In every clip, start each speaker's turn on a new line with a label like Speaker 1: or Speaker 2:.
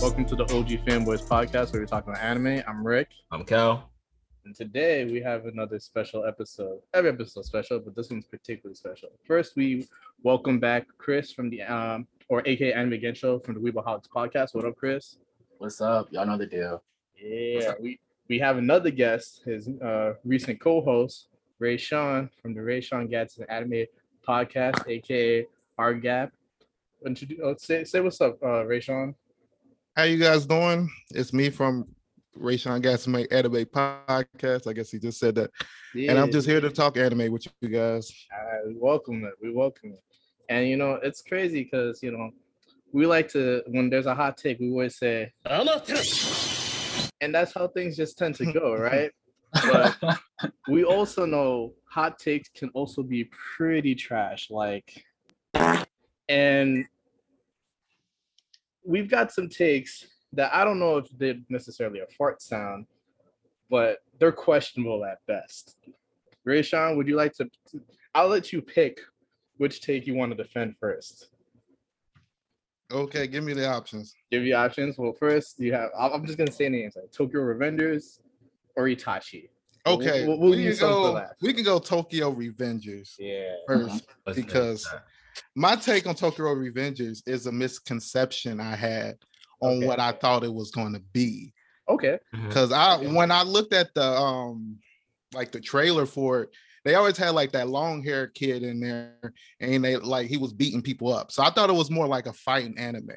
Speaker 1: Welcome to the OG Fanboys podcast where we talk about anime. I'm Rick.
Speaker 2: I'm Cal.
Speaker 1: And today we have another special episode. Every episode special, but this one's particularly special. First, we welcome back Chris from the um or AK Anime Gen Show from the Weebaholics podcast. What up, Chris?
Speaker 3: What's up? Y'all know the deal.
Speaker 1: Yeah, we we have another guest, his uh, recent co-host Ray Sean from the Ray Sean Gadsden Anime Podcast, aka R Gap. Introduce, oh, say say what's up, uh, Ray Sean.
Speaker 4: How you guys doing? It's me from Rayshawn Gasmay Anime Podcast. I guess he just said that. And I'm just here to talk anime with you guys.
Speaker 1: Uh, we welcome it. We welcome it. And you know, it's crazy because you know, we like to when there's a hot take, we always say, and that's how things just tend to go, right? But we also know hot takes can also be pretty trash, like, and we've got some takes that I don't know if they're necessarily a fart sound, but they're questionable at best. Rayshawn, would you like to? I'll let you pick which take you want to defend first.
Speaker 4: Okay, give me the options.
Speaker 1: Give you options. Well, first you have. I'm I'm just gonna say names like Tokyo Revengers or Itachi. We'll-
Speaker 4: Okay,
Speaker 1: we'll- we'll
Speaker 4: we
Speaker 1: use
Speaker 4: can
Speaker 1: some for
Speaker 4: go.
Speaker 1: that. Uh-huh.
Speaker 4: We can go Tokyo Revengers
Speaker 1: Yeah.
Speaker 4: first.
Speaker 2: Let's do
Speaker 4: Because-
Speaker 2: that.
Speaker 4: My take on Tokyo Revengers is a misconception I had on
Speaker 1: Okay.
Speaker 4: what I thought it was going to be.
Speaker 1: Okay.
Speaker 2: Mhm.
Speaker 4: Because I
Speaker 1: Okay.
Speaker 4: when I looked at the um like the trailer for it, they always had like that long hair kid in there, and they like he was beating people up. So I thought it was more like a fighting anime.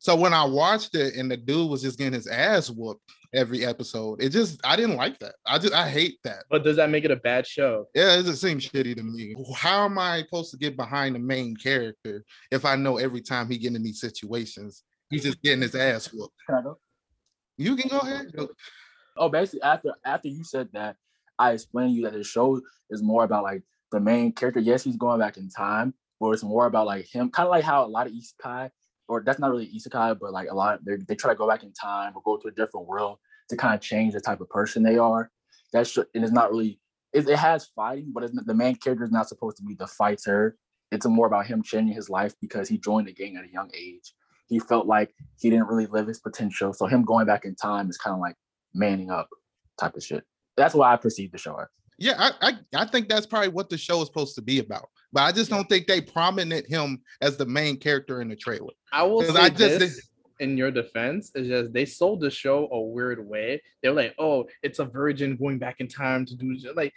Speaker 4: So when I watched it and the dude was just getting his ass whooped every episode, it just I didn't like that. I just I hate that.
Speaker 1: But does that make it a bad show?
Speaker 4: Yeah, it just seems shitty to me. How am I supposed to get behind the main character if I know every time he get in these situations, he's just getting his ass whooped?
Speaker 3: Can I go?
Speaker 4: You can go ahead.
Speaker 3: Oh, basically after after you said that, I explained to you that the show is more about like the main character. Yes, he's going back in time, but it's more about like him, kind of like how a lot of isekai, or that's not really isekai, but like a lot they they try to go back in time or go to a different world to kind of change the type of person they are. That's ju- and it's not really it, it has fighting, but it's not, the main character is not supposed to be the fighter. It's more about him changing his life because he joined the gang at a young age. He felt like he didn't really live his potential, so him going back in time is kind of like manning up type of shit. That's why I perceive the show as.
Speaker 4: Yeah, I, I I think that's probably what the show is supposed to be about. But I just don't think they prominent him as the main character in the trailer.
Speaker 1: I will
Speaker 4: 'Cause
Speaker 1: say
Speaker 4: I just-
Speaker 1: this in your defense is just they sold the show a weird way. They're like, oh, it's a virgin going back in time to do like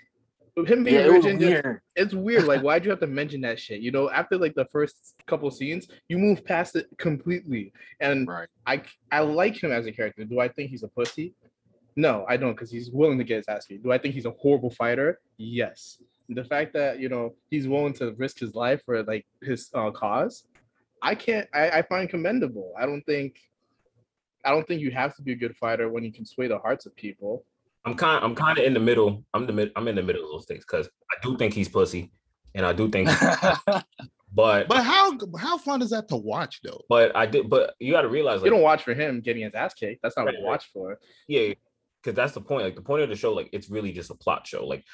Speaker 1: him being
Speaker 3: Yeah,
Speaker 1: a
Speaker 3: it was
Speaker 1: virgin. just-
Speaker 3: weird.
Speaker 1: It's weird. Like, why'd you have to mention that shit? You know, after like the first couple scenes, you move past it completely. And
Speaker 3: Right.
Speaker 1: I I like him as a character. Do I think he's a pussy? No, I don't, because he's willing to get his ass beat. Do I think he's a horrible fighter? Yes. The fact that you know he's willing to risk his life for like his uh, cause, I can't. I, I find commendable. I don't think. I don't think you have to be a good fighter when you can sway the hearts of people.
Speaker 2: I'm kind. I'm kind of in the middle. I'm the mid. I'm in the middle of those things because I do think he's pussy, and I do think, but
Speaker 4: But how how fun is that to watch though?
Speaker 2: but I did. But you got to realize,
Speaker 1: You
Speaker 2: like,
Speaker 1: don't watch for him getting his ass kicked. That's not what
Speaker 2: Right,
Speaker 1: you
Speaker 2: right.
Speaker 1: watch for.
Speaker 2: yeah, because that's the point. Like the point of the show, like it's really just a plot show. Like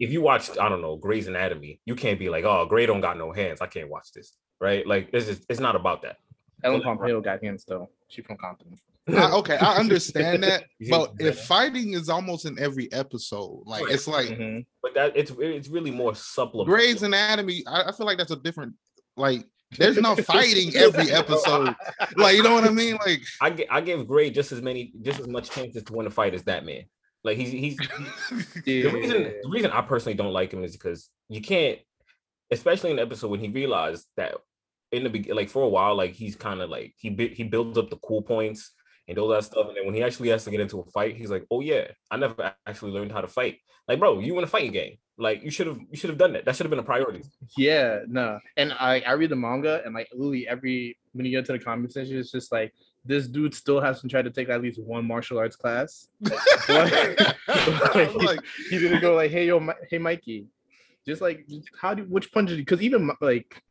Speaker 2: if you watched, I don't know, Grey's Anatomy, you can't be like, oh, Grey don't got no hands. I can't watch this, right? Like it's just it's not about that.
Speaker 1: Ellen
Speaker 2: Right.
Speaker 1: Pompeo got hands though. She from Compton.
Speaker 4: I- okay, I understand that.
Speaker 2: You see what
Speaker 4: But
Speaker 2: I'm
Speaker 4: if
Speaker 2: saying?
Speaker 4: fighting is almost in every episode, like
Speaker 2: Right.
Speaker 4: it's like
Speaker 1: Mhm.
Speaker 2: but that it's it's really more supplement.
Speaker 4: Grey's Anatomy, I, I feel like that's a different like. There's no fighting every episode. Like you know what I mean? Like
Speaker 2: I gi- I give Gray just as many just as much chances to win a fight as that man. Like he's he's the reason
Speaker 1: Yeah.
Speaker 2: the reason I personally don't like him is because you can't, especially in the episode when he realized that in the beginning, like for a while, like he's kind of like he bu- he builds up the cool points and all that stuff, and then when he actually has to get into a fight, he's like, oh yeah, I never a- actually learned how to fight. Like bro, you win a fighting game. Like you should have you should have done that. That should have been a priority.
Speaker 1: Yeah, no. And I I read the manga and like literally every when you get to the comic section, it's just like this dude still hasn't tried to take at least one martial arts class. What?
Speaker 4: I'm like,
Speaker 1: He didn't go like, hey yo, Mi- hey Mikey, just like just how do which punch did you? Because even Mi- like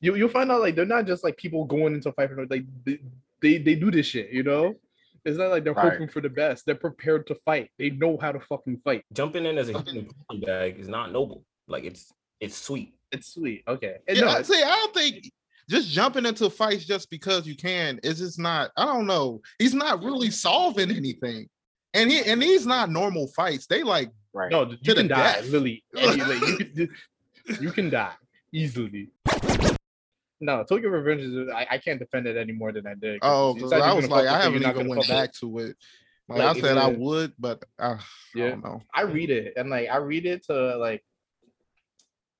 Speaker 1: you you'll find out like they're not just like people going into a fight for no- like they, they they do this shit, you know. It's not like they're
Speaker 3: Right.
Speaker 1: hoping for the best. They're prepared to fight. They know how to fucking fight.
Speaker 2: Jumping in as a
Speaker 4: Okay.
Speaker 2: human punching bag is not noble. Like it's it's sweet.
Speaker 1: It's sweet. Okay. And
Speaker 4: yeah,
Speaker 1: no,
Speaker 4: see, I don't think just jumping into fights just because you can is just not. I don't know. He's not really solving anything, and he and these not normal fights. They like
Speaker 3: Right.
Speaker 1: No, you
Speaker 4: To the
Speaker 1: can die,
Speaker 4: death.
Speaker 1: Lily. Any- like, you, can, you can die easily. No, Tokyo Revenge is. I, I can't defend it any more than I did. 'cause
Speaker 4: oh,
Speaker 1: it's
Speaker 4: 'cause
Speaker 1: either
Speaker 4: I
Speaker 1: you're
Speaker 4: was
Speaker 1: gonna
Speaker 4: like
Speaker 1: fuck with it
Speaker 4: I
Speaker 1: or
Speaker 4: haven't
Speaker 1: you're not
Speaker 4: even
Speaker 1: gonna
Speaker 4: went
Speaker 1: fuck with
Speaker 4: back to it. Like,
Speaker 1: Like,
Speaker 4: I said, I
Speaker 1: yeah.
Speaker 4: would, but uh, I
Speaker 1: Yeah.
Speaker 4: don't know.
Speaker 1: I read it and like I read it to like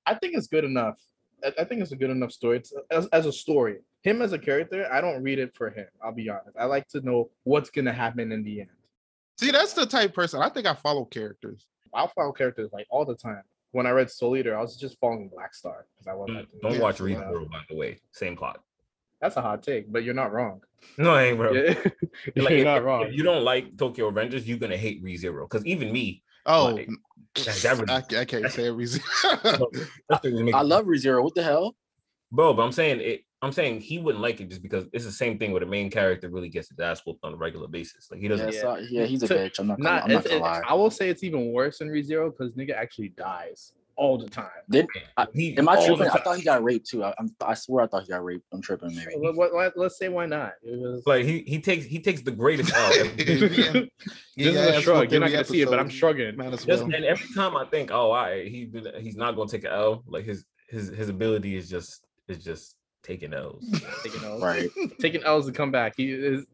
Speaker 1: I think it's good enough. I, I think it's a good enough story to, as, as a story. Him as a character, I don't read it for him. I'll be honest. I like to know what's gonna happen in the end.
Speaker 4: See, that's the type of person I think I follow characters.
Speaker 1: I'll follow characters like all the time. When I read Soul Eater, I was just following Black Star because I wasn't.
Speaker 2: Don't, Mm, don't watch
Speaker 1: read.
Speaker 2: Reaper World, by the way. Same plot.
Speaker 1: That's a hot take, but you're not wrong.
Speaker 2: No, I ain't bro.
Speaker 1: Yeah. you're
Speaker 2: Like, if-
Speaker 1: not
Speaker 2: if
Speaker 1: wrong.
Speaker 2: you don't like Tokyo Avengers, you're gonna hate ReZero. Because even me,
Speaker 4: Oh,
Speaker 2: Like, that- that was-
Speaker 4: I, I can't say every.
Speaker 2: that thing was making-
Speaker 3: I love ReZero. What the hell?
Speaker 2: bro, but I'm saying it. I'm saying he wouldn't like it just because it's the same thing where the main character really gets his ass whooped on a regular basis. Like he
Speaker 3: Yeah,
Speaker 2: doesn't.
Speaker 1: Yeah.
Speaker 3: so- yeah, he's a
Speaker 1: To-
Speaker 3: bitch. I'm not gonna,
Speaker 1: Not,
Speaker 3: I'm not
Speaker 1: it's-
Speaker 3: gonna
Speaker 1: it-
Speaker 3: lie.
Speaker 1: I will say it's even worse than ReZero because nigga actually dies all the time.
Speaker 2: He,
Speaker 3: Am I
Speaker 2: all the
Speaker 3: tripping? I
Speaker 2: time-
Speaker 3: thought he got raped too. I, I'm, I swear I thought he got raped. I'm tripping maybe.
Speaker 1: Let, let, let, let's say why not? It was
Speaker 2: like he he takes he takes the greatest out.
Speaker 4: Yeah.
Speaker 1: This is a shrug. You're not gonna see it, but I'm shrugging.
Speaker 4: Man, as
Speaker 2: Just,
Speaker 4: well.
Speaker 2: and every time I think, oh, I he did- he's not gonna take an L. Like his his his ability is just is just taking L's.
Speaker 1: Taking L's.
Speaker 3: Right.
Speaker 1: Taking L's to come back. He is.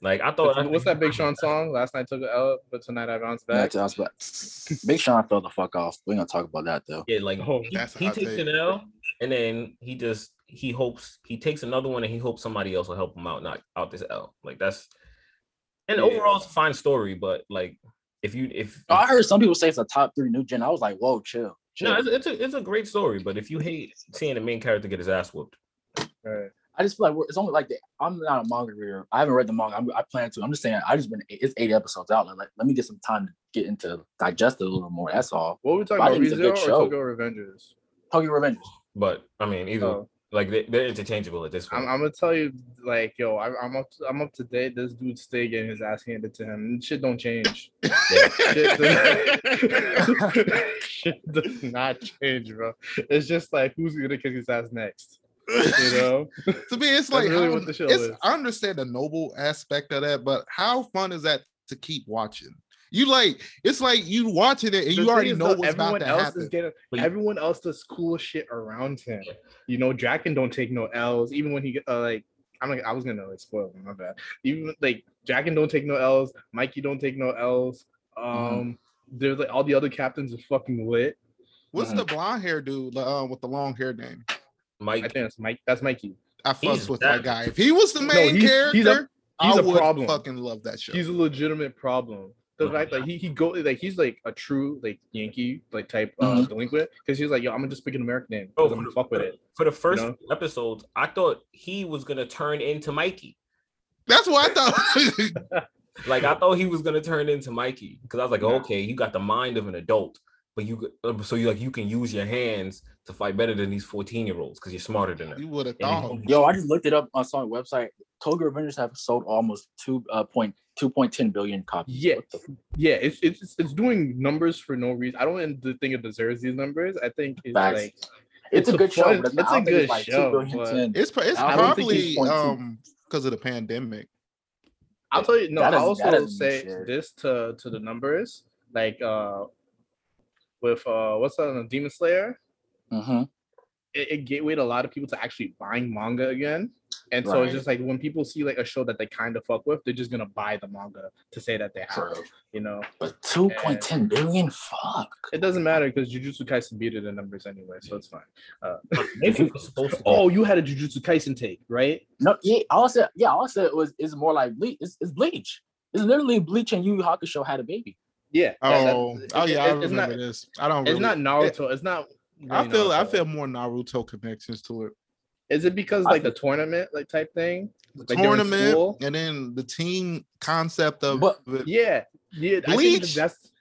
Speaker 2: Like I thought,
Speaker 1: what's that Big Sean song? Last night took an L, but tonight I bounced
Speaker 3: Yeah,
Speaker 1: back.
Speaker 3: that's what I was about- Big Sean fell the fuck off. We're gonna talk about that though.
Speaker 2: Yeah, like
Speaker 1: Oh,
Speaker 2: he,
Speaker 4: that's a
Speaker 2: he
Speaker 4: hot
Speaker 2: takes
Speaker 4: take.
Speaker 2: an L, and then he just he hopes he takes another one, and he hopes somebody else will help him out, not out this L. Like that's and
Speaker 1: Yeah. Oh,
Speaker 2: overall it's a fine story, but like if you if
Speaker 3: I heard some people say it's a top three new gen. I was like, whoa, chill. chill.
Speaker 2: no, it's, it's a it's a great story, but if you hate seeing the main character get his ass whooped,
Speaker 1: Right.
Speaker 3: I just feel like we're, it's only like the, I'm not a manga reader. I haven't read the manga. I'm, I plan to. I'm just saying. I just been it's eight episodes out. Like, let me get some time to get into digest it a little more. That's all.
Speaker 1: What were we talking
Speaker 3: But I
Speaker 1: about?
Speaker 3: think it's a good
Speaker 1: ReZero or
Speaker 3: show.
Speaker 1: Tokyo Revengers?
Speaker 3: Tokyo Revengers.
Speaker 2: but I mean either
Speaker 1: Oh,
Speaker 2: like they, they're interchangeable at this point.
Speaker 1: I'm, I'm gonna tell you, like, yo, I, I'm up, to, I'm up to date. This dude's still getting his ass handed to him. Shit don't change. Shit does, Shit does not change, bro. It's just like who's gonna kick his ass next, you know?
Speaker 4: to me, it's like
Speaker 1: really
Speaker 4: how-
Speaker 1: what the show
Speaker 4: it's,
Speaker 1: is.
Speaker 4: I understand the noble aspect of that, but how fun is that to keep watching? You like it's like you watching it and
Speaker 1: The
Speaker 4: you
Speaker 1: thing
Speaker 4: already
Speaker 1: is,
Speaker 4: know
Speaker 1: though,
Speaker 4: what's about to
Speaker 1: else
Speaker 4: happen.
Speaker 1: Is getting,
Speaker 2: But you-
Speaker 1: everyone else does cool shit around him. You know, Draken don't take no L's, even when he get- uh, like. I'm like I was gonna like spoil him, my bad. Even like Draken don't take no L's, Mikey don't take no L's. Um,
Speaker 4: Mm-hmm.
Speaker 1: there's like all the other captains are fucking lit.
Speaker 4: What's
Speaker 3: Mhm.
Speaker 4: the blonde hair dude the, uh, with the long hair name?
Speaker 1: I
Speaker 2: Mike,
Speaker 1: think that's Mike. That's Mikey.
Speaker 4: I fuss
Speaker 2: He's
Speaker 4: with
Speaker 2: that-
Speaker 4: that guy. If he was the
Speaker 1: No,
Speaker 4: main
Speaker 1: he's-
Speaker 4: character,
Speaker 1: he's a-
Speaker 4: I
Speaker 1: he's a
Speaker 4: would
Speaker 1: problem.
Speaker 4: fucking love that show.
Speaker 1: He's a legitimate problem. The
Speaker 4: Mm-hmm.
Speaker 2: Mhm.
Speaker 1: fact that he he go like he's like a true like Yankee like type uh,
Speaker 4: Mm-hmm.
Speaker 3: Mhm.
Speaker 1: delinquent because he's like yo I'm gonna just pick an American name
Speaker 2: Oh,
Speaker 1: 'cause I'm
Speaker 2: for
Speaker 1: gonna
Speaker 2: the-
Speaker 1: fuck with it.
Speaker 2: for the first
Speaker 1: know?
Speaker 2: episodes, I thought he was gonna turn into Mikey.
Speaker 4: That's what I thought.
Speaker 2: Like I thought he was gonna turn into Mikey because I was like,
Speaker 1: Nah.
Speaker 2: okay, you got the mind of an adult, but you g- so you like you can use your hands to fight better than these fourteen year olds because you're smarter than
Speaker 4: you
Speaker 2: them.
Speaker 4: would have
Speaker 2: And
Speaker 4: thought.
Speaker 2: he-
Speaker 3: Yo, I just looked it up on some website. Tokyo Revengers have sold almost two uh, point two point ten billion copies.
Speaker 1: Yeah.
Speaker 3: What the-
Speaker 1: Yeah, it's it's it's doing numbers for no reason. I don't en- th- think it deserves these numbers. I think it's
Speaker 3: Facts.
Speaker 1: like It's
Speaker 3: It's, a
Speaker 1: a
Speaker 3: good show.
Speaker 1: fun-
Speaker 3: But
Speaker 1: it's
Speaker 3: I don't
Speaker 1: a
Speaker 3: think
Speaker 1: good
Speaker 3: like
Speaker 1: show,
Speaker 3: 2 billion
Speaker 1: but-
Speaker 3: 10.
Speaker 4: It's, pro- it's
Speaker 3: I don't think
Speaker 4: probably
Speaker 3: he's going to.
Speaker 4: um because of the pandemic.
Speaker 1: I'll tell you. No,
Speaker 3: That
Speaker 1: I
Speaker 3: doesn't- that
Speaker 1: also
Speaker 3: doesn't mean
Speaker 1: say
Speaker 3: shit.
Speaker 1: this to to the numbers, like uh, with uh, what's that on Demon Slayer?
Speaker 3: Mhm.
Speaker 1: It, it gatewayed a lot of people to actually buying manga again, and so
Speaker 3: Right.
Speaker 1: it's just like when people see like a show that they kind of fuck with, they're just gonna buy the manga to say that they have.
Speaker 3: True.
Speaker 1: it, You know,
Speaker 3: But two point ten billion, fuck.
Speaker 1: it doesn't matter because Jujutsu Kaisen beat it in numbers anyway, so it's fine.
Speaker 2: maybe it was supposed to be-
Speaker 1: Oh, you had a Jujutsu Kaisen take, right?
Speaker 3: No, yeah, all I said, yeah, all I said was it's more like bleach. It's, it's bleach. It's literally bleach and Yu Yu Hakusho had a baby.
Speaker 1: Yeah. that- that-
Speaker 4: Oh,
Speaker 1: it-
Speaker 4: oh yeah, I
Speaker 1: it- it's
Speaker 4: remember
Speaker 1: not-
Speaker 4: this. I don't.
Speaker 1: It's
Speaker 4: really-
Speaker 1: not Naruto. It's not.
Speaker 4: I
Speaker 1: really
Speaker 4: feel I
Speaker 1: Naruto.
Speaker 4: feel more Naruto connections to it.
Speaker 1: Is it because
Speaker 3: I
Speaker 1: like the tournament like type thing? Like during
Speaker 4: Tournament
Speaker 1: school?
Speaker 4: and then the team concept of
Speaker 3: But-
Speaker 4: it.
Speaker 1: Yeah, yeah. I think that
Speaker 4: Bleach?
Speaker 1: that's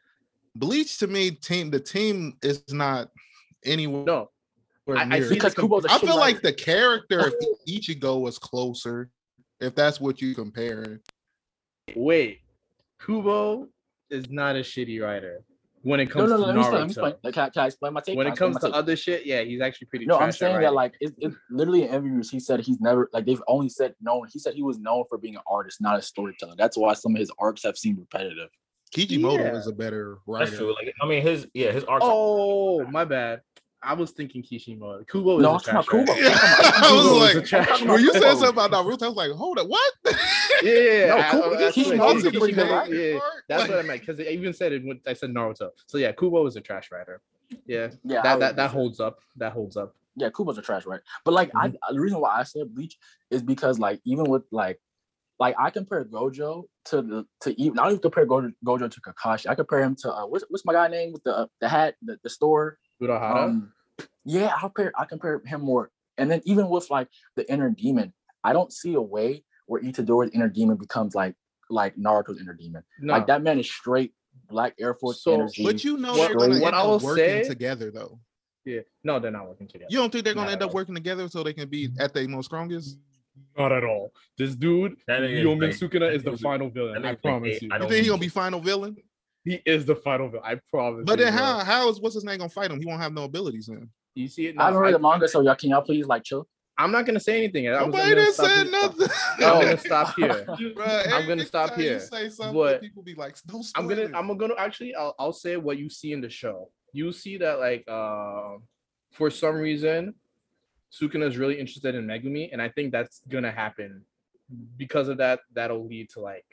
Speaker 4: Bleach to me team the team is not anywhere
Speaker 1: no. I- I
Speaker 4: near.
Speaker 1: see-
Speaker 4: I,
Speaker 3: Because Kubo's a
Speaker 4: feel
Speaker 3: shit
Speaker 4: like
Speaker 3: writer.
Speaker 4: the character of Ichigo was closer, if that's what you compare.
Speaker 1: Wait, Kubo is not a shitty writer. when it
Speaker 3: No,
Speaker 1: comes
Speaker 3: no, no.
Speaker 1: to
Speaker 3: Let me explain. Let me explain.
Speaker 1: Naruto.
Speaker 3: Like, can, I- can I explain my take?
Speaker 1: When
Speaker 3: Can I
Speaker 1: it
Speaker 3: explain
Speaker 1: comes
Speaker 3: my
Speaker 1: to other shit, yeah, he's actually pretty.
Speaker 3: No, I'm
Speaker 1: trash at
Speaker 3: saying that
Speaker 1: writing.
Speaker 3: like it, it literally in interviews he said he's never like they've only said known he said he was known for being an artist, not a storyteller. That's why some of his arcs have seemed repetitive.
Speaker 4: Kijimoto
Speaker 1: Yeah.
Speaker 4: is a better
Speaker 2: That's true.
Speaker 4: writer.
Speaker 2: Like I mean, his yeah, his arcs.
Speaker 1: Oh, my bad. I was thinking Kishimoto. Kubo is
Speaker 3: No,
Speaker 1: a
Speaker 3: I'm talking
Speaker 1: trash
Speaker 3: about Kubo.
Speaker 1: writer.
Speaker 4: Yeah, I
Speaker 1: Kubo
Speaker 4: was
Speaker 1: is a
Speaker 4: like,
Speaker 1: trash
Speaker 3: I'm talking
Speaker 4: when you said
Speaker 3: about-
Speaker 4: something about Naruto, I was like, hold up, what?
Speaker 1: Yeah, yeah,
Speaker 3: No,
Speaker 1: yeah. I-
Speaker 3: Kubo-
Speaker 1: I- that's what I-
Speaker 3: Kishimoto's
Speaker 1: yeah,
Speaker 3: a pretty good
Speaker 1: Kishimoto-
Speaker 3: writer.
Speaker 1: yeah, That's what I
Speaker 4: Like-
Speaker 1: meant because I even said it when I said Naruto. So yeah, Kubo is a trash writer. Yeah,
Speaker 3: Yeah, I
Speaker 1: that
Speaker 3: would
Speaker 1: that, that
Speaker 3: agree.
Speaker 1: holds up. That holds up.
Speaker 3: yeah, Kubo's a trash right? But like
Speaker 1: Mm-hmm.
Speaker 3: I the reason why I said Bleach is because like even with like like I compare Gojo to the to even I don't even compare Gojo, Gojo to Kakashi. I compare him to uh, what's, what's my guy name with the uh, the hat the, the store.
Speaker 1: Urahara.
Speaker 3: Um, yeah, I compare I compare him more. And then even with like the inner demon, I don't see a way where Itadori's inner demon becomes like like Naruto's inner demon.
Speaker 1: no,
Speaker 3: Like that man is straight Black Air Force
Speaker 1: So-
Speaker 3: energy.
Speaker 4: But you know
Speaker 1: What-
Speaker 4: they're gonna
Speaker 1: what
Speaker 4: end
Speaker 1: I
Speaker 4: up
Speaker 1: will say-
Speaker 4: working together though.
Speaker 1: yeah, no, they're not working together.
Speaker 4: You don't think they're gonna
Speaker 1: Not
Speaker 4: end
Speaker 1: at
Speaker 4: up
Speaker 1: all.
Speaker 4: working together so they can be
Speaker 1: Mm-hmm.
Speaker 4: at their most strongest?
Speaker 1: Not at all. This dude,
Speaker 2: That nigga is
Speaker 1: Ryomin
Speaker 2: like-
Speaker 1: Sukuna,
Speaker 2: that
Speaker 1: is the
Speaker 2: nigga's-
Speaker 1: final
Speaker 2: that
Speaker 1: villain. I
Speaker 2: nigga's like,
Speaker 1: promise
Speaker 2: hey,
Speaker 1: you.
Speaker 2: I
Speaker 4: You
Speaker 2: don't
Speaker 4: think he's
Speaker 2: need
Speaker 4: gonna be
Speaker 2: you.
Speaker 4: final villain?
Speaker 1: He is the final villain. I promise.
Speaker 4: But
Speaker 1: you,
Speaker 4: then
Speaker 1: bro.
Speaker 4: how how is what's his name gonna fight him? He won't have no abilities then.
Speaker 1: You see it?
Speaker 3: I haven't
Speaker 1: No,
Speaker 3: read
Speaker 1: I-
Speaker 3: the manga, so y'all can y'all please like chill.
Speaker 1: I'm not gonna say anything. I was- I'm
Speaker 4: Nobody
Speaker 1: gonna
Speaker 4: done
Speaker 1: stop
Speaker 4: said
Speaker 1: you-
Speaker 4: nothing.
Speaker 1: I'm gonna stop here.
Speaker 4: Bruh,
Speaker 1: I'm gonna
Speaker 4: every
Speaker 1: stop
Speaker 4: time you
Speaker 1: here,
Speaker 4: Say something,
Speaker 1: but
Speaker 4: people be like, no
Speaker 1: I'm gonna
Speaker 4: spoilers."
Speaker 1: I'm gonna actually I'll, I'll say what you see in the show. You see that like uh, for some reason Sukuna is really interested in Megumi, and I think that's gonna happen because of that. That'll lead to like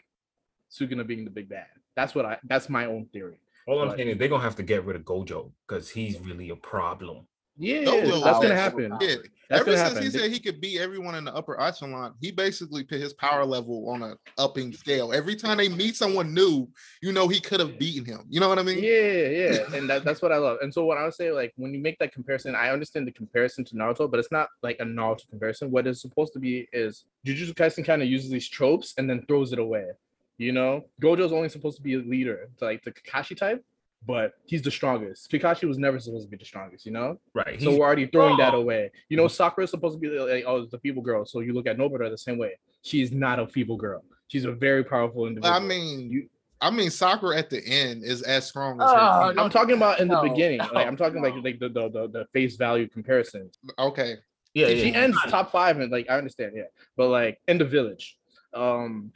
Speaker 1: Sukuna being the big bad. That's what I. That's my own theory.
Speaker 2: All I'm
Speaker 1: Right.
Speaker 2: saying is they're gonna have to get rid of Gojo because he's really a problem.
Speaker 1: Yeah,
Speaker 4: Gojo
Speaker 1: that's
Speaker 4: is
Speaker 1: gonna happen.
Speaker 4: Yeah.
Speaker 1: That's
Speaker 4: Ever
Speaker 1: gonna
Speaker 4: since
Speaker 1: happen.
Speaker 4: he
Speaker 1: They-
Speaker 4: said he could beat everyone in the upper echelon, he basically put his power level on a upping scale. Every time they meet someone new, you know he could have beaten him. You know what I mean?
Speaker 1: Yeah, yeah, and that, that's what I love. And so what I would say, like when you make that comparison, I understand the comparison to Naruto, but it's not like a Naruto comparison. What it's supposed to be is Jujutsu Kaisen kind of uses these tropes and then throws it away. You know, Gojo's only supposed to be a leader, like the Kakashi type, but he's the strongest. Kakashi was never supposed to be the strongest. You know,
Speaker 2: Right.
Speaker 1: so
Speaker 2: he's-
Speaker 1: we're already throwing that
Speaker 2: strong.
Speaker 1: away. You know, Sakura is supposed to be like, oh, the people girl. So you look at Nobara the same way. She's not a feeble girl. She's a very powerful
Speaker 4: But
Speaker 1: individual.
Speaker 4: I mean,
Speaker 1: You-
Speaker 4: I mean, Sakura at the end is as strong as
Speaker 3: Ah,
Speaker 4: her.
Speaker 3: no.
Speaker 4: team.
Speaker 1: I'm talking about in the
Speaker 3: No,
Speaker 1: beginning. like
Speaker 3: no,
Speaker 1: I'm talking
Speaker 3: no.
Speaker 1: like like the the, the the face value comparison.
Speaker 4: Okay,
Speaker 2: yeah,
Speaker 1: she
Speaker 2: yeah.
Speaker 1: ends top five and like I understand, yeah. But like in the village. Um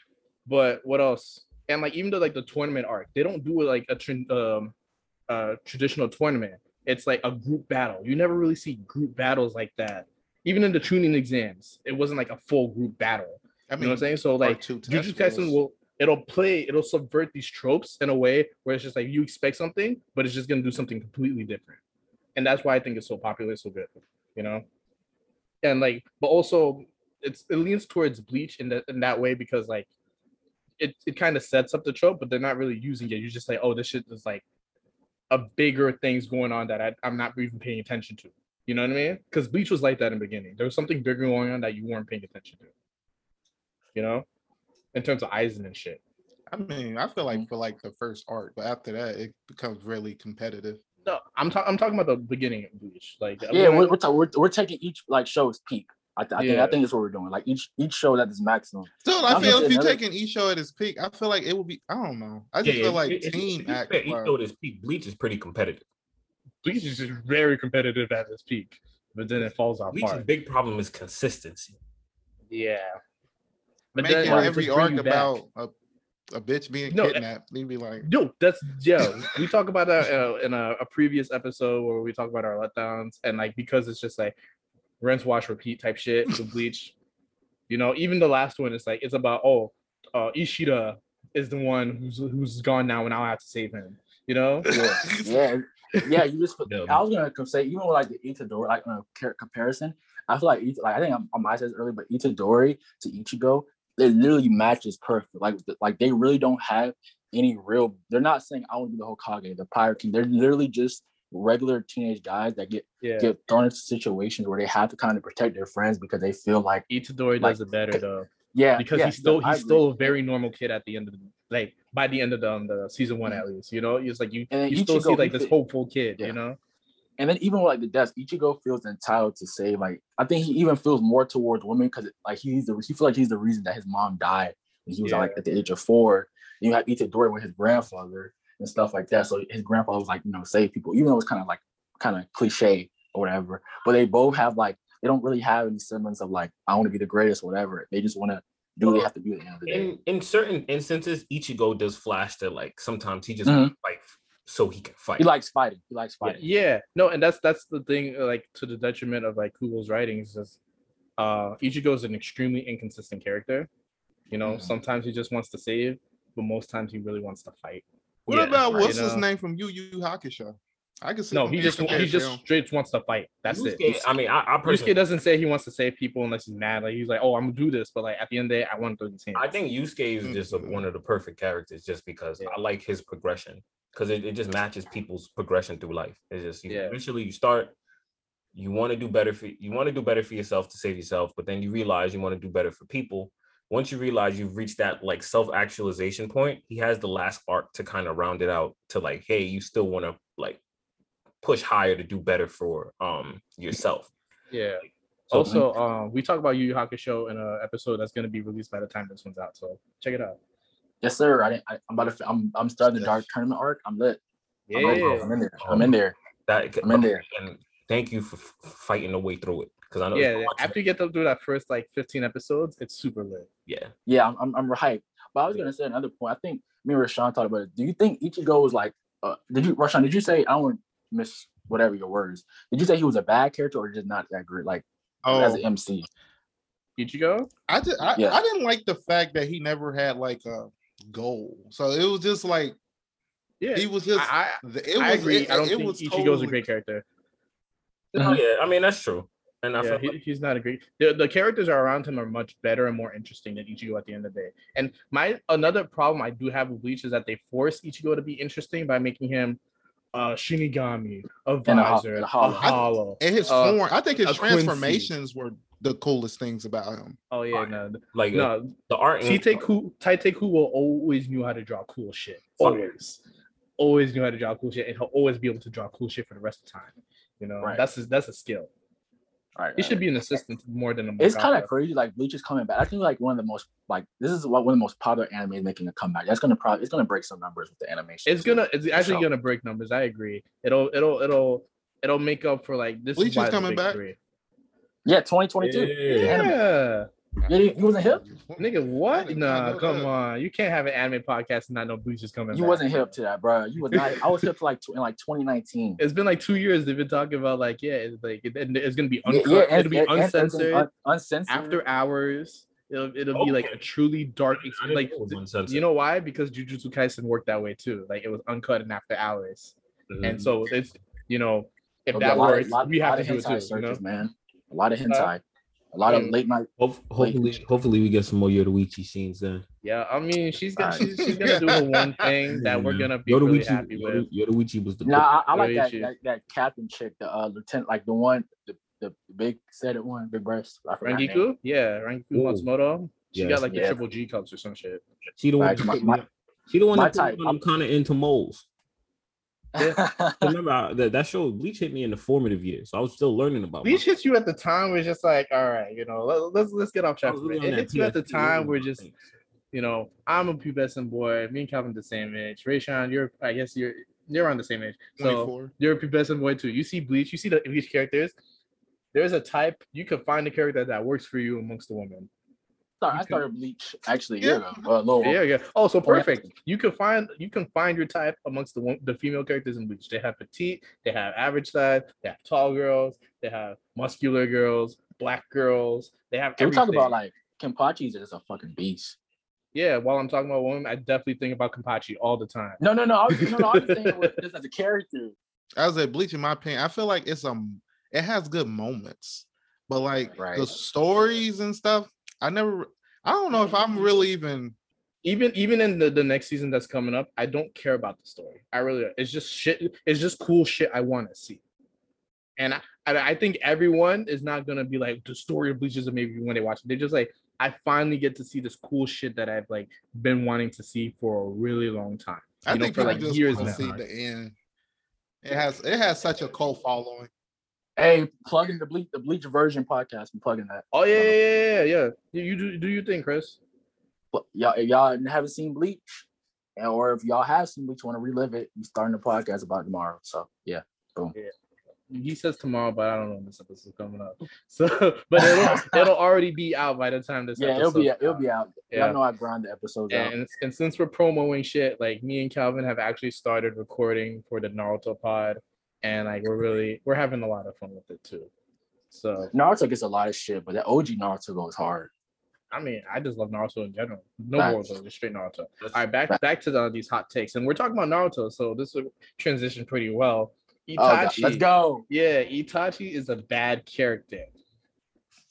Speaker 1: but what else? And like even though like the tournament arc, they don't do it like a tr- um uh traditional tournament. It's like a group battle. You never really see group battles like that. Even in the tuning exams, it wasn't like a full group battle.
Speaker 4: I
Speaker 1: You
Speaker 4: mean,
Speaker 1: know what I'm saying? So
Speaker 4: part
Speaker 1: like
Speaker 4: two test
Speaker 1: Jujutsu Kaisen
Speaker 4: was-
Speaker 1: will it'll play it'll subvert these tropes in a way where it's just like you expect something, but it's just gonna do something completely different, and that's why I think it's so popular, it's so good, you know. And like, but also it's it leans towards Bleach in that in that way because like it it kind of sets up the trope, but they're not really using it. You're just like, oh, this shit is like a bigger things going on that I, I'm not even paying attention to. You know what I mean? Because Bleach was like that in the beginning. There was something bigger going on that you weren't paying attention to. You know, in terms of Eisen and shit.
Speaker 4: I mean, I
Speaker 1: Mm-hmm.
Speaker 4: feel like for like the first arc, but after that, it becomes really competitive.
Speaker 1: No, I'm talking. I'm talking about the beginning of Bleach. Like when
Speaker 3: Yeah,
Speaker 1: I-
Speaker 3: we're, we're, ta- we're, we're taking each like show's peak. I, th- I think
Speaker 1: Yeah.
Speaker 3: I think that's what we're doing. Like each each show at its maximum.
Speaker 4: Still,
Speaker 3: I'm
Speaker 4: I
Speaker 3: gonna
Speaker 4: feel
Speaker 3: say
Speaker 4: if you're
Speaker 3: another-
Speaker 4: taking each show at its peak, I feel like it would be. I don't know. I
Speaker 2: Yeah,
Speaker 4: just
Speaker 2: yeah,
Speaker 4: feel like
Speaker 2: if- if-
Speaker 4: team
Speaker 2: if you
Speaker 4: act.
Speaker 2: compare each
Speaker 4: wise-
Speaker 2: though this peak, Bleach is pretty competitive.
Speaker 1: Bleach is just very competitive at its peak, but then it falls off
Speaker 2: Bleach's big problem is consistency.
Speaker 1: Yeah, but then
Speaker 4: making
Speaker 1: like,
Speaker 4: every
Speaker 1: just bring
Speaker 4: arc
Speaker 1: you back.
Speaker 4: about a, a bitch being
Speaker 1: No, eh.
Speaker 4: kidnapped, they'd be like,
Speaker 1: Yo, that's yeah. we talk about that uh, in a, a previous episode where we talk about our letdowns and like because it's just like rinse, wash, repeat type shit with Bleach. You know, even the last one is like it's about oh, uh, Ishida is the one who's who's gone now, and I'll have to save him. You know,
Speaker 3: Yeah, yeah, yeah. You just
Speaker 2: Yeah.
Speaker 3: I was gonna co- say even with like the Itadori like uh, car- comparison, I feel like Ita- like I think I, I might say this earlier, but Itadori to Ichigo, it literally matches perfect. Like th- like they really don't have any real. They're not saying I want to be the Hokage, the Pirate King. They're literally just regular teenage guys that get
Speaker 1: yeah.
Speaker 3: get thrown into situations where they have to kind of protect their friends because they feel like
Speaker 1: Itadori
Speaker 3: Like-
Speaker 1: does it better though.
Speaker 3: yeah
Speaker 1: because
Speaker 3: yeah,
Speaker 1: he's still
Speaker 3: no, I
Speaker 1: he's
Speaker 3: agree.
Speaker 1: still a very normal kid at the end of the like by the end of the, um, the season one at least you know it's like you
Speaker 3: And then
Speaker 1: you still see
Speaker 3: Ichigo,
Speaker 1: like
Speaker 3: he
Speaker 1: this
Speaker 3: fit-
Speaker 1: hopeful kid
Speaker 3: yeah.
Speaker 1: you know
Speaker 3: and then even with, like the deaths, Ichigo feels entitled to say like I think he even feels more towards women because like he's the he feels like he's the reason that his mom died when he was like at the age of four. And you have Itadori with his grandfather, and stuff like that. So his grandfather was like, you know, save people, even though it's kind of like kind of cliche or whatever. But they both have like they don't really have any semblance of like I want to be the greatest, or whatever. They just want to do what they have to do at the end of the day.
Speaker 2: In in certain instances, Ichigo does flash that like sometimes he just
Speaker 4: Mm-hmm.
Speaker 3: Mhm.
Speaker 2: like so he can fight.
Speaker 3: He likes fighting. He likes
Speaker 1: Yeah,
Speaker 3: fighting.
Speaker 1: yeah, no, and that's that's the thing, uh, like to the detriment of like Kubo's writings is uh Ichigo is an extremely inconsistent character. You know,
Speaker 3: Mhm.
Speaker 1: sometimes he just wants to save, but most times he really wants to fight.
Speaker 4: What
Speaker 2: Yeah,
Speaker 4: about
Speaker 1: right.
Speaker 4: what's
Speaker 1: You
Speaker 4: his
Speaker 1: know.
Speaker 4: name from Yu Yu Hakusho? I can see.
Speaker 1: No,
Speaker 4: them
Speaker 1: he
Speaker 4: being
Speaker 1: just
Speaker 4: compared
Speaker 1: he
Speaker 4: to
Speaker 1: just
Speaker 4: him.
Speaker 1: straight wants to fight. That's it.
Speaker 2: Yusuke- I mean, I, I personally
Speaker 1: Yusuke doesn't say he wants to save people unless he's mad. Like he's like, oh, I'm gonna do this, but like at the end of the day, I want to do the same.
Speaker 2: I think Yusuke is just a,
Speaker 4: Mhm.
Speaker 2: one of the perfect characters, just because
Speaker 1: Mm. Yeah.
Speaker 2: I like his progression because it, it just matches people's progression through life. It's just you,
Speaker 1: Yeah.
Speaker 2: eventually you start, you want to do better for you want to do better for yourself to save yourself, but then you realize you want to do better for people. Once you realize you've reached that like self actualization point, he has the last arc to kind of round it out to like, hey, you still want to like push higher to do better for um yourself.
Speaker 1: Yeah.
Speaker 2: So-
Speaker 1: also, um, we talk about Yu Yu Hakusho in an episode that's gonna be released by the time this one's out. So check it out.
Speaker 3: Yes, sir. I, didn't- I, I'm about to. fi- I'm I'm starting the
Speaker 4: Yes.
Speaker 3: dark tournament arc. I'm lit. I'm,
Speaker 1: Yeah.
Speaker 3: in- I'm in there. I'm in there.
Speaker 2: That
Speaker 3: I'm in there.
Speaker 2: and thank you for f- fighting the way through it because I know it's
Speaker 1: Yeah,
Speaker 2: hard to
Speaker 1: after you get them through that first like 15 episodes, it's super lit.
Speaker 2: Yeah.
Speaker 3: Yeah, I'm, I'm, I'm hyped. But I was
Speaker 1: Yeah.
Speaker 3: gonna say another point. I think me and Rashawn talked about it. Do you think Ichigo was like? Uh, did you Rashawn? Did you say I don't wanna miss whatever your words? Did you say he was a bad character or just not that great? Like
Speaker 4: Oh,
Speaker 3: as an MC,
Speaker 1: Ichigo?
Speaker 4: I, did, I,
Speaker 3: Yeah.
Speaker 4: I didn't like the fact that he never had like a goal. So it was just like
Speaker 1: Yeah.
Speaker 4: he was just.
Speaker 1: I,
Speaker 4: the-
Speaker 1: I,
Speaker 4: it
Speaker 1: I
Speaker 4: was,
Speaker 1: agree.
Speaker 4: It,
Speaker 1: I don't
Speaker 4: it
Speaker 1: think
Speaker 4: was
Speaker 1: Ichigo's
Speaker 4: totally,
Speaker 1: a great character.
Speaker 2: Oh, yeah, I mean that's true, and I
Speaker 1: Yeah,
Speaker 2: feel
Speaker 1: he-
Speaker 2: like
Speaker 1: he's not a great. The, the characters are around him are much better and more interesting than Ichigo at the end of the day. And my another problem I do have with Bleach is that they force Ichigo to be interesting by making him a Shinigami, a
Speaker 3: And a ho-
Speaker 1: visor,
Speaker 3: and
Speaker 1: a
Speaker 3: a hollow. I-
Speaker 1: hollow.
Speaker 4: And his
Speaker 1: Uh,
Speaker 4: form, I think
Speaker 1: a
Speaker 4: his
Speaker 1: Quincy.
Speaker 4: transformations were the coolest things about him.
Speaker 1: Oh yeah, no,
Speaker 2: like uh,
Speaker 1: no.
Speaker 2: the art. and-
Speaker 1: Tite Ku Tite Kubo always knew how to draw cool shit.
Speaker 2: Fuck.
Speaker 1: Always. Always knew how to draw cool shit and he'll always be able to draw cool shit for the rest of time. You know,
Speaker 3: Right.
Speaker 1: that's his that's a skill.
Speaker 3: right?
Speaker 1: He should be an assistant more than a
Speaker 3: It's kind
Speaker 1: mangaka.
Speaker 3: of crazy. Like Bleach is coming back. I think like one of the most like this is what one of the most popular anime making a comeback. That's gonna probably it's gonna break some numbers with the animation.
Speaker 1: It's gonna it's actually
Speaker 3: sure.
Speaker 1: gonna break numbers. I agree. It'll it'll it'll it'll make up for like this
Speaker 4: Bleach
Speaker 1: is
Speaker 4: is
Speaker 1: why it's a
Speaker 4: coming
Speaker 1: big
Speaker 4: back?
Speaker 1: three.
Speaker 3: yeah, 2022.
Speaker 2: Yeah.
Speaker 3: Anime.
Speaker 1: Yeah.
Speaker 3: Yeah, you, you wasn't hip.
Speaker 1: Nigga,
Speaker 4: I
Speaker 1: what?
Speaker 4: did not
Speaker 1: Nah,
Speaker 4: know
Speaker 1: come
Speaker 4: that.
Speaker 1: on. You can't have an anime podcast and not know Bleach is coming
Speaker 3: You
Speaker 1: back.
Speaker 3: wasn't hip to that, bro. You was not. I was hip to like tw- in like 2019.
Speaker 1: it's been like two years they've been talking about like yeah, it's like it, and it's gonna be
Speaker 3: Yeah,
Speaker 1: uncut,
Speaker 3: yeah, and-
Speaker 1: it'll be
Speaker 3: and- and everything
Speaker 1: uncensored.
Speaker 3: un- uncensored.
Speaker 1: after hours. It'll, it'll be like a
Speaker 2: Okay.
Speaker 1: truly dark
Speaker 2: I
Speaker 1: experience.
Speaker 2: didn't
Speaker 1: Like,
Speaker 2: know it was
Speaker 1: th-
Speaker 2: uncensored.
Speaker 1: you know why? Because Jujutsu Kaisen worked that way too. Like, it was uncut and after hours.
Speaker 2: Mm-hmm.
Speaker 1: And so it's, you know, if
Speaker 3: There'll be
Speaker 1: that
Speaker 3: a lot of-
Speaker 1: works,
Speaker 3: lot-
Speaker 1: we have
Speaker 3: lot
Speaker 1: to
Speaker 3: of
Speaker 1: do it
Speaker 3: hentai
Speaker 1: too. You know? Uh,
Speaker 3: searches, man. A lot of hentai, a lot of
Speaker 1: Mm.
Speaker 3: late night.
Speaker 2: Hope- hopefully, hopefully we get some more Yoruichi scenes then.
Speaker 1: Yeah, I mean, she's gonna
Speaker 3: Alright.
Speaker 1: she's, she's gonna do the one thing that we're
Speaker 2: Yeah.
Speaker 1: gonna be really happy
Speaker 2: Yoru-
Speaker 1: with.
Speaker 2: Yoruichi was the
Speaker 3: Nah, I, I
Speaker 1: No
Speaker 3: like that,
Speaker 1: issue.
Speaker 3: that that captain chick, the uh, lieutenant, like the one, the, the big said it one, big breast. I forgot her name.
Speaker 1: Rangiku, yeah, Rangiku
Speaker 2: Ooh.
Speaker 1: Matsumoto. She
Speaker 2: Yes.
Speaker 1: got like the
Speaker 3: Yeah.
Speaker 1: triple G cups or some shit.
Speaker 2: she the one.
Speaker 3: Right,
Speaker 2: that
Speaker 3: my-
Speaker 2: put
Speaker 3: my-
Speaker 2: me- she the one
Speaker 3: my
Speaker 2: that
Speaker 3: type.
Speaker 2: put me on kind of into moles.
Speaker 3: yeah,
Speaker 2: Remember I, that that show Bleach hit me in the formative years, so I was still learning about.
Speaker 1: Bleach
Speaker 2: myself.
Speaker 1: hits you at the time where it's just like, all right, you know, let, let's let's get off
Speaker 2: I
Speaker 1: track.
Speaker 2: was
Speaker 1: from It
Speaker 2: really on
Speaker 1: It
Speaker 2: that
Speaker 1: hits you at the
Speaker 2: PSP learning
Speaker 1: time where
Speaker 2: about
Speaker 1: just
Speaker 2: things.
Speaker 1: you know, I'm a pubescent boy. Me and Calvin the same age. Rayshawn, you're I guess you're you're around the same age. So
Speaker 4: 24.
Speaker 1: you're a pubescent boy too. You see Bleach, you see the Bleach characters. There's a type you can find a character that works for you amongst the women.
Speaker 3: Sorry, I started Bleach actually a year ago. Uh, a little
Speaker 1: Yeah,
Speaker 3: over.
Speaker 1: yeah. Oh, so
Speaker 3: Or-
Speaker 1: perfect. You can find you can find your type amongst the wom- the female characters in Bleach. They have petite, they have average size, they have tall girls, they have muscular girls, black girls. They have.
Speaker 3: Can we talk
Speaker 1: everything.
Speaker 3: about like Kenpachi is just a fucking beast.
Speaker 1: Yeah, while I'm talking about women, I definitely think about Kampachi all the time.
Speaker 3: No, no, no. I was, no, no. I was saying with- just as a character.
Speaker 4: As a bleach, in my opinion, I feel like it's a it has good moments, but like the
Speaker 3: Right.
Speaker 4: stories and stuff, I never. I don't know if I'm
Speaker 3: Mm-hmm.
Speaker 4: really even.
Speaker 1: even even in the, the next season that's coming up, I don't care about the story. I really don't. it's just shit. It's just cool shit I want to see. And I, I I think everyone is not gonna be like the story of Bleach is amazing when they watch it. They're just like I finally get to see this cool shit that I've like been wanting to see for a really long time.
Speaker 4: I
Speaker 1: You know,
Speaker 4: think
Speaker 1: for,
Speaker 4: people
Speaker 1: like,
Speaker 4: just
Speaker 1: years
Speaker 4: want to
Speaker 1: now.
Speaker 4: see the end. It has it has such a cult following.
Speaker 3: Hey, plug in the Bleach, the Bleach version podcast. I'm plugging that.
Speaker 1: Oh yeah yeah yeah yeah. yeah. You, you do do you think Chris?
Speaker 3: Pl- Y'all, if y'all haven't seen Bleach, And- or if y'all have some weeks want to relive it, we starting the podcast about tomorrow. So yeah,
Speaker 1: He says tomorrow, but I don't know when this episode's coming up. So, but it'll, it'll already be out by the time this.
Speaker 3: yeah, it'll be
Speaker 1: episode's
Speaker 3: it'll
Speaker 1: out.
Speaker 3: be out.
Speaker 1: Yeah.
Speaker 3: Y'all know I grind the episodes out.
Speaker 1: And, and since we're promoing shit, like me and Calvin have actually started recording for the Naruto pod, and like we're really we're having a lot of fun with it too. So
Speaker 3: Naruto gets a lot of shit, but that OG Naruto goes hard.
Speaker 1: I mean, I just love Naruto in general. No
Speaker 3: Facts.
Speaker 1: Boruto, just straight Naruto.
Speaker 2: That's-
Speaker 1: All right, back
Speaker 3: Right.
Speaker 1: back to the, uh, these hot takes, and we're talking about Naruto, so this would transition pretty well. Itachi,
Speaker 3: Oh, God, let's go.
Speaker 1: yeah, Itachi is a bad character,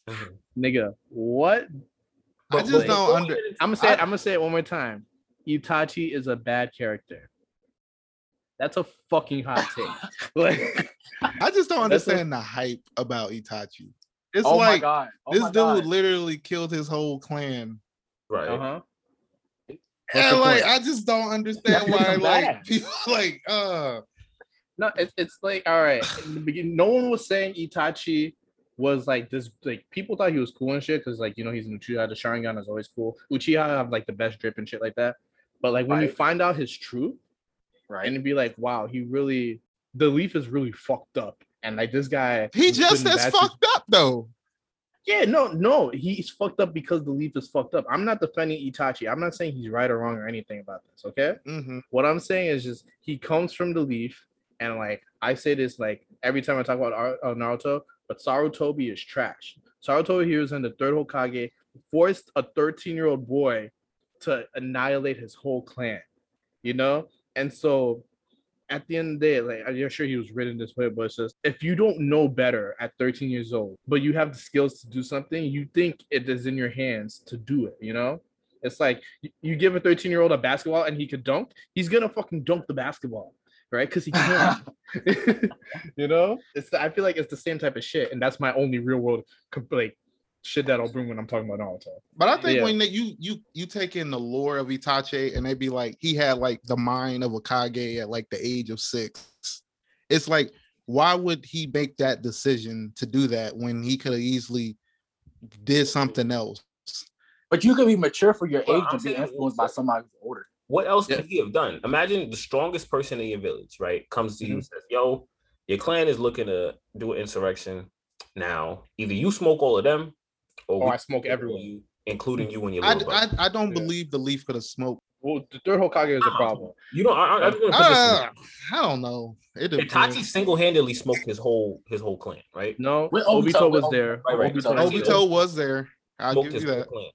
Speaker 3: Mm-hmm.
Speaker 1: nigga. What?
Speaker 4: I
Speaker 1: But-
Speaker 4: just
Speaker 1: but-
Speaker 4: don't under.
Speaker 1: I'm gonna say it,
Speaker 4: I-
Speaker 1: I'm gonna say it one more time. Itachi is a bad character. That's a fucking hot take. like,
Speaker 4: I just don't
Speaker 1: That's a-
Speaker 4: understand the hype about Itachi. It's
Speaker 3: oh my
Speaker 4: like
Speaker 3: god. Oh
Speaker 4: this
Speaker 3: my
Speaker 4: dude
Speaker 3: God.
Speaker 4: literally killed his whole clan.
Speaker 2: right.
Speaker 1: uh huh.
Speaker 2: What's
Speaker 4: and
Speaker 2: the
Speaker 4: like
Speaker 2: point?
Speaker 4: I just don't understand
Speaker 3: That
Speaker 4: why
Speaker 3: nigga
Speaker 4: like
Speaker 3: bad.
Speaker 4: people like uh
Speaker 1: No, it, it's like all right. In the beginning, no one was saying Itachi was like this. Like people thought he was cool and shit because like you know he's an Uchiha. The Sharingan is always cool. Uchiha have like the best drip and shit like that. But like when you
Speaker 3: Right.
Speaker 1: find out his truth
Speaker 3: right?
Speaker 1: and to be like, wow, he really the leaf is really fucked up. And like this guy,
Speaker 4: he
Speaker 1: was
Speaker 4: just
Speaker 1: good and
Speaker 4: as
Speaker 1: bad to-
Speaker 4: fucked up though.
Speaker 1: Yeah, no, no, he's fucked up because the leaf is fucked up. I'm not defending Itachi. I'm not saying he's right or wrong or anything about this. Okay,
Speaker 4: Mhm.
Speaker 1: what I'm saying is just he comes from the leaf, and like I say this like every time I talk about Ar- uh, Naruto, but Sarutobi is trash. Sarutobi here is in the third Hokage, forced a 13 year old boy to annihilate his whole clan, you know, and so. At the end of the day, like I'm sure he was written this way, but it's just if you don't know better at 13 years old, but you have the skills to do something, you think it is in your hands to do it, you know? It's like y- you give a 13 year old a basketball and he could dunk, he's gonna fucking dunk the basketball, right? Because he can. you know, it's the, I feel like it's the same type of shit, and that's my only real world com- like shit that I'll bring when I'm talking about Naruto.
Speaker 4: But I think
Speaker 1: Yeah.
Speaker 4: when they, you you you take in the lore of Itachi and they be like he had like the mind of a Kage at like the age of 6. It's like why would he make that decision to do that when he could have easily did something else?
Speaker 3: But you could be mature for your
Speaker 2: Well,
Speaker 3: age
Speaker 2: I'm
Speaker 3: and be
Speaker 2: saying-
Speaker 3: influenced by somebody who's older.
Speaker 2: What else
Speaker 1: Yeah.
Speaker 2: could he have done? Imagine the strongest person in your village, right? Comes to you
Speaker 1: Mhm.
Speaker 4: Mm-hmm.
Speaker 2: and says, Yo, your clan is looking to do an insurrection. Now, either you smoke all of them or
Speaker 4: Oh,
Speaker 1: Or
Speaker 2: we
Speaker 1: I smoke
Speaker 2: kill
Speaker 1: everyone.
Speaker 2: you, including you and your
Speaker 4: I,
Speaker 2: little brother.
Speaker 4: I, I don't
Speaker 1: Yeah.
Speaker 4: believe the leaf could have smoked.
Speaker 1: Well, the third Hokage is a
Speaker 2: Ah.
Speaker 1: problem.
Speaker 2: you don't I, I, I just want to put this in.
Speaker 4: Uh, I don't know. It
Speaker 2: Itachi
Speaker 4: depends.
Speaker 2: single-handedly smoked his whole his whole clan, right?
Speaker 1: No,
Speaker 3: With
Speaker 1: Obito,
Speaker 3: Obito, with
Speaker 1: was
Speaker 3: Obito.
Speaker 1: there.
Speaker 2: Right, right.
Speaker 1: Obito
Speaker 2: So
Speaker 1: was
Speaker 2: Obito-
Speaker 1: there.
Speaker 4: Obito was there. I'll
Speaker 2: Smoked
Speaker 4: give
Speaker 2: his
Speaker 4: you
Speaker 2: whole
Speaker 4: that.
Speaker 2: clan.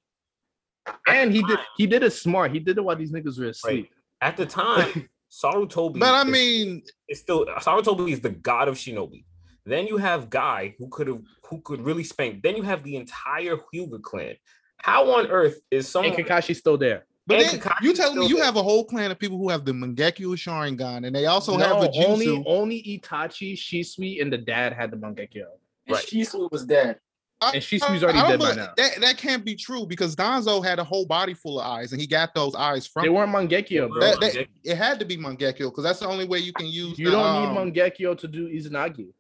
Speaker 1: and he did. He did it smart. He did it while these niggas were asleep.
Speaker 2: At the time, Sarutobi
Speaker 4: But I
Speaker 2: is-
Speaker 4: mean,
Speaker 2: is still Sarutobi is the god of shinobi. Then you have Guy who could have who could really spank. Then you have the entire Hyuga clan. How on earth is someone
Speaker 1: And Kakashi's still there.
Speaker 4: but
Speaker 2: And
Speaker 4: then
Speaker 2: Kakashi
Speaker 4: you tell me
Speaker 2: still
Speaker 4: you
Speaker 2: there.
Speaker 4: have a whole clan of people who have the Mangekyo Sharingan, and they also
Speaker 1: no,
Speaker 4: have a jutsu.
Speaker 1: only only Itachi, Shisui, and the dad had the Mangekyo.
Speaker 3: And
Speaker 2: Right.
Speaker 3: Shisui was dead.
Speaker 4: I-
Speaker 1: and she's-
Speaker 4: I-
Speaker 1: she's already
Speaker 4: Um, I don't
Speaker 1: dead by
Speaker 4: believe-
Speaker 1: now.
Speaker 4: That, that can't be true because Donzo had a whole body full of eyes, and he got those eyes from.
Speaker 1: They weren't Mangekyo, bro.
Speaker 4: that-
Speaker 2: Mangekyo.
Speaker 4: that- it had to be Mangekyo because that's the only way you can use.
Speaker 1: you
Speaker 4: the,
Speaker 1: don't
Speaker 4: um,
Speaker 1: need Mangekyo to do Izanagi.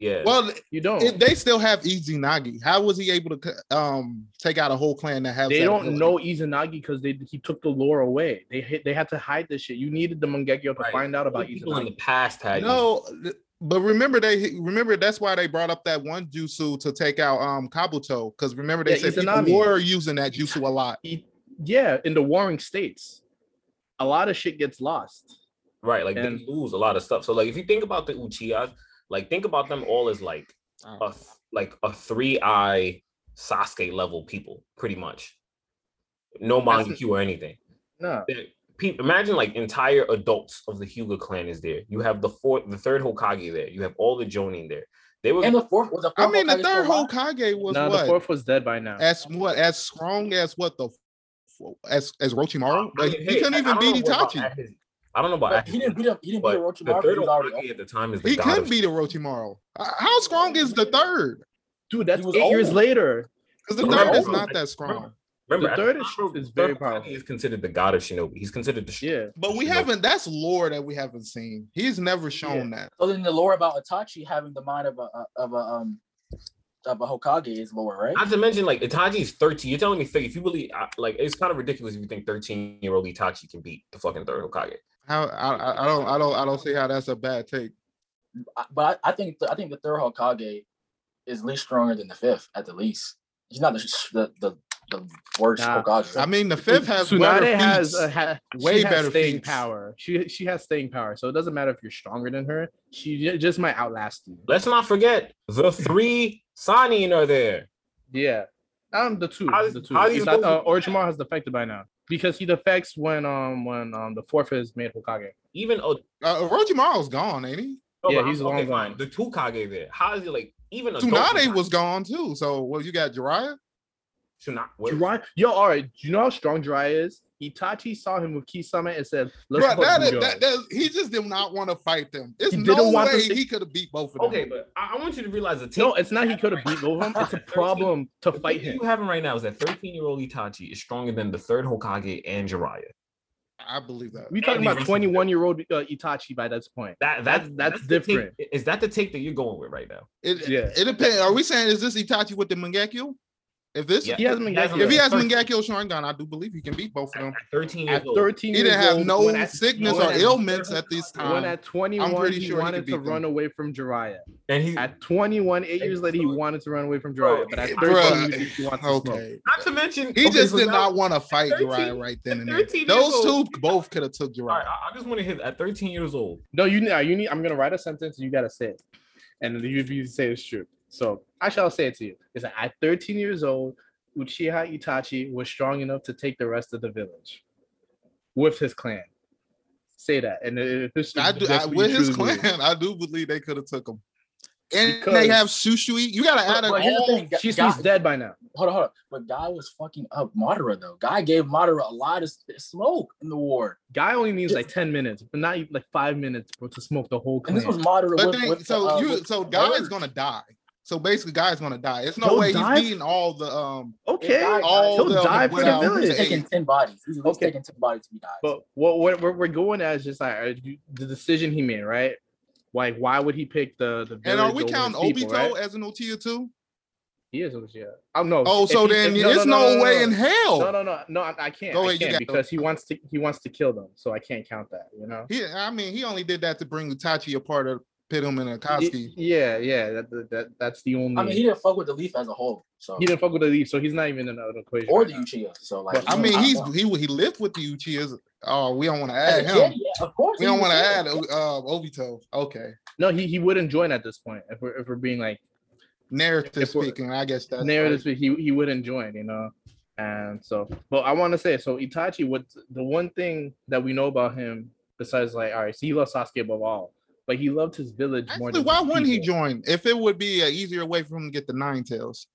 Speaker 2: yeah.
Speaker 4: Well,
Speaker 1: You don't.
Speaker 4: if they still have Izanagi. How was he able to um take out a whole clan that has?
Speaker 1: they
Speaker 4: that
Speaker 1: don't
Speaker 4: ability?
Speaker 1: know Izanagi because they he took the lore away. They hid, they had to hide this shit. You needed the Mangekyo to
Speaker 2: Right.
Speaker 1: find out about
Speaker 2: people in the
Speaker 1: Izanagi.
Speaker 2: past had
Speaker 4: No, th- but remember they remember that's why they brought up that one jutsu to take out um Kabuto because remember they
Speaker 1: Yeah,
Speaker 4: said people
Speaker 1: Izanami.
Speaker 4: were using that jutsu a lot.
Speaker 1: E- yeah, in the warring states, a lot of shit gets lost.
Speaker 2: right, like
Speaker 1: and-
Speaker 2: they lose a lot of stuff. So like if you think about the Uchiyas, like think about them all as like a th- like a three eye Sasuke level people, pretty much. No
Speaker 1: That's-
Speaker 2: Mangekyo or anything.
Speaker 1: No,
Speaker 2: that pe- imagine like entire adults of the Hyuga clan is there. You have the fourth, the third Hokage there. You have all the Jonin there. They were
Speaker 3: And the fourth was a
Speaker 4: I
Speaker 3: fourth
Speaker 4: mean, the
Speaker 3: Hokage
Speaker 4: third
Speaker 3: for a while?
Speaker 4: Hokage was
Speaker 1: no, the
Speaker 4: what
Speaker 1: fourth was dead by now.
Speaker 4: as what as strong as what the f- as as Rochimaru. Like,
Speaker 2: mean,
Speaker 4: he
Speaker 2: hey,
Speaker 4: couldn't
Speaker 2: I- I
Speaker 4: even
Speaker 2: don't know
Speaker 4: beat
Speaker 2: about
Speaker 4: Itachi.
Speaker 2: Akashi. I don't know about
Speaker 3: But he didn't
Speaker 2: Akashi,
Speaker 3: beat him. He didn't beat
Speaker 2: but the
Speaker 3: Orochimaru.
Speaker 2: third
Speaker 3: He was already
Speaker 2: Hokage at the time is the
Speaker 4: He
Speaker 2: god
Speaker 4: couldn't
Speaker 2: of
Speaker 4: beat a Rochimaru. Uh, How strong is the third?
Speaker 1: Dude, that's
Speaker 3: was
Speaker 1: eight years
Speaker 3: old.
Speaker 1: later.
Speaker 4: Because the
Speaker 2: He
Speaker 4: third
Speaker 2: was
Speaker 4: is
Speaker 2: old.
Speaker 4: not that strong.
Speaker 2: Remember,
Speaker 1: The
Speaker 2: at
Speaker 1: third
Speaker 2: time,
Speaker 1: is-
Speaker 2: bro,
Speaker 1: is
Speaker 2: the
Speaker 1: very
Speaker 2: Hokage
Speaker 1: powerful.
Speaker 2: is considered the god of Shinobi. He's considered the
Speaker 1: Yeah,
Speaker 4: But we
Speaker 2: Shinobi.
Speaker 4: haven't. That's lore that we haven't seen. He's never shown that.
Speaker 3: So then the lore about Itachi having the mind of a of a um of a Hokage is lower, right?
Speaker 2: Not to mention, like Itachi is thirteen. You're telling me, fake? If you really I- like, it's kind of ridiculous if you think thirteen year old Itachi can beat the fucking third Hokage.
Speaker 4: How I, I- I don't I don't I don't see how that's a bad take.
Speaker 3: I- but I, I think I think the third Hokage is at least stronger than the fifth, at the least. He's not the sh- the the, the worst
Speaker 1: Nah.
Speaker 3: Hokage.
Speaker 4: I mean, the fifth has better
Speaker 1: Tsunade has
Speaker 4: feats.
Speaker 1: uh, ha-
Speaker 4: Way
Speaker 1: she has
Speaker 4: better
Speaker 1: staying
Speaker 4: feats.
Speaker 1: power. She she has staying power, so it doesn't matter if you're stronger than her. She ju- just might outlast you.
Speaker 2: Let's not forget the three Sanin are there.
Speaker 1: Yeah, um, the two,
Speaker 2: How-
Speaker 1: the two.
Speaker 2: how do you
Speaker 1: He's not, uh,
Speaker 2: supposed to-
Speaker 1: Orochimaru has defected by now because he defects when um when um the forfeit is made Hokage.
Speaker 2: Even oh,
Speaker 4: Uh, Orochimaru's gone, ain't he?
Speaker 1: Yeah, he's long
Speaker 2: okay, fine.
Speaker 1: gone.
Speaker 2: The two Kage there. How is it like even adult
Speaker 4: Tsunade was gone too. So well, you got Jiraiya.
Speaker 2: Tsunade? what-
Speaker 1: Jiraiya, yo, all right. Do you know how strong Jiraiya is? Itachi saw him with Kisame and said, "Let's
Speaker 4: Bruh,
Speaker 1: fuck
Speaker 4: that
Speaker 1: you
Speaker 4: is-
Speaker 1: go."
Speaker 4: that- that is- he just did not want to fight them. There's
Speaker 1: He
Speaker 4: no
Speaker 1: didn't want
Speaker 4: way
Speaker 1: to-
Speaker 4: he could have beat both of them.
Speaker 2: Okay, but I, I want you to realize the take
Speaker 1: no, it's not. He could have beat both of them. It's a problem to
Speaker 2: the
Speaker 1: fight
Speaker 2: take
Speaker 1: him.
Speaker 2: You having right now is that 13 year old Itachi is stronger than the third Hokage and Jiraiya.
Speaker 4: I believe that.
Speaker 1: We talking
Speaker 2: Andy
Speaker 1: about
Speaker 2: versus-
Speaker 1: 21 year old uh, Itachi by this point.
Speaker 2: That,
Speaker 1: That's-
Speaker 2: that
Speaker 1: that's
Speaker 2: the take-
Speaker 1: different.
Speaker 2: is that the take that you're going with right now?
Speaker 4: It,
Speaker 1: Yeah.
Speaker 4: it depends. Are we saying is this Itachi with the Mangekyo? If this,
Speaker 2: Yeah.
Speaker 1: He hasn't been.
Speaker 2: He hasn't
Speaker 4: if he has
Speaker 2: Yeah.
Speaker 4: Mangekyo Sharingan, I do believe he can beat both of them.
Speaker 2: At 13 years
Speaker 1: at
Speaker 2: old.
Speaker 1: 13
Speaker 4: He
Speaker 1: years
Speaker 4: didn't have
Speaker 1: old,
Speaker 4: no
Speaker 1: when at-
Speaker 4: sickness
Speaker 1: when
Speaker 4: or
Speaker 1: at-
Speaker 4: ailments at this
Speaker 1: When
Speaker 4: time.
Speaker 1: at 21,
Speaker 4: pretty
Speaker 1: he
Speaker 4: sure he
Speaker 1: wanted
Speaker 4: could
Speaker 1: to
Speaker 4: beat
Speaker 1: run
Speaker 4: them.
Speaker 1: away from Jiraiya.
Speaker 2: And he,
Speaker 1: At 21, eight years later, he
Speaker 2: Bro,
Speaker 1: wanted to run away from Jiraiya, but at 13,
Speaker 4: bruh,
Speaker 1: he, he wants to smoke.
Speaker 4: Okay.
Speaker 2: not to mention,
Speaker 4: He
Speaker 2: okay,
Speaker 4: just
Speaker 2: so
Speaker 4: did
Speaker 2: now-
Speaker 4: not want to fight
Speaker 2: 13
Speaker 4: Jiraiya right then and there.
Speaker 2: 13 years
Speaker 4: Those two
Speaker 2: old.
Speaker 4: both could have took
Speaker 2: All right,
Speaker 4: Jiraiya.
Speaker 2: I, I just want to hit at 13 years old.
Speaker 1: No, you need. You need. I'm gonna write a sentence. You gotta say it, and you, you say it's true. So I shall say it to you. It's that at 13 years old, Uchiha Itachi was strong enough to take the rest of the village with his clan. Say that, and if it's,
Speaker 4: I do
Speaker 1: that's
Speaker 4: I,
Speaker 1: what
Speaker 4: with
Speaker 1: you
Speaker 4: his
Speaker 1: truly
Speaker 4: clan.
Speaker 1: believe.
Speaker 4: I do believe they could have took him. And
Speaker 1: Because-
Speaker 4: they have Sushui. You gotta add
Speaker 3: But-
Speaker 4: it
Speaker 3: but here's the
Speaker 4: all.
Speaker 3: thing, Ga-
Speaker 1: She's
Speaker 3: Ga-
Speaker 1: he's dead by now.
Speaker 3: hold on, hold on. But Guy was fucking up Madara though. Guy gave Madara a lot of s- smoke in the war,
Speaker 1: Guy only needs
Speaker 3: Yes.
Speaker 1: like 10 minutes, but not even, like five minutes bro, to smoke the whole
Speaker 3: and
Speaker 1: clan.
Speaker 3: this was Madara.
Speaker 4: But
Speaker 3: with,
Speaker 4: then,
Speaker 3: with the,
Speaker 4: so
Speaker 3: uh,
Speaker 4: you,
Speaker 3: with
Speaker 4: so
Speaker 3: the
Speaker 4: guy's
Speaker 3: birds.
Speaker 4: gonna die. So basically, guy's gonna die. It's no
Speaker 1: He'll
Speaker 4: way
Speaker 1: die?
Speaker 4: he's beating all the um
Speaker 1: okay.
Speaker 3: Guy-
Speaker 4: all
Speaker 1: He'll
Speaker 4: the
Speaker 1: die for the
Speaker 4: without-
Speaker 1: village.
Speaker 3: He's taking ten bodies. He's at least
Speaker 1: Okay.
Speaker 3: taking ten bodies to be died.
Speaker 1: But what what we're, we're going at is just like uh, you- the decision he made, right? Like, why would he pick the the?
Speaker 4: And are
Speaker 1: village
Speaker 4: we
Speaker 1: over
Speaker 4: counting
Speaker 1: his people,
Speaker 4: Obito
Speaker 1: right?
Speaker 4: as an Uchiha too?
Speaker 1: He is yeah. Oh no.
Speaker 4: Oh,
Speaker 1: if
Speaker 4: so
Speaker 1: he-
Speaker 4: then
Speaker 1: if-
Speaker 4: it's no, way in hell.
Speaker 1: No, no, no, no. I, I can't.
Speaker 4: Go
Speaker 1: I
Speaker 4: ahead, you
Speaker 1: can't
Speaker 4: got it.
Speaker 1: because he wants to. He wants to kill them, so I can't count that. You know.
Speaker 4: He, I mean, he only did that to bring Itachi apart of pit him and Akatsuki.
Speaker 1: Y- yeah, yeah. That, that, that that's the only.
Speaker 3: I mean, he didn't fuck with the leaf as a whole. So
Speaker 1: he didn't fuck with the leaf, so he's not even in the other equation.
Speaker 3: or
Speaker 1: right
Speaker 3: the
Speaker 1: now.
Speaker 3: Uchiha. So like,
Speaker 1: But,
Speaker 4: I
Speaker 3: you
Speaker 4: mean,
Speaker 3: know,
Speaker 4: he's
Speaker 3: don't know.
Speaker 4: he he lived with the Uchihas. Oh, we don't want to
Speaker 3: As
Speaker 4: add
Speaker 3: a
Speaker 4: him.
Speaker 3: kid, yeah, of course.
Speaker 4: We
Speaker 3: he
Speaker 4: don't
Speaker 3: was
Speaker 4: want to
Speaker 3: dead.
Speaker 4: add uh, Obito. Okay,
Speaker 1: No, he, he wouldn't join at this point. If we're if we're being like
Speaker 4: narrative
Speaker 1: If we're-
Speaker 4: speaking, I guess that's
Speaker 1: narrative, he he wouldn't join. You know, and so. But I want to say so. Itachi, what the one thing that we know about him besides like, all right, so he loved Sasuke above all, but he loved his village more.
Speaker 4: Actually,
Speaker 1: Than
Speaker 4: why
Speaker 1: his
Speaker 4: wouldn't he
Speaker 1: people.
Speaker 4: join? If it would be an easier way for him to get the nine tails.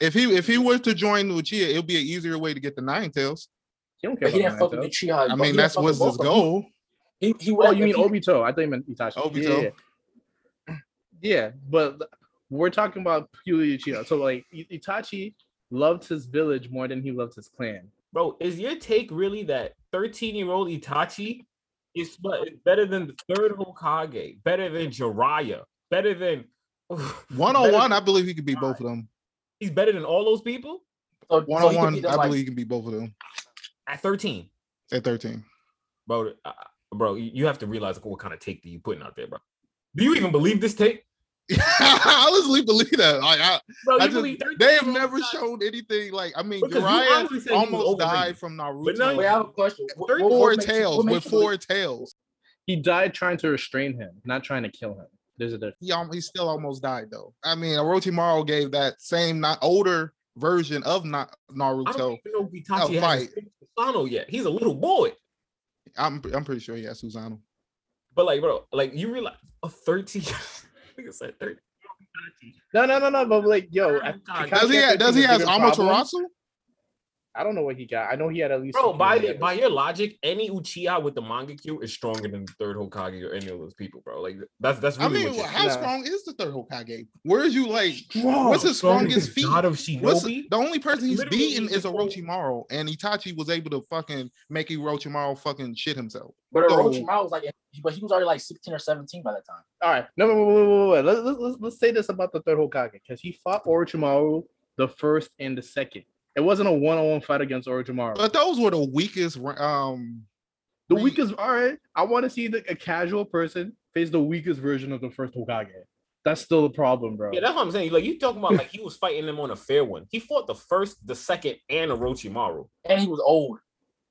Speaker 4: If he if he was to join Lucia, it would be an easier way to get the nine tails.
Speaker 1: He don't care
Speaker 3: But he
Speaker 1: about
Speaker 3: didn't fuck with
Speaker 1: Naruto.
Speaker 3: Uchiha.
Speaker 4: I
Speaker 3: but he
Speaker 4: mean,
Speaker 3: didn't
Speaker 4: that's
Speaker 3: fuck
Speaker 4: what's
Speaker 3: with
Speaker 4: his
Speaker 3: both of them.
Speaker 4: goal.
Speaker 3: He, he
Speaker 1: Oh,
Speaker 3: would've-
Speaker 1: you mean
Speaker 3: if he-
Speaker 1: Obito? I thought you meant Itachi.
Speaker 4: Obito.
Speaker 1: Yeah, yeah, yeah. Yeah, but we're talking about purely Uchiha. So like I- Itachi loved his village more than he loved his clan.
Speaker 2: Bro, is your take really that 13 year old Itachi is, sp- is better than the third Hokage, better than Jiraiya, better than.
Speaker 4: One on one, I believe he could beat both of them.
Speaker 2: He's better than all those people
Speaker 3: so- so he could
Speaker 4: One on
Speaker 3: be
Speaker 4: one,
Speaker 3: the,
Speaker 4: I
Speaker 3: like,
Speaker 4: believe he can beat both of them
Speaker 2: at 13.
Speaker 4: at thirteen.
Speaker 2: Bro, uh, bro, you you have to realize what kind of take that you putting out there, bro. Do you even believe this take?
Speaker 4: I honestly believe that. Like I,
Speaker 2: Bro, you
Speaker 4: I just,
Speaker 2: believe 13
Speaker 4: they have
Speaker 2: year old
Speaker 4: never
Speaker 2: Itachi-
Speaker 4: shown anything like I mean
Speaker 2: Because you honestly said
Speaker 4: Jiraiya
Speaker 2: he was
Speaker 4: almost died
Speaker 2: overrated.
Speaker 4: from
Speaker 2: But now you-
Speaker 3: Wait,
Speaker 4: Naruto.
Speaker 3: I have a question. What, what,
Speaker 4: Four
Speaker 3: what makes you-
Speaker 4: tails
Speaker 3: what
Speaker 4: with
Speaker 3: makes you believe-
Speaker 4: four tails.
Speaker 1: He died trying to restrain him, not trying to kill him. There's a difference.
Speaker 4: He al- he still almost died though. I mean, Orochimaru gave that same not older version of Na-
Speaker 2: I
Speaker 4: Naruto.
Speaker 2: don't even know if Itachi
Speaker 4: fight.
Speaker 2: has Susano yet. He's a little boy.
Speaker 4: I'm I'm pretty sure he has Susanoo.
Speaker 2: But like, bro, like you realize a 13 nigga said 13.
Speaker 1: No, no, no, no. But like, yo,
Speaker 2: Alright,
Speaker 1: I- I
Speaker 2: Oh, God.
Speaker 1: can't
Speaker 4: Does he
Speaker 1: say
Speaker 4: have, does
Speaker 1: things
Speaker 4: he
Speaker 1: are
Speaker 4: has
Speaker 1: bigger
Speaker 4: Amaterasu?
Speaker 1: problems. I don't know what he got. I know he had at least.
Speaker 2: Bro,
Speaker 1: something on
Speaker 2: by
Speaker 1: the
Speaker 2: the,
Speaker 1: other-
Speaker 2: by your logic, any Uchiha with the manga Q is stronger than the third Hokage or any of those people, bro. Like that's that's
Speaker 4: I
Speaker 2: really
Speaker 4: mean,
Speaker 2: what you're-
Speaker 4: well, how
Speaker 1: Nah.
Speaker 4: strong is the third Hokage? Where is you like?
Speaker 1: Strong.
Speaker 4: What's his
Speaker 2: Stronger than
Speaker 4: strongest feat?
Speaker 2: God of
Speaker 4: What's
Speaker 2: Shinobi.
Speaker 4: the only person he's
Speaker 2: Literally,
Speaker 4: beaten
Speaker 2: he's
Speaker 4: is
Speaker 2: the whole-
Speaker 4: Orochimaru, and Itachi was able to fucking make Orochimaru fucking shit himself.
Speaker 3: But
Speaker 4: So-
Speaker 3: Orochimaru was like, but he was already like 16 or 17 by that time.
Speaker 1: All right. No, wait, wait, wait, wait, wait. Let, let, let's, let's say this about the third Hokage because he fought Orochimaru the first and the second. It wasn't a one on one fight against Orochimaru.
Speaker 4: But those were the weakest. ra- Um,
Speaker 1: the
Speaker 4: we-
Speaker 1: weakest, all right. I want to see the, a casual person face the weakest version of the first Hokage. That's still a problem, bro.
Speaker 2: Yeah, that's what I'm saying. Like you talking about, like he was fighting them on a fair one. He fought the first, the second, and Orochimaru.
Speaker 3: And he was old.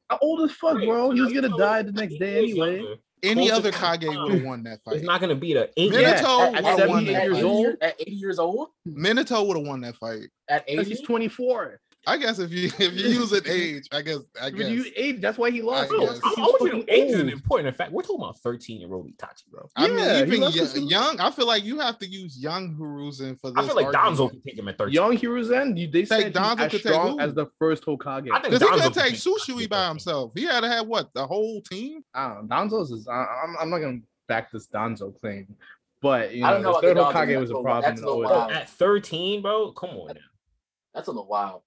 Speaker 1: How old as fuck,
Speaker 2: Right,
Speaker 1: bro.
Speaker 2: so
Speaker 1: He's
Speaker 2: that's
Speaker 1: gonna
Speaker 2: what-
Speaker 1: die the next
Speaker 2: He
Speaker 1: day
Speaker 2: was
Speaker 1: anyway.
Speaker 2: younger.
Speaker 4: any
Speaker 2: Close
Speaker 4: other
Speaker 2: to
Speaker 4: Kage
Speaker 2: time.
Speaker 4: would have won that fight.
Speaker 2: It's not gonna be the eight.
Speaker 1: Yeah,
Speaker 4: Minato
Speaker 1: at-
Speaker 4: would have Oh, won
Speaker 1: 78
Speaker 4: that
Speaker 1: years
Speaker 4: fight.
Speaker 1: old.
Speaker 3: At 80 years old?
Speaker 4: Minato would have won that fight.
Speaker 3: At
Speaker 1: 'Cause
Speaker 3: 80?
Speaker 1: he's 24.
Speaker 4: I guess if you if you use an age, I guess I
Speaker 1: If
Speaker 4: guess.
Speaker 1: you age, that's why he lost.
Speaker 4: I
Speaker 1: bro.
Speaker 4: guess.
Speaker 1: He's
Speaker 2: I want you to
Speaker 1: fucking
Speaker 2: know, age is an
Speaker 1: old.
Speaker 2: important fact. We're talking about 13 year old Itachi, bro.
Speaker 1: Yeah,
Speaker 4: I
Speaker 1: he
Speaker 4: mean, even
Speaker 1: left us
Speaker 4: yo-
Speaker 1: in-
Speaker 4: young, I feel like you have to use young Hiruzen for this.
Speaker 2: I feel like
Speaker 4: argument.
Speaker 2: Donzo could take him at 13.
Speaker 1: Young Hiruzen, you- they said he's
Speaker 4: Danzo
Speaker 1: as
Speaker 4: could take
Speaker 1: strong
Speaker 4: who?
Speaker 1: as the first Hokage.
Speaker 2: I think
Speaker 4: Because he
Speaker 2: Danzo
Speaker 4: could
Speaker 2: could
Speaker 4: take
Speaker 2: take Itachi
Speaker 4: Sushui
Speaker 2: at
Speaker 4: by
Speaker 2: 13.
Speaker 4: himself. He had to have what the whole team.
Speaker 1: I don't know. Donzo's is. I, I'm, I'm not gonna back this Donzo claim, but you know,
Speaker 3: I don't know
Speaker 1: the third
Speaker 3: about the Donzo,
Speaker 1: Hokage was
Speaker 3: that's
Speaker 1: a
Speaker 3: a-
Speaker 1: problem.
Speaker 3: that's
Speaker 1: in
Speaker 3: a little
Speaker 1: OSS.
Speaker 2: Bro,
Speaker 3: Wow.
Speaker 2: at 13, bro. Come on now.
Speaker 3: That's a little wild.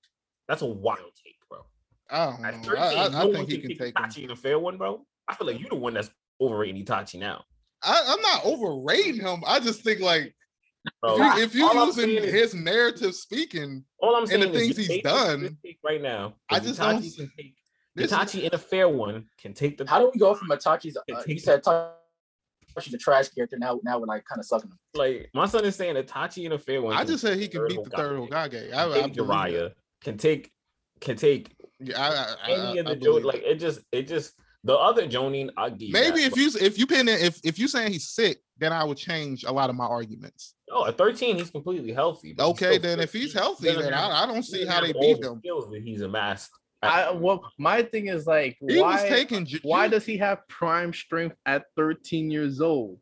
Speaker 2: That's a wild take, bro.
Speaker 4: Mm, I don't
Speaker 2: At
Speaker 4: know.
Speaker 2: 13,
Speaker 4: I, I,
Speaker 2: no
Speaker 4: I
Speaker 2: one
Speaker 4: think he can take him.
Speaker 2: Itachi in a fair one, bro. I feel like you're the one that's overrating Itachi now.
Speaker 4: I, I'm not overrating him. I just think like
Speaker 2: Bro.
Speaker 4: if you- if you
Speaker 2: All I'm
Speaker 4: using
Speaker 2: saying is-
Speaker 4: his narrative speaking,
Speaker 2: All I'm
Speaker 4: the
Speaker 2: saying is
Speaker 4: things
Speaker 2: you
Speaker 4: he's
Speaker 2: take this-
Speaker 4: done,
Speaker 2: this take right now.
Speaker 4: I
Speaker 2: because
Speaker 4: just don't
Speaker 2: Itachi can take
Speaker 4: this
Speaker 2: Itachi in a fair one can take the
Speaker 3: How do we go from Itachi's, uh,
Speaker 2: Take-
Speaker 3: you said Itachi's a trash character, now now we're like kind of sucking him.
Speaker 2: like my son is saying Itachi in a fair one.
Speaker 4: I
Speaker 2: can
Speaker 4: just
Speaker 2: take
Speaker 4: said he can beat the third
Speaker 2: Hokage.
Speaker 4: Hokage. I,
Speaker 2: Can
Speaker 4: I,
Speaker 2: take
Speaker 4: believe that.
Speaker 2: Jiraiya. Can take can take
Speaker 4: Yeah, I, I, I,
Speaker 2: any of
Speaker 4: I
Speaker 2: the Jonin.
Speaker 4: believe that.
Speaker 2: Like it just it just the other Jonin. I give
Speaker 4: Maybe
Speaker 2: that,
Speaker 4: if
Speaker 2: but-
Speaker 4: you if you pin it, if if you saying he's sick, then I would change a lot of my arguments.
Speaker 2: oh at thirteen he's completely healthy. but he's
Speaker 4: Okay,
Speaker 2: still
Speaker 4: then if he's
Speaker 2: 13. He
Speaker 4: healthy,
Speaker 2: doesn't
Speaker 4: then
Speaker 2: have-
Speaker 4: I, I don't
Speaker 2: he
Speaker 4: see
Speaker 2: doesn't have
Speaker 4: how they
Speaker 2: all
Speaker 4: beat
Speaker 2: the
Speaker 4: him.
Speaker 2: Skills that he's amassed.
Speaker 1: I well, my thing is like,
Speaker 4: He was
Speaker 1: why?
Speaker 4: taking. Ju-
Speaker 1: why
Speaker 4: you-
Speaker 1: does he have prime strength at 13 years old?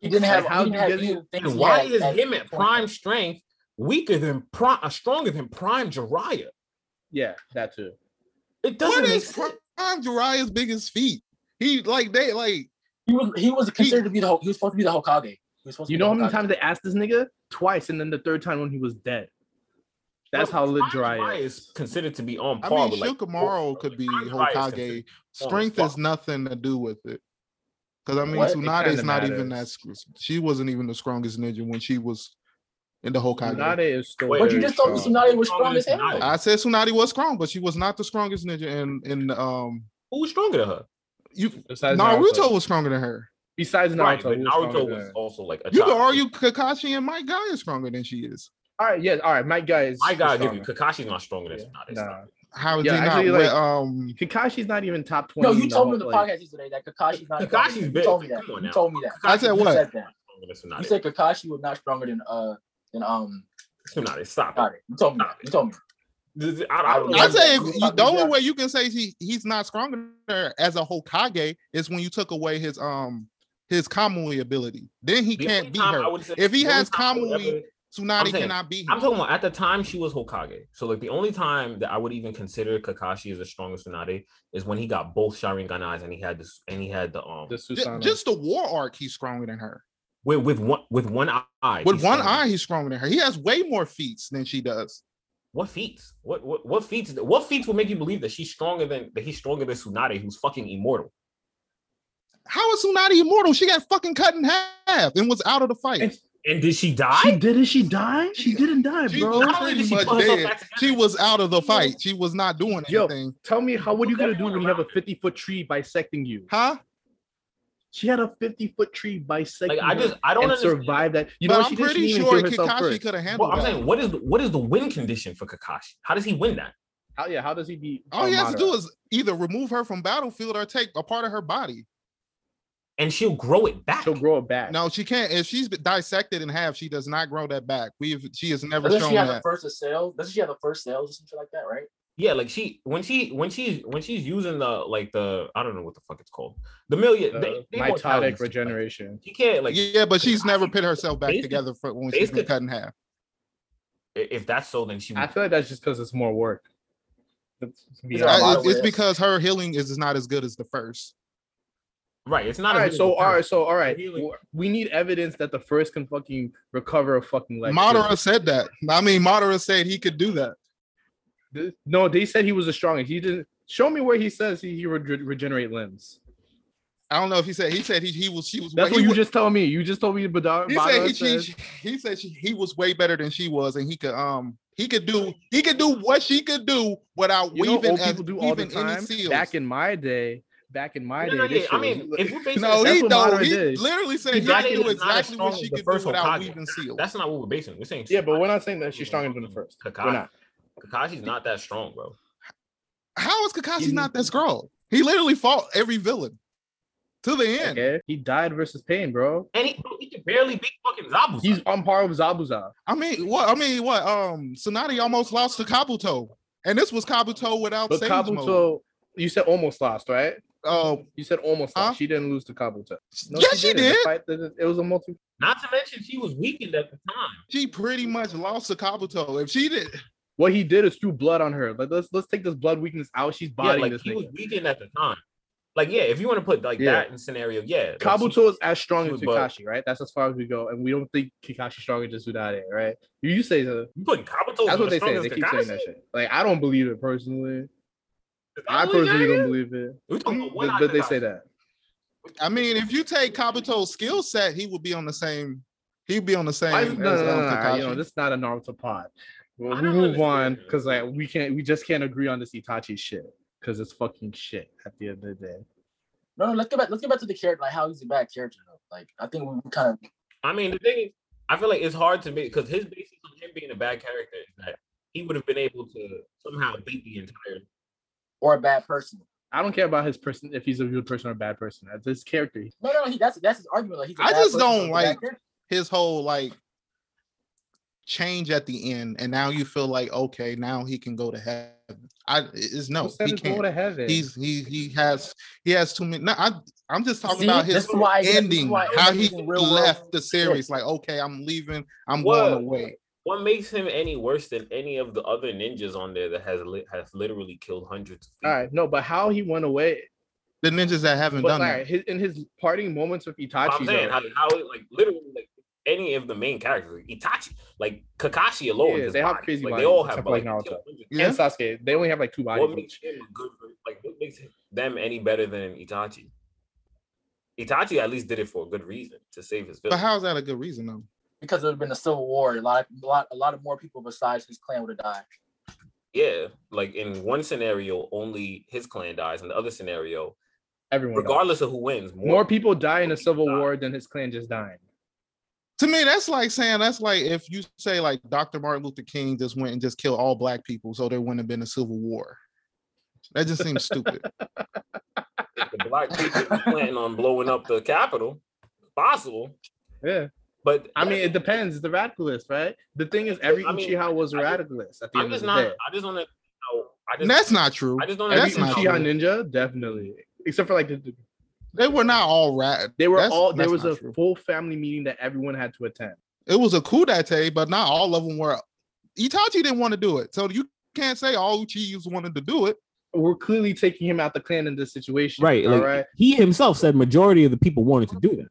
Speaker 3: He didn't
Speaker 1: Like,
Speaker 3: have,
Speaker 1: how
Speaker 3: he
Speaker 1: do
Speaker 3: didn't
Speaker 1: you get
Speaker 3: have any
Speaker 1: it?
Speaker 3: of the things
Speaker 2: And
Speaker 3: he
Speaker 2: why
Speaker 3: had
Speaker 2: is
Speaker 3: at
Speaker 2: him at
Speaker 3: 20.
Speaker 2: prime strength weaker than prime, uh, stronger than prime Jiraiya?
Speaker 1: Yeah, that too.
Speaker 2: It doesn't
Speaker 4: what
Speaker 2: make
Speaker 4: is
Speaker 2: sense.
Speaker 4: prime Jiraiya's biggest feat? He like they like
Speaker 3: He was, he was considered to be the Ho- he was supposed to be the Hokage. He was supposed to
Speaker 1: You
Speaker 3: be the
Speaker 1: know how many
Speaker 3: Hokage.
Speaker 1: times they asked this nigga? Twice, and then the third time when he was dead. That's
Speaker 2: Bro,
Speaker 1: how lit
Speaker 2: Prime
Speaker 1: Jiraiya
Speaker 2: is considered to be on
Speaker 4: I
Speaker 2: par.
Speaker 4: mean,
Speaker 2: with like,
Speaker 4: Shikamaru
Speaker 2: Like,
Speaker 4: could be
Speaker 2: Prime Jiraiya is
Speaker 4: Hokage.
Speaker 2: considered- strong as
Speaker 4: Strength is
Speaker 2: fuck.
Speaker 4: nothing to do with it. Because I mean,
Speaker 3: What? It
Speaker 4: Tsunade is
Speaker 1: kinda
Speaker 4: not even that.
Speaker 1: matters.
Speaker 4: scr- She wasn't even the strongest ninja when she was in the Hokage.
Speaker 1: Tsunade is still.
Speaker 2: Wait,
Speaker 3: But you
Speaker 1: very
Speaker 3: just
Speaker 2: Uh,
Speaker 3: told me
Speaker 1: strong.
Speaker 3: Tsunade was strong
Speaker 2: Stronger
Speaker 3: as
Speaker 2: than
Speaker 3: hell.
Speaker 2: Tsunade.
Speaker 4: I said Tsunade was strong, but she was not the strongest ninja in in um
Speaker 2: Who's stronger than her?
Speaker 4: you
Speaker 1: Besides
Speaker 4: Naruto was stronger than her.
Speaker 1: Besides Naruto,
Speaker 2: Right, but
Speaker 1: who's
Speaker 2: Naruto
Speaker 1: stronger than
Speaker 2: was
Speaker 1: her?
Speaker 2: also like a
Speaker 4: You
Speaker 2: child.
Speaker 4: could argue Kakashi and Mike Guy is stronger than she is.
Speaker 1: All right, yes, all right. My guy is.
Speaker 2: I
Speaker 1: is
Speaker 2: gotta give you
Speaker 1: stronger.
Speaker 2: Kakashi's not stronger than Tsunade.
Speaker 1: Nah.
Speaker 4: How is
Speaker 1: Yeah,
Speaker 4: he not?
Speaker 1: actually,
Speaker 4: with,
Speaker 1: like-
Speaker 4: um,
Speaker 1: Kakashi's not even top twenty.
Speaker 3: No, you
Speaker 1: in
Speaker 3: told me in the
Speaker 1: whole-
Speaker 3: podcast yesterday that Kakashi's not.
Speaker 2: Kakashi's
Speaker 3: you
Speaker 2: big.
Speaker 3: told me that.
Speaker 2: Come on
Speaker 3: You
Speaker 2: now.
Speaker 3: told me that.
Speaker 4: I said
Speaker 2: Kakashi's
Speaker 3: You
Speaker 4: what?
Speaker 3: said that.
Speaker 2: stronger than
Speaker 3: You
Speaker 2: Tsunade.
Speaker 3: said Kakashi was not stronger than uh than um.
Speaker 2: Tsunade, stop it.
Speaker 3: Tsunade. You told me that. You told me.
Speaker 2: This is- I, I don't know.
Speaker 4: I
Speaker 3: Yeah,
Speaker 4: say if
Speaker 3: yeah,
Speaker 4: you,
Speaker 3: yeah.
Speaker 4: the only way you can say he, he's not stronger than her as a Hokage is when you took away his um his Kamui ability. Then he
Speaker 2: The
Speaker 4: can't
Speaker 2: only
Speaker 4: beat
Speaker 2: time
Speaker 4: her.
Speaker 2: I would say-
Speaker 4: If he
Speaker 2: the only
Speaker 4: has
Speaker 2: time I would
Speaker 4: Kamui-
Speaker 2: ever- I'm
Speaker 4: Tsunade
Speaker 2: saying-
Speaker 4: cannot beat
Speaker 2: I'm
Speaker 4: him.
Speaker 2: talking about at the time she was Hokage. So like the only time that I would even consider Kakashi as a stronger Tsunade is when he got both Sharingan eyes and he had this and he had the um
Speaker 1: The
Speaker 4: Ju-
Speaker 1: Susanoo.
Speaker 4: Just the war arc, he's stronger than her.
Speaker 2: with, with one with one eye.
Speaker 4: With
Speaker 2: he's
Speaker 4: one
Speaker 2: stronger.
Speaker 4: eye, he's stronger than her. He has way more feats than she does.
Speaker 2: What feats? What what what feats? What feats will make you believe that she's stronger than that he's stronger than Tsunade, who's fucking immortal?
Speaker 4: How is Tsunade immortal? She got fucking cut in half and was out of the fight.
Speaker 1: And
Speaker 2: And did she
Speaker 1: She
Speaker 2: die?
Speaker 1: did it. She died. She didn't die,
Speaker 4: She
Speaker 1: bro.
Speaker 4: was
Speaker 2: Not only did
Speaker 4: pretty
Speaker 2: she
Speaker 4: much
Speaker 2: put herself
Speaker 4: dead.
Speaker 2: back together-
Speaker 4: She was out of the fight. She was not doing
Speaker 1: Yo.
Speaker 4: anything.
Speaker 1: Tell me, how what are you gonna do when you have a
Speaker 2: Everyone around her.
Speaker 1: fifty foot tree dissecting you?
Speaker 4: Huh?
Speaker 1: She had a fifty foot tree dissecting.
Speaker 2: Like I
Speaker 1: her
Speaker 2: just I don't
Speaker 1: and
Speaker 2: understand.
Speaker 1: survive that. You know,
Speaker 4: but
Speaker 1: what
Speaker 4: I'm
Speaker 1: she did? She
Speaker 4: pretty
Speaker 1: didn't even
Speaker 4: sure
Speaker 1: kill herself
Speaker 4: Kakashi
Speaker 1: first.
Speaker 4: could have handled
Speaker 2: Well, I'm
Speaker 4: that.
Speaker 2: saying what is the, what is the win condition for Kakashi? How does he win that?
Speaker 1: How, yeah, how does he beat?
Speaker 4: All
Speaker 1: uh,
Speaker 4: he has to do
Speaker 1: Madara?
Speaker 4: is either remove her from battlefield or take a part of her body.
Speaker 2: And she'll grow it back.
Speaker 1: she'll grow it back.
Speaker 4: No, she can't. If she's been dissected in half, she does not grow that back. We've she has never
Speaker 3: Doesn't
Speaker 4: shown
Speaker 3: she have the
Speaker 4: that.
Speaker 3: first of sales? Doesn't she have the first sales or something like that? Right?
Speaker 2: Yeah, like she when she when she's when she's using the like the I don't know what the fuck it's called the million
Speaker 1: uh,
Speaker 2: they, they mortality
Speaker 1: mitotic
Speaker 2: stuff, like,
Speaker 1: regeneration.
Speaker 2: she can't like
Speaker 4: yeah, but she's never
Speaker 2: Kakashi-
Speaker 4: put herself back
Speaker 2: basically-
Speaker 4: together for when she's been
Speaker 2: basically-
Speaker 4: cut in half.
Speaker 2: i- if that's so then she
Speaker 1: I
Speaker 2: would
Speaker 1: feel like that's just because it's more work. be
Speaker 3: Yeah, a
Speaker 4: I-
Speaker 3: lot
Speaker 1: honest.
Speaker 4: it's,
Speaker 3: of
Speaker 4: it's
Speaker 3: ways.
Speaker 4: because her healing is not as good as the first.
Speaker 2: Right. It's not
Speaker 1: All
Speaker 2: as
Speaker 1: right,
Speaker 2: good as
Speaker 1: so
Speaker 2: the
Speaker 1: all right,
Speaker 2: first.
Speaker 1: so all right.
Speaker 2: Really-
Speaker 1: w- We need evidence that the first can fucking recover a fucking leg.
Speaker 4: Madara said that. I mean, Madara said he could do that.
Speaker 1: Th- No, they said he was the strongest. He didn't show me where he says he, he would re- regenerate limbs.
Speaker 4: I don't know if he said he said he, he was she was.
Speaker 1: That's
Speaker 4: he
Speaker 1: what you
Speaker 4: was-
Speaker 1: just told me. You just told me Madara.
Speaker 4: He
Speaker 1: Madara
Speaker 4: said he,
Speaker 1: says-
Speaker 4: she, he said she, he was way better than she was, and he could um he could do he could do what she could do without
Speaker 1: you know,
Speaker 4: weaving
Speaker 1: old
Speaker 4: as,
Speaker 1: people do all the
Speaker 4: weaving any
Speaker 1: time.
Speaker 4: seals.
Speaker 1: Back in my day, back in my
Speaker 2: No,
Speaker 1: day,
Speaker 2: no,
Speaker 1: this
Speaker 2: yeah,
Speaker 1: shit
Speaker 2: I
Speaker 1: was-
Speaker 2: mean, if we're basing
Speaker 4: no,
Speaker 1: that's
Speaker 4: he
Speaker 1: what
Speaker 4: don't.
Speaker 1: Madara
Speaker 4: He
Speaker 1: did.
Speaker 4: literally said he,
Speaker 1: His
Speaker 4: could
Speaker 1: body
Speaker 4: do
Speaker 2: is not as
Speaker 4: exactly
Speaker 2: strong
Speaker 4: what
Speaker 2: as
Speaker 4: she
Speaker 2: the
Speaker 4: could do
Speaker 2: first
Speaker 4: without
Speaker 2: Hokage.
Speaker 4: weaving seals.
Speaker 2: that's not what we're basing. We're saying
Speaker 1: Yeah, but we're not saying that she's stronger than the first. We're
Speaker 2: Kakashi.
Speaker 1: not.
Speaker 2: Kakashi's not that strong, bro.
Speaker 4: How is Kakashi
Speaker 1: He-
Speaker 4: not that strong? He literally fought every villain to the end.
Speaker 1: Okay, he died versus pain, bro.
Speaker 2: And he, bro, he can barely beat fucking Zabuza.
Speaker 1: He's on par with Zabuza.
Speaker 4: I mean, what? I mean, what? Um, Tsunade almost lost to Kabuto, and this was Kabuto without
Speaker 1: But
Speaker 4: Sage mode.
Speaker 1: Kabuto, you said almost lost, right?
Speaker 4: Uh,
Speaker 1: You said almost lost.
Speaker 4: Huh?
Speaker 1: She didn't lose to Kabuto.
Speaker 4: yes, she
Speaker 1: The
Speaker 4: did.
Speaker 1: fight- the- the- it was a multi.
Speaker 2: not to mention she was weakened at the time.
Speaker 4: She pretty much lost to Kabuto. If she did,
Speaker 1: What he did is threw blood on her. Like let's let's take this blood weakness out. She's bodying
Speaker 2: yeah, like
Speaker 1: this
Speaker 2: he was
Speaker 1: nigga.
Speaker 2: weakened at the time. Like, yeah, if you want to put like
Speaker 1: Yeah.
Speaker 2: that in scenario, yeah. like, she-
Speaker 1: Kabuto is as strong
Speaker 2: she
Speaker 1: as
Speaker 2: was bugged.
Speaker 1: Kakashi, right? That's as far as we go, and we don't think Kakashi's stronger than Tsunade, right? You you say that.
Speaker 2: you put Kabuto.
Speaker 1: That's
Speaker 2: as
Speaker 1: what
Speaker 2: Oh, the
Speaker 1: they say.
Speaker 2: strongest
Speaker 1: They keep saying that
Speaker 2: Kakashi? Oh,
Speaker 1: shit. Like I don't believe it personally.
Speaker 2: Is that
Speaker 1: I
Speaker 2: what we
Speaker 1: personally
Speaker 2: got
Speaker 1: don't
Speaker 2: here?
Speaker 1: believe it.
Speaker 2: We talking Oh, about
Speaker 1: But,
Speaker 2: one-eyed
Speaker 1: but they say
Speaker 2: Kakashi.
Speaker 1: that.
Speaker 4: I mean, if you take Kabuto's skill set, he would be on the same. He'd be on the same.
Speaker 1: Why- no, no, no,
Speaker 4: as, um,
Speaker 1: no, no, You
Speaker 4: Kakashi.
Speaker 1: know, this is not a Naruto pod. Well,
Speaker 2: I
Speaker 1: we
Speaker 2: don't
Speaker 1: move on
Speaker 2: understand.
Speaker 1: because like we can't. We just can't agree on this Itachi shit because it's fucking shit. At the end of the day.
Speaker 3: No, no, let's get back. Let's get back to the character. Like how he's a bad character though. Like I think we kind of
Speaker 2: I mean, the thing is, I feel like it's hard to make because his basis on him being a bad character is that he would have been able to somehow beat the entire.
Speaker 3: or a bad person.
Speaker 1: I don't care about his person if he's a good person or a bad person. That's his character.
Speaker 3: No, no, he, that's that's his argument. Like he's. a
Speaker 4: I
Speaker 3: bad
Speaker 4: just
Speaker 3: person,
Speaker 4: don't
Speaker 3: so he's a bad
Speaker 4: like-
Speaker 3: character.
Speaker 4: his whole like change at the end, and now you feel like okay, now he can go to heaven. I is no,
Speaker 1: Who said
Speaker 4: he
Speaker 1: it's go
Speaker 4: can't.
Speaker 1: to heaven?
Speaker 4: He's he he has he has too many. No, I I'm just talking
Speaker 3: See?
Speaker 4: about his
Speaker 3: This is why- this is
Speaker 4: ending,
Speaker 3: why
Speaker 4: how he
Speaker 3: everybody's in real world
Speaker 4: left the series. Like okay, I'm leaving, I'm
Speaker 2: What?
Speaker 4: going away.
Speaker 2: What makes him any worse than any of the other ninjas on there that has li- has literally killed hundreds of people?
Speaker 1: all right, no, but how he went away,
Speaker 4: The ninjas that haven't
Speaker 1: but
Speaker 4: done
Speaker 1: like
Speaker 4: that.
Speaker 1: his, in his parting moments with
Speaker 2: But I'm
Speaker 1: Itachi,
Speaker 2: saying
Speaker 1: though,
Speaker 2: how, how like literally like any of the main characters, like Itachi, like Kakashi alone,
Speaker 1: Yeah,
Speaker 2: just
Speaker 1: they have
Speaker 2: bodies.
Speaker 1: crazy
Speaker 2: like,
Speaker 1: bodies,
Speaker 2: They all
Speaker 1: except
Speaker 2: have
Speaker 1: for, like,
Speaker 2: like,
Speaker 1: Naruto.
Speaker 2: killed hundreds.
Speaker 4: Yeah,
Speaker 1: and Sasuke, they only have like two bodies.
Speaker 2: What makes
Speaker 1: each.
Speaker 2: him a good ver- like what makes him- them any better than Itachi? Itachi at least did it for a good reason to save his
Speaker 4: but
Speaker 2: village.
Speaker 4: how is that a good reason though?
Speaker 3: because there would have been a civil war. A lot, a lot, a lot of more people besides his clan would have died.
Speaker 2: yeah, like in one scenario, only his clan dies. In the other scenario,
Speaker 1: Everyone, dies.
Speaker 2: regardless of who wins, more,
Speaker 1: Oh more people die in a
Speaker 2: people
Speaker 1: civil
Speaker 2: die.
Speaker 1: war than his clan just dying.
Speaker 4: To me, that's like saying that's like if you say like Dr. Martin Luther King just went and just killed all black people, so there wouldn't have been a civil war. That just seems stupid.
Speaker 2: if the black people were planning on blowing up the capital, possible.
Speaker 1: Yeah,
Speaker 2: But
Speaker 1: I mean, it depends. The radicalist, right? The thing is, every
Speaker 2: I mean,
Speaker 1: Uchiha was a
Speaker 2: I just-
Speaker 1: radicalist at the
Speaker 2: I'm
Speaker 1: end of
Speaker 2: just
Speaker 1: the
Speaker 2: not.
Speaker 1: day.
Speaker 2: I just want to. I just.
Speaker 4: And that's not true.
Speaker 2: I just don't.
Speaker 1: Every
Speaker 4: that's
Speaker 2: understand
Speaker 4: not
Speaker 2: how-
Speaker 1: Uchiha ninja, definitely, except for like the, the-
Speaker 4: They were not all rat.
Speaker 1: they were
Speaker 4: That's-
Speaker 1: all there
Speaker 4: that's
Speaker 1: was
Speaker 4: not
Speaker 1: a
Speaker 4: true.
Speaker 1: full family meeting that everyone had to attend.
Speaker 4: It was a coup d'etat, but not all of them were. Itachi didn't want to do it, so you can't say all Uchihas wanted to do it.
Speaker 1: We're clearly taking him out the clan in this situation,
Speaker 5: Right.
Speaker 1: All
Speaker 5: Like,
Speaker 1: right.
Speaker 5: He himself said majority of the people wanted to do that.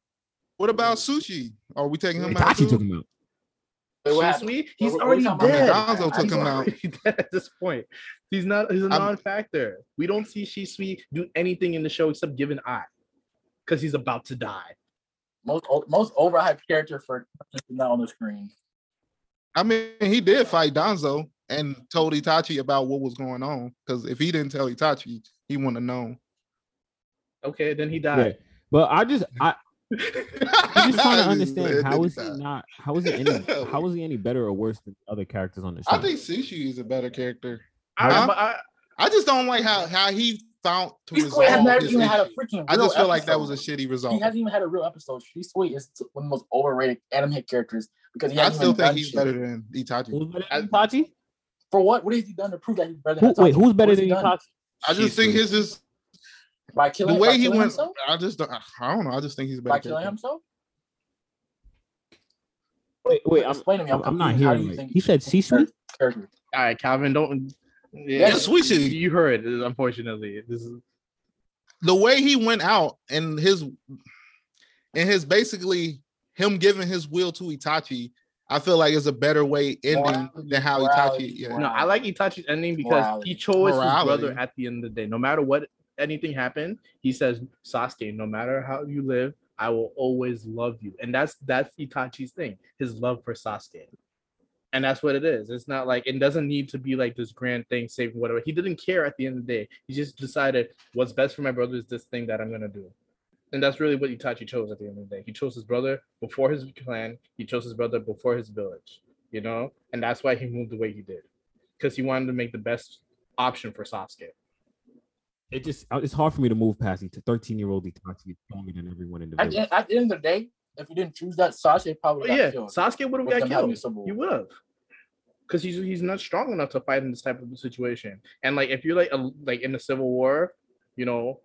Speaker 4: What about Sushi? Are we taking him out?
Speaker 5: Itachi took
Speaker 4: Too?
Speaker 5: him out.
Speaker 3: Wait, what
Speaker 1: Excuse
Speaker 3: happened?
Speaker 1: me? He's
Speaker 3: What- what
Speaker 1: already
Speaker 3: we talking
Speaker 1: dead.
Speaker 3: about?
Speaker 4: Gonzo took
Speaker 1: He's
Speaker 4: him out.
Speaker 1: already dead at this point. He's not. He's a
Speaker 4: I'm-
Speaker 1: non-factor. We don't see Shisui do anything in the show except give an eye, because he's about to die.
Speaker 3: Most o- most overhyped character for not on the screen.
Speaker 4: I mean, he did fight Donzo and told Itachi about what was going on because if he didn't tell Itachi, he wouldn't have known.
Speaker 1: Okay, then he
Speaker 5: Yeah.
Speaker 1: died.
Speaker 5: But I just I, I'm just trying to
Speaker 4: And
Speaker 5: understand how
Speaker 4: then
Speaker 5: is he
Speaker 4: died.
Speaker 5: not how is he any how is he any better or worse than other characters on the show?
Speaker 4: I think Sushi is a better character.
Speaker 1: I,
Speaker 4: Huh?
Speaker 1: but I-
Speaker 4: I just don't like how how he found to
Speaker 3: She's Sweet has
Speaker 4: resolve
Speaker 3: never
Speaker 4: this
Speaker 3: even had a
Speaker 4: issue.
Speaker 3: freaking.
Speaker 4: I just
Speaker 3: real
Speaker 4: feel like that was a
Speaker 3: episode.
Speaker 4: shitty
Speaker 3: He
Speaker 4: result.
Speaker 3: hasn't even had a real episode. She's Sweet is one of the most overrated anime characters because he
Speaker 4: I
Speaker 3: hasn't
Speaker 4: still
Speaker 3: even
Speaker 4: think
Speaker 3: done
Speaker 4: he's
Speaker 3: shit.
Speaker 4: better than Itachi.
Speaker 5: Who's better
Speaker 1: I-
Speaker 5: than Itachi?
Speaker 3: For what? What has he done to prove that he's better than
Speaker 5: Who, wait,
Speaker 3: Itachi?
Speaker 5: who's
Speaker 3: What
Speaker 5: better
Speaker 3: has
Speaker 5: than
Speaker 3: he done?
Speaker 5: Itachi?
Speaker 4: I just think his just
Speaker 3: By
Speaker 4: the
Speaker 3: killing by
Speaker 4: way he
Speaker 3: killing
Speaker 4: went.
Speaker 3: himself?
Speaker 4: I just don't. I don't know. I just think he's a
Speaker 3: By
Speaker 4: better.
Speaker 3: killing
Speaker 4: character.
Speaker 3: himself?
Speaker 5: Wait, wait, I'm
Speaker 3: Explain to me. I'm,
Speaker 5: I'm not
Speaker 3: confused. How do
Speaker 5: hearing
Speaker 3: you
Speaker 5: it.
Speaker 3: think
Speaker 5: He said
Speaker 3: he's a better
Speaker 5: C-suite?
Speaker 3: character?
Speaker 1: all right, Calvin, don't Yeah,
Speaker 4: Yes, we should-
Speaker 1: You heard. Unfortunately, this is
Speaker 4: the way he went out and his and his basically him giving his will to Itachi, I feel like is a better way ending
Speaker 3: Morality,
Speaker 4: than how Itachi.
Speaker 3: morality,
Speaker 4: Yeah.
Speaker 1: No, I like Itachi's ending because
Speaker 3: Morality.
Speaker 1: he chose
Speaker 4: Morality.
Speaker 1: his brother at the end of the day. No matter what anything happened, he says, Sasuke, no matter how you live, I will always love you. And that's that's Itachi's thing, his love for Sasuke. And that's what it is. It's not like it doesn't need to be like this grand thing, saving whatever. He didn't care at the end of the day. He just decided what's best for my brother is this thing that I'm gonna do. And that's really what Itachi chose at the end of the day. He chose his brother before his clan, he chose his brother before his village, you know? And that's why he moved the way he did because he wanted to make the best option for Sasuke.
Speaker 2: It just uh, it's hard for me to move past it. Thirteen year old Itachi is stronger than everyone in the
Speaker 3: At the,
Speaker 2: village.
Speaker 3: end, at the end of the day, if you didn't choose that, Sasuke
Speaker 1: But
Speaker 3: probably
Speaker 4: Oh,
Speaker 3: got
Speaker 1: yeah,
Speaker 3: killed.
Speaker 1: Sasuke would have got
Speaker 3: with them having a
Speaker 1: killed.
Speaker 3: civil
Speaker 1: He
Speaker 3: war.
Speaker 1: would have, because he's he's not strong enough to fight in this type of situation. And like if you're like a, like in the Civil War, you know,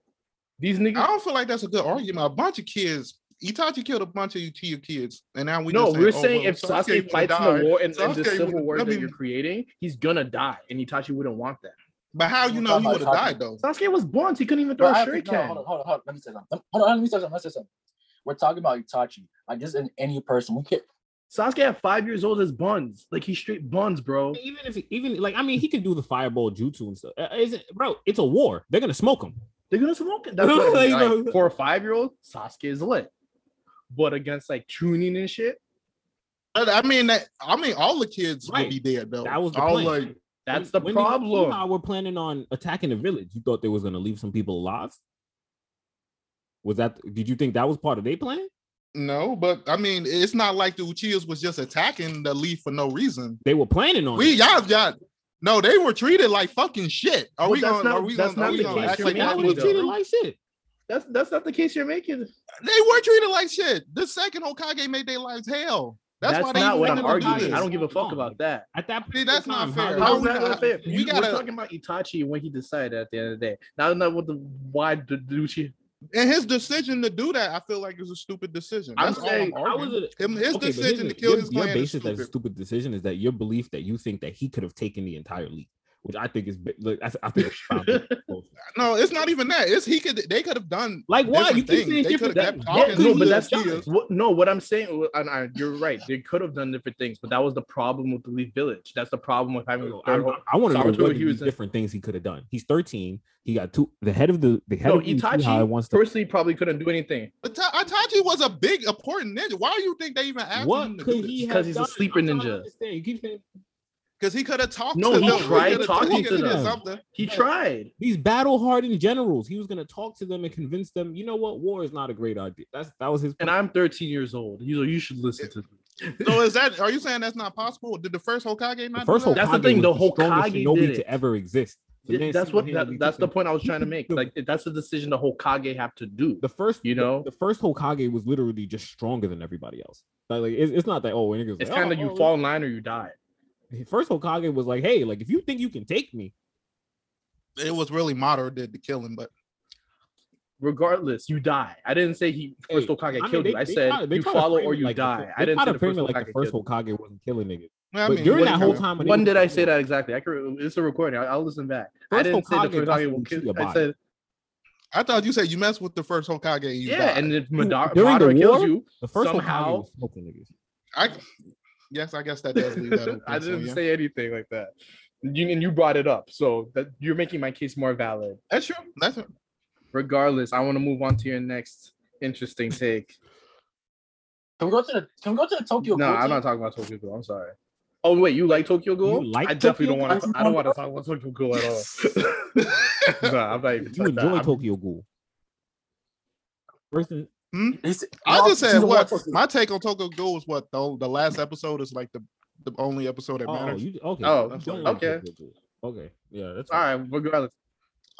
Speaker 1: these
Speaker 4: I
Speaker 1: niggas.
Speaker 4: don't feel like that's a good argument. A bunch of kids, Itachi killed a bunch of you to your kids, and now we
Speaker 1: no,
Speaker 4: just
Speaker 1: we're
Speaker 4: oh,
Speaker 1: saying
Speaker 4: well,
Speaker 1: if Sasuke,
Speaker 4: would've
Speaker 1: fights in
Speaker 4: died.
Speaker 1: the war and in the
Speaker 4: Sasuke
Speaker 1: Civil
Speaker 4: would've-
Speaker 1: War
Speaker 4: I
Speaker 1: that you're
Speaker 4: mean-
Speaker 1: creating, he's gonna die, and Itachi wouldn't want that.
Speaker 4: But how you
Speaker 3: We're
Speaker 4: know
Speaker 3: talking
Speaker 4: he
Speaker 3: about
Speaker 4: would have
Speaker 3: Itachi.
Speaker 4: died though?
Speaker 1: Sasuke was blunt; he couldn't even throw
Speaker 3: But
Speaker 1: a
Speaker 3: I have to- no,
Speaker 1: shuriken.
Speaker 3: hold on, hold on, hold on. Let me say something. Hold on, let me say something. Let me say something. We're talking about Itachi, like just in any person. We can't.
Speaker 1: Sasuke at five years old is buns, like he's straight buns, bro.
Speaker 2: Even if even like I mean he can do the fireball jutsu and stuff. Uh, Is it, bro? It's a war. They're gonna smoke him.
Speaker 1: They're gonna smoke it. That's what I mean. like, for a five year old, Sasuke is lit. But against like tuning and shit,
Speaker 4: But I mean, that, I mean, all the kids
Speaker 2: Right.
Speaker 4: would be dead though.
Speaker 2: That was the
Speaker 4: all
Speaker 2: plan.
Speaker 4: like
Speaker 1: that's
Speaker 2: When-
Speaker 1: the
Speaker 2: when they-
Speaker 1: problem.
Speaker 2: Umaga were planning on attacking the village. You thought they was gonna leave some people alive. Was that? Did you think that was part of their plan?
Speaker 4: no, but I mean, it's not like the Uchiyas was just attacking the leaf for no reason.
Speaker 2: They were planning on.
Speaker 4: We
Speaker 2: it.
Speaker 4: y'all y'all no, they were treated like fucking shit. Are
Speaker 1: But
Speaker 4: we
Speaker 1: that's
Speaker 4: going? to
Speaker 1: not-
Speaker 4: Are we
Speaker 1: that's
Speaker 4: going?
Speaker 1: not
Speaker 4: Are we
Speaker 1: the
Speaker 4: going
Speaker 1: case
Speaker 4: to act
Speaker 1: you're
Speaker 4: like that
Speaker 1: making,
Speaker 4: was?
Speaker 1: though.
Speaker 2: treated like shit.
Speaker 1: That's that's not the case you're making.
Speaker 4: They were treated like shit. The second Hokage made their lives hell. That's,
Speaker 1: That's,
Speaker 4: why they
Speaker 1: not
Speaker 4: even
Speaker 1: what
Speaker 4: let
Speaker 1: I'm
Speaker 4: them do
Speaker 1: arguing.
Speaker 4: this.
Speaker 1: I don't give a fuck about that.
Speaker 2: At that point,
Speaker 4: See, that's
Speaker 2: time,
Speaker 4: not
Speaker 2: how
Speaker 4: fair.
Speaker 2: did
Speaker 1: How
Speaker 2: you-
Speaker 1: is
Speaker 4: we
Speaker 1: that
Speaker 4: not-
Speaker 1: not fair?
Speaker 4: we
Speaker 1: You,
Speaker 4: gotta-
Speaker 1: We're talking about Itachi when he decided at the end of the day. Now not what the why did Duchi.
Speaker 4: And his decision to do that, I feel like, is a stupid decision.
Speaker 1: I'm
Speaker 4: That's all
Speaker 1: saying,
Speaker 4: I'm
Speaker 2: How was
Speaker 4: arguing.
Speaker 2: it?
Speaker 4: Him- his
Speaker 2: but here's
Speaker 4: decision
Speaker 2: the-
Speaker 4: to kill
Speaker 2: your,
Speaker 4: his
Speaker 2: your
Speaker 4: clan is
Speaker 2: basis as a
Speaker 4: stupid.
Speaker 2: stupid decision is that your belief that you think that he could have taken the entire league, which I think is bi- like I, I think it's probably close.
Speaker 4: No, it's not even that. It's he could. They could have done.
Speaker 2: like why you keep
Speaker 4: Different thing.
Speaker 2: saying
Speaker 4: They
Speaker 2: different
Speaker 4: could've
Speaker 2: that,
Speaker 4: kept
Speaker 2: that
Speaker 4: talking
Speaker 2: could
Speaker 1: no,
Speaker 2: be
Speaker 4: the
Speaker 1: but that's
Speaker 4: Uchiha's.
Speaker 1: what, no. What I'm saying, w- and I, you're right. They could have done different things, but that was the problem with the Leaf Village. That's the problem with having.
Speaker 2: No,
Speaker 1: a
Speaker 2: I,
Speaker 1: third-
Speaker 2: want to know
Speaker 1: Sartori,
Speaker 2: what
Speaker 1: he was in-
Speaker 2: different things he could have done. He's 13. He got two. The head of the the head
Speaker 1: No,
Speaker 2: of Uchiha wants
Speaker 1: Itachi
Speaker 2: to.
Speaker 1: personally probably couldn't do anything
Speaker 4: But Ta- Itachi was a big, important ninja. Why do you think they even asked him
Speaker 2: What
Speaker 4: to
Speaker 2: could
Speaker 4: do
Speaker 2: he
Speaker 4: this?
Speaker 2: have
Speaker 1: Because he's a
Speaker 2: done?
Speaker 1: sleeper
Speaker 2: I'm trying to
Speaker 1: ninja.
Speaker 2: understand. You keep saying
Speaker 4: Because he could have talked.
Speaker 1: No,
Speaker 4: to
Speaker 1: he
Speaker 4: them.
Speaker 1: tried
Speaker 4: could've-
Speaker 1: talking
Speaker 4: he
Speaker 1: to
Speaker 4: could've did
Speaker 2: them.
Speaker 4: Something.
Speaker 1: he tried
Speaker 2: these battle hardened generals. He was gonna talk to them and convince them. You know what? War is not a great idea. That's that was his.
Speaker 1: and i'm 13 years old you know you should listen to me
Speaker 4: So is that? Are you saying that's not possible? Did the first Hokage
Speaker 2: The
Speaker 4: not?
Speaker 2: first
Speaker 4: do
Speaker 2: Hokage
Speaker 4: that?
Speaker 1: That's the thing,
Speaker 2: was
Speaker 1: the
Speaker 2: strongest
Speaker 1: Hokage
Speaker 2: shinobi
Speaker 1: did it.
Speaker 2: to ever exist. The
Speaker 1: Th-
Speaker 2: man
Speaker 1: that's what
Speaker 2: single-handedly
Speaker 1: that, that's
Speaker 2: took
Speaker 1: the
Speaker 2: them-
Speaker 1: point i was trying to make
Speaker 2: the-
Speaker 1: like that's the decision the hokage have to do
Speaker 2: The first,
Speaker 1: you
Speaker 2: the-
Speaker 1: know?
Speaker 2: the, first Hokage was literally just stronger than everybody else. Like, like, it's, it's not that. Oh, niggas
Speaker 1: it's
Speaker 2: like,
Speaker 1: kind of
Speaker 2: oh,
Speaker 1: you
Speaker 2: oh,
Speaker 1: fall in line or you die
Speaker 2: The first Hokage was like, hey, like if you think you can take me,
Speaker 4: It was really Madara did the killing, but
Speaker 1: regardless you die i didn't say he first
Speaker 2: Hey,
Speaker 1: hokage
Speaker 2: I mean,
Speaker 1: killed
Speaker 2: they-
Speaker 1: you i
Speaker 2: they
Speaker 1: said
Speaker 2: try- they
Speaker 1: you
Speaker 2: try to
Speaker 1: follow
Speaker 2: frame
Speaker 1: or
Speaker 2: it
Speaker 1: you
Speaker 2: like the
Speaker 1: die
Speaker 2: fir-
Speaker 1: i
Speaker 2: they
Speaker 1: didn't
Speaker 2: try
Speaker 1: say
Speaker 2: to
Speaker 1: the
Speaker 2: frame
Speaker 1: first
Speaker 2: it
Speaker 1: hokage
Speaker 2: like the first
Speaker 1: killed
Speaker 2: Hokage wasn't killing niggas.
Speaker 4: Well, I
Speaker 2: but
Speaker 4: mean,
Speaker 2: during
Speaker 4: what
Speaker 2: that
Speaker 4: do
Speaker 2: whole
Speaker 4: you-
Speaker 2: time,
Speaker 1: you.
Speaker 2: when they
Speaker 1: when
Speaker 2: was
Speaker 1: did i
Speaker 2: killing
Speaker 1: say
Speaker 2: niggas,
Speaker 1: that exactly i could it's a recording I, i'll listen back i
Speaker 2: First
Speaker 1: didn't say the
Speaker 2: Hokage
Speaker 1: first
Speaker 2: got
Speaker 1: hokage
Speaker 2: some
Speaker 1: will kill
Speaker 2: Uchiha
Speaker 1: i
Speaker 2: body.
Speaker 1: said
Speaker 4: I thought you said you messed with the first Hokage and you
Speaker 1: yeah
Speaker 4: died.
Speaker 1: and if Madara,
Speaker 2: during the
Speaker 1: Madara kills
Speaker 2: war,
Speaker 1: you
Speaker 2: The first
Speaker 1: Somehow-
Speaker 2: Hokage was smoking niggas.
Speaker 4: I yes, I guess that does leave that open.
Speaker 1: I
Speaker 4: so,
Speaker 1: didn't
Speaker 4: yeah.
Speaker 1: say anything like that. You and you brought it up, so that you're making my case more valid.
Speaker 4: that's true. That's true.
Speaker 1: Regardless, I want to move on to your next interesting take.
Speaker 3: Can we go to the Can we go to the Tokyo?
Speaker 1: no, I'm not talking about Tokyo Ghoul. I'm sorry. Oh wait, you like Tokyo Ghoul?
Speaker 2: like
Speaker 1: I definitely
Speaker 2: Tokyo
Speaker 1: don't want
Speaker 3: Ghoul?
Speaker 1: to. I don't want to talk about Tokyo Ghoul at all. no, I'm not even.
Speaker 2: You
Speaker 1: touching that.
Speaker 2: enjoy
Speaker 1: I'm-
Speaker 2: Tokyo Ghoul. First and
Speaker 4: I just said what my take on Tokyo Ghoul is what though the last episode is like the the only episode that
Speaker 2: Oh,
Speaker 4: matters.
Speaker 2: you, okay.
Speaker 1: Oh,
Speaker 2: You don't
Speaker 1: okay.
Speaker 2: Tokyo Ghoul. Okay. Yeah, that's
Speaker 1: All right, regardless.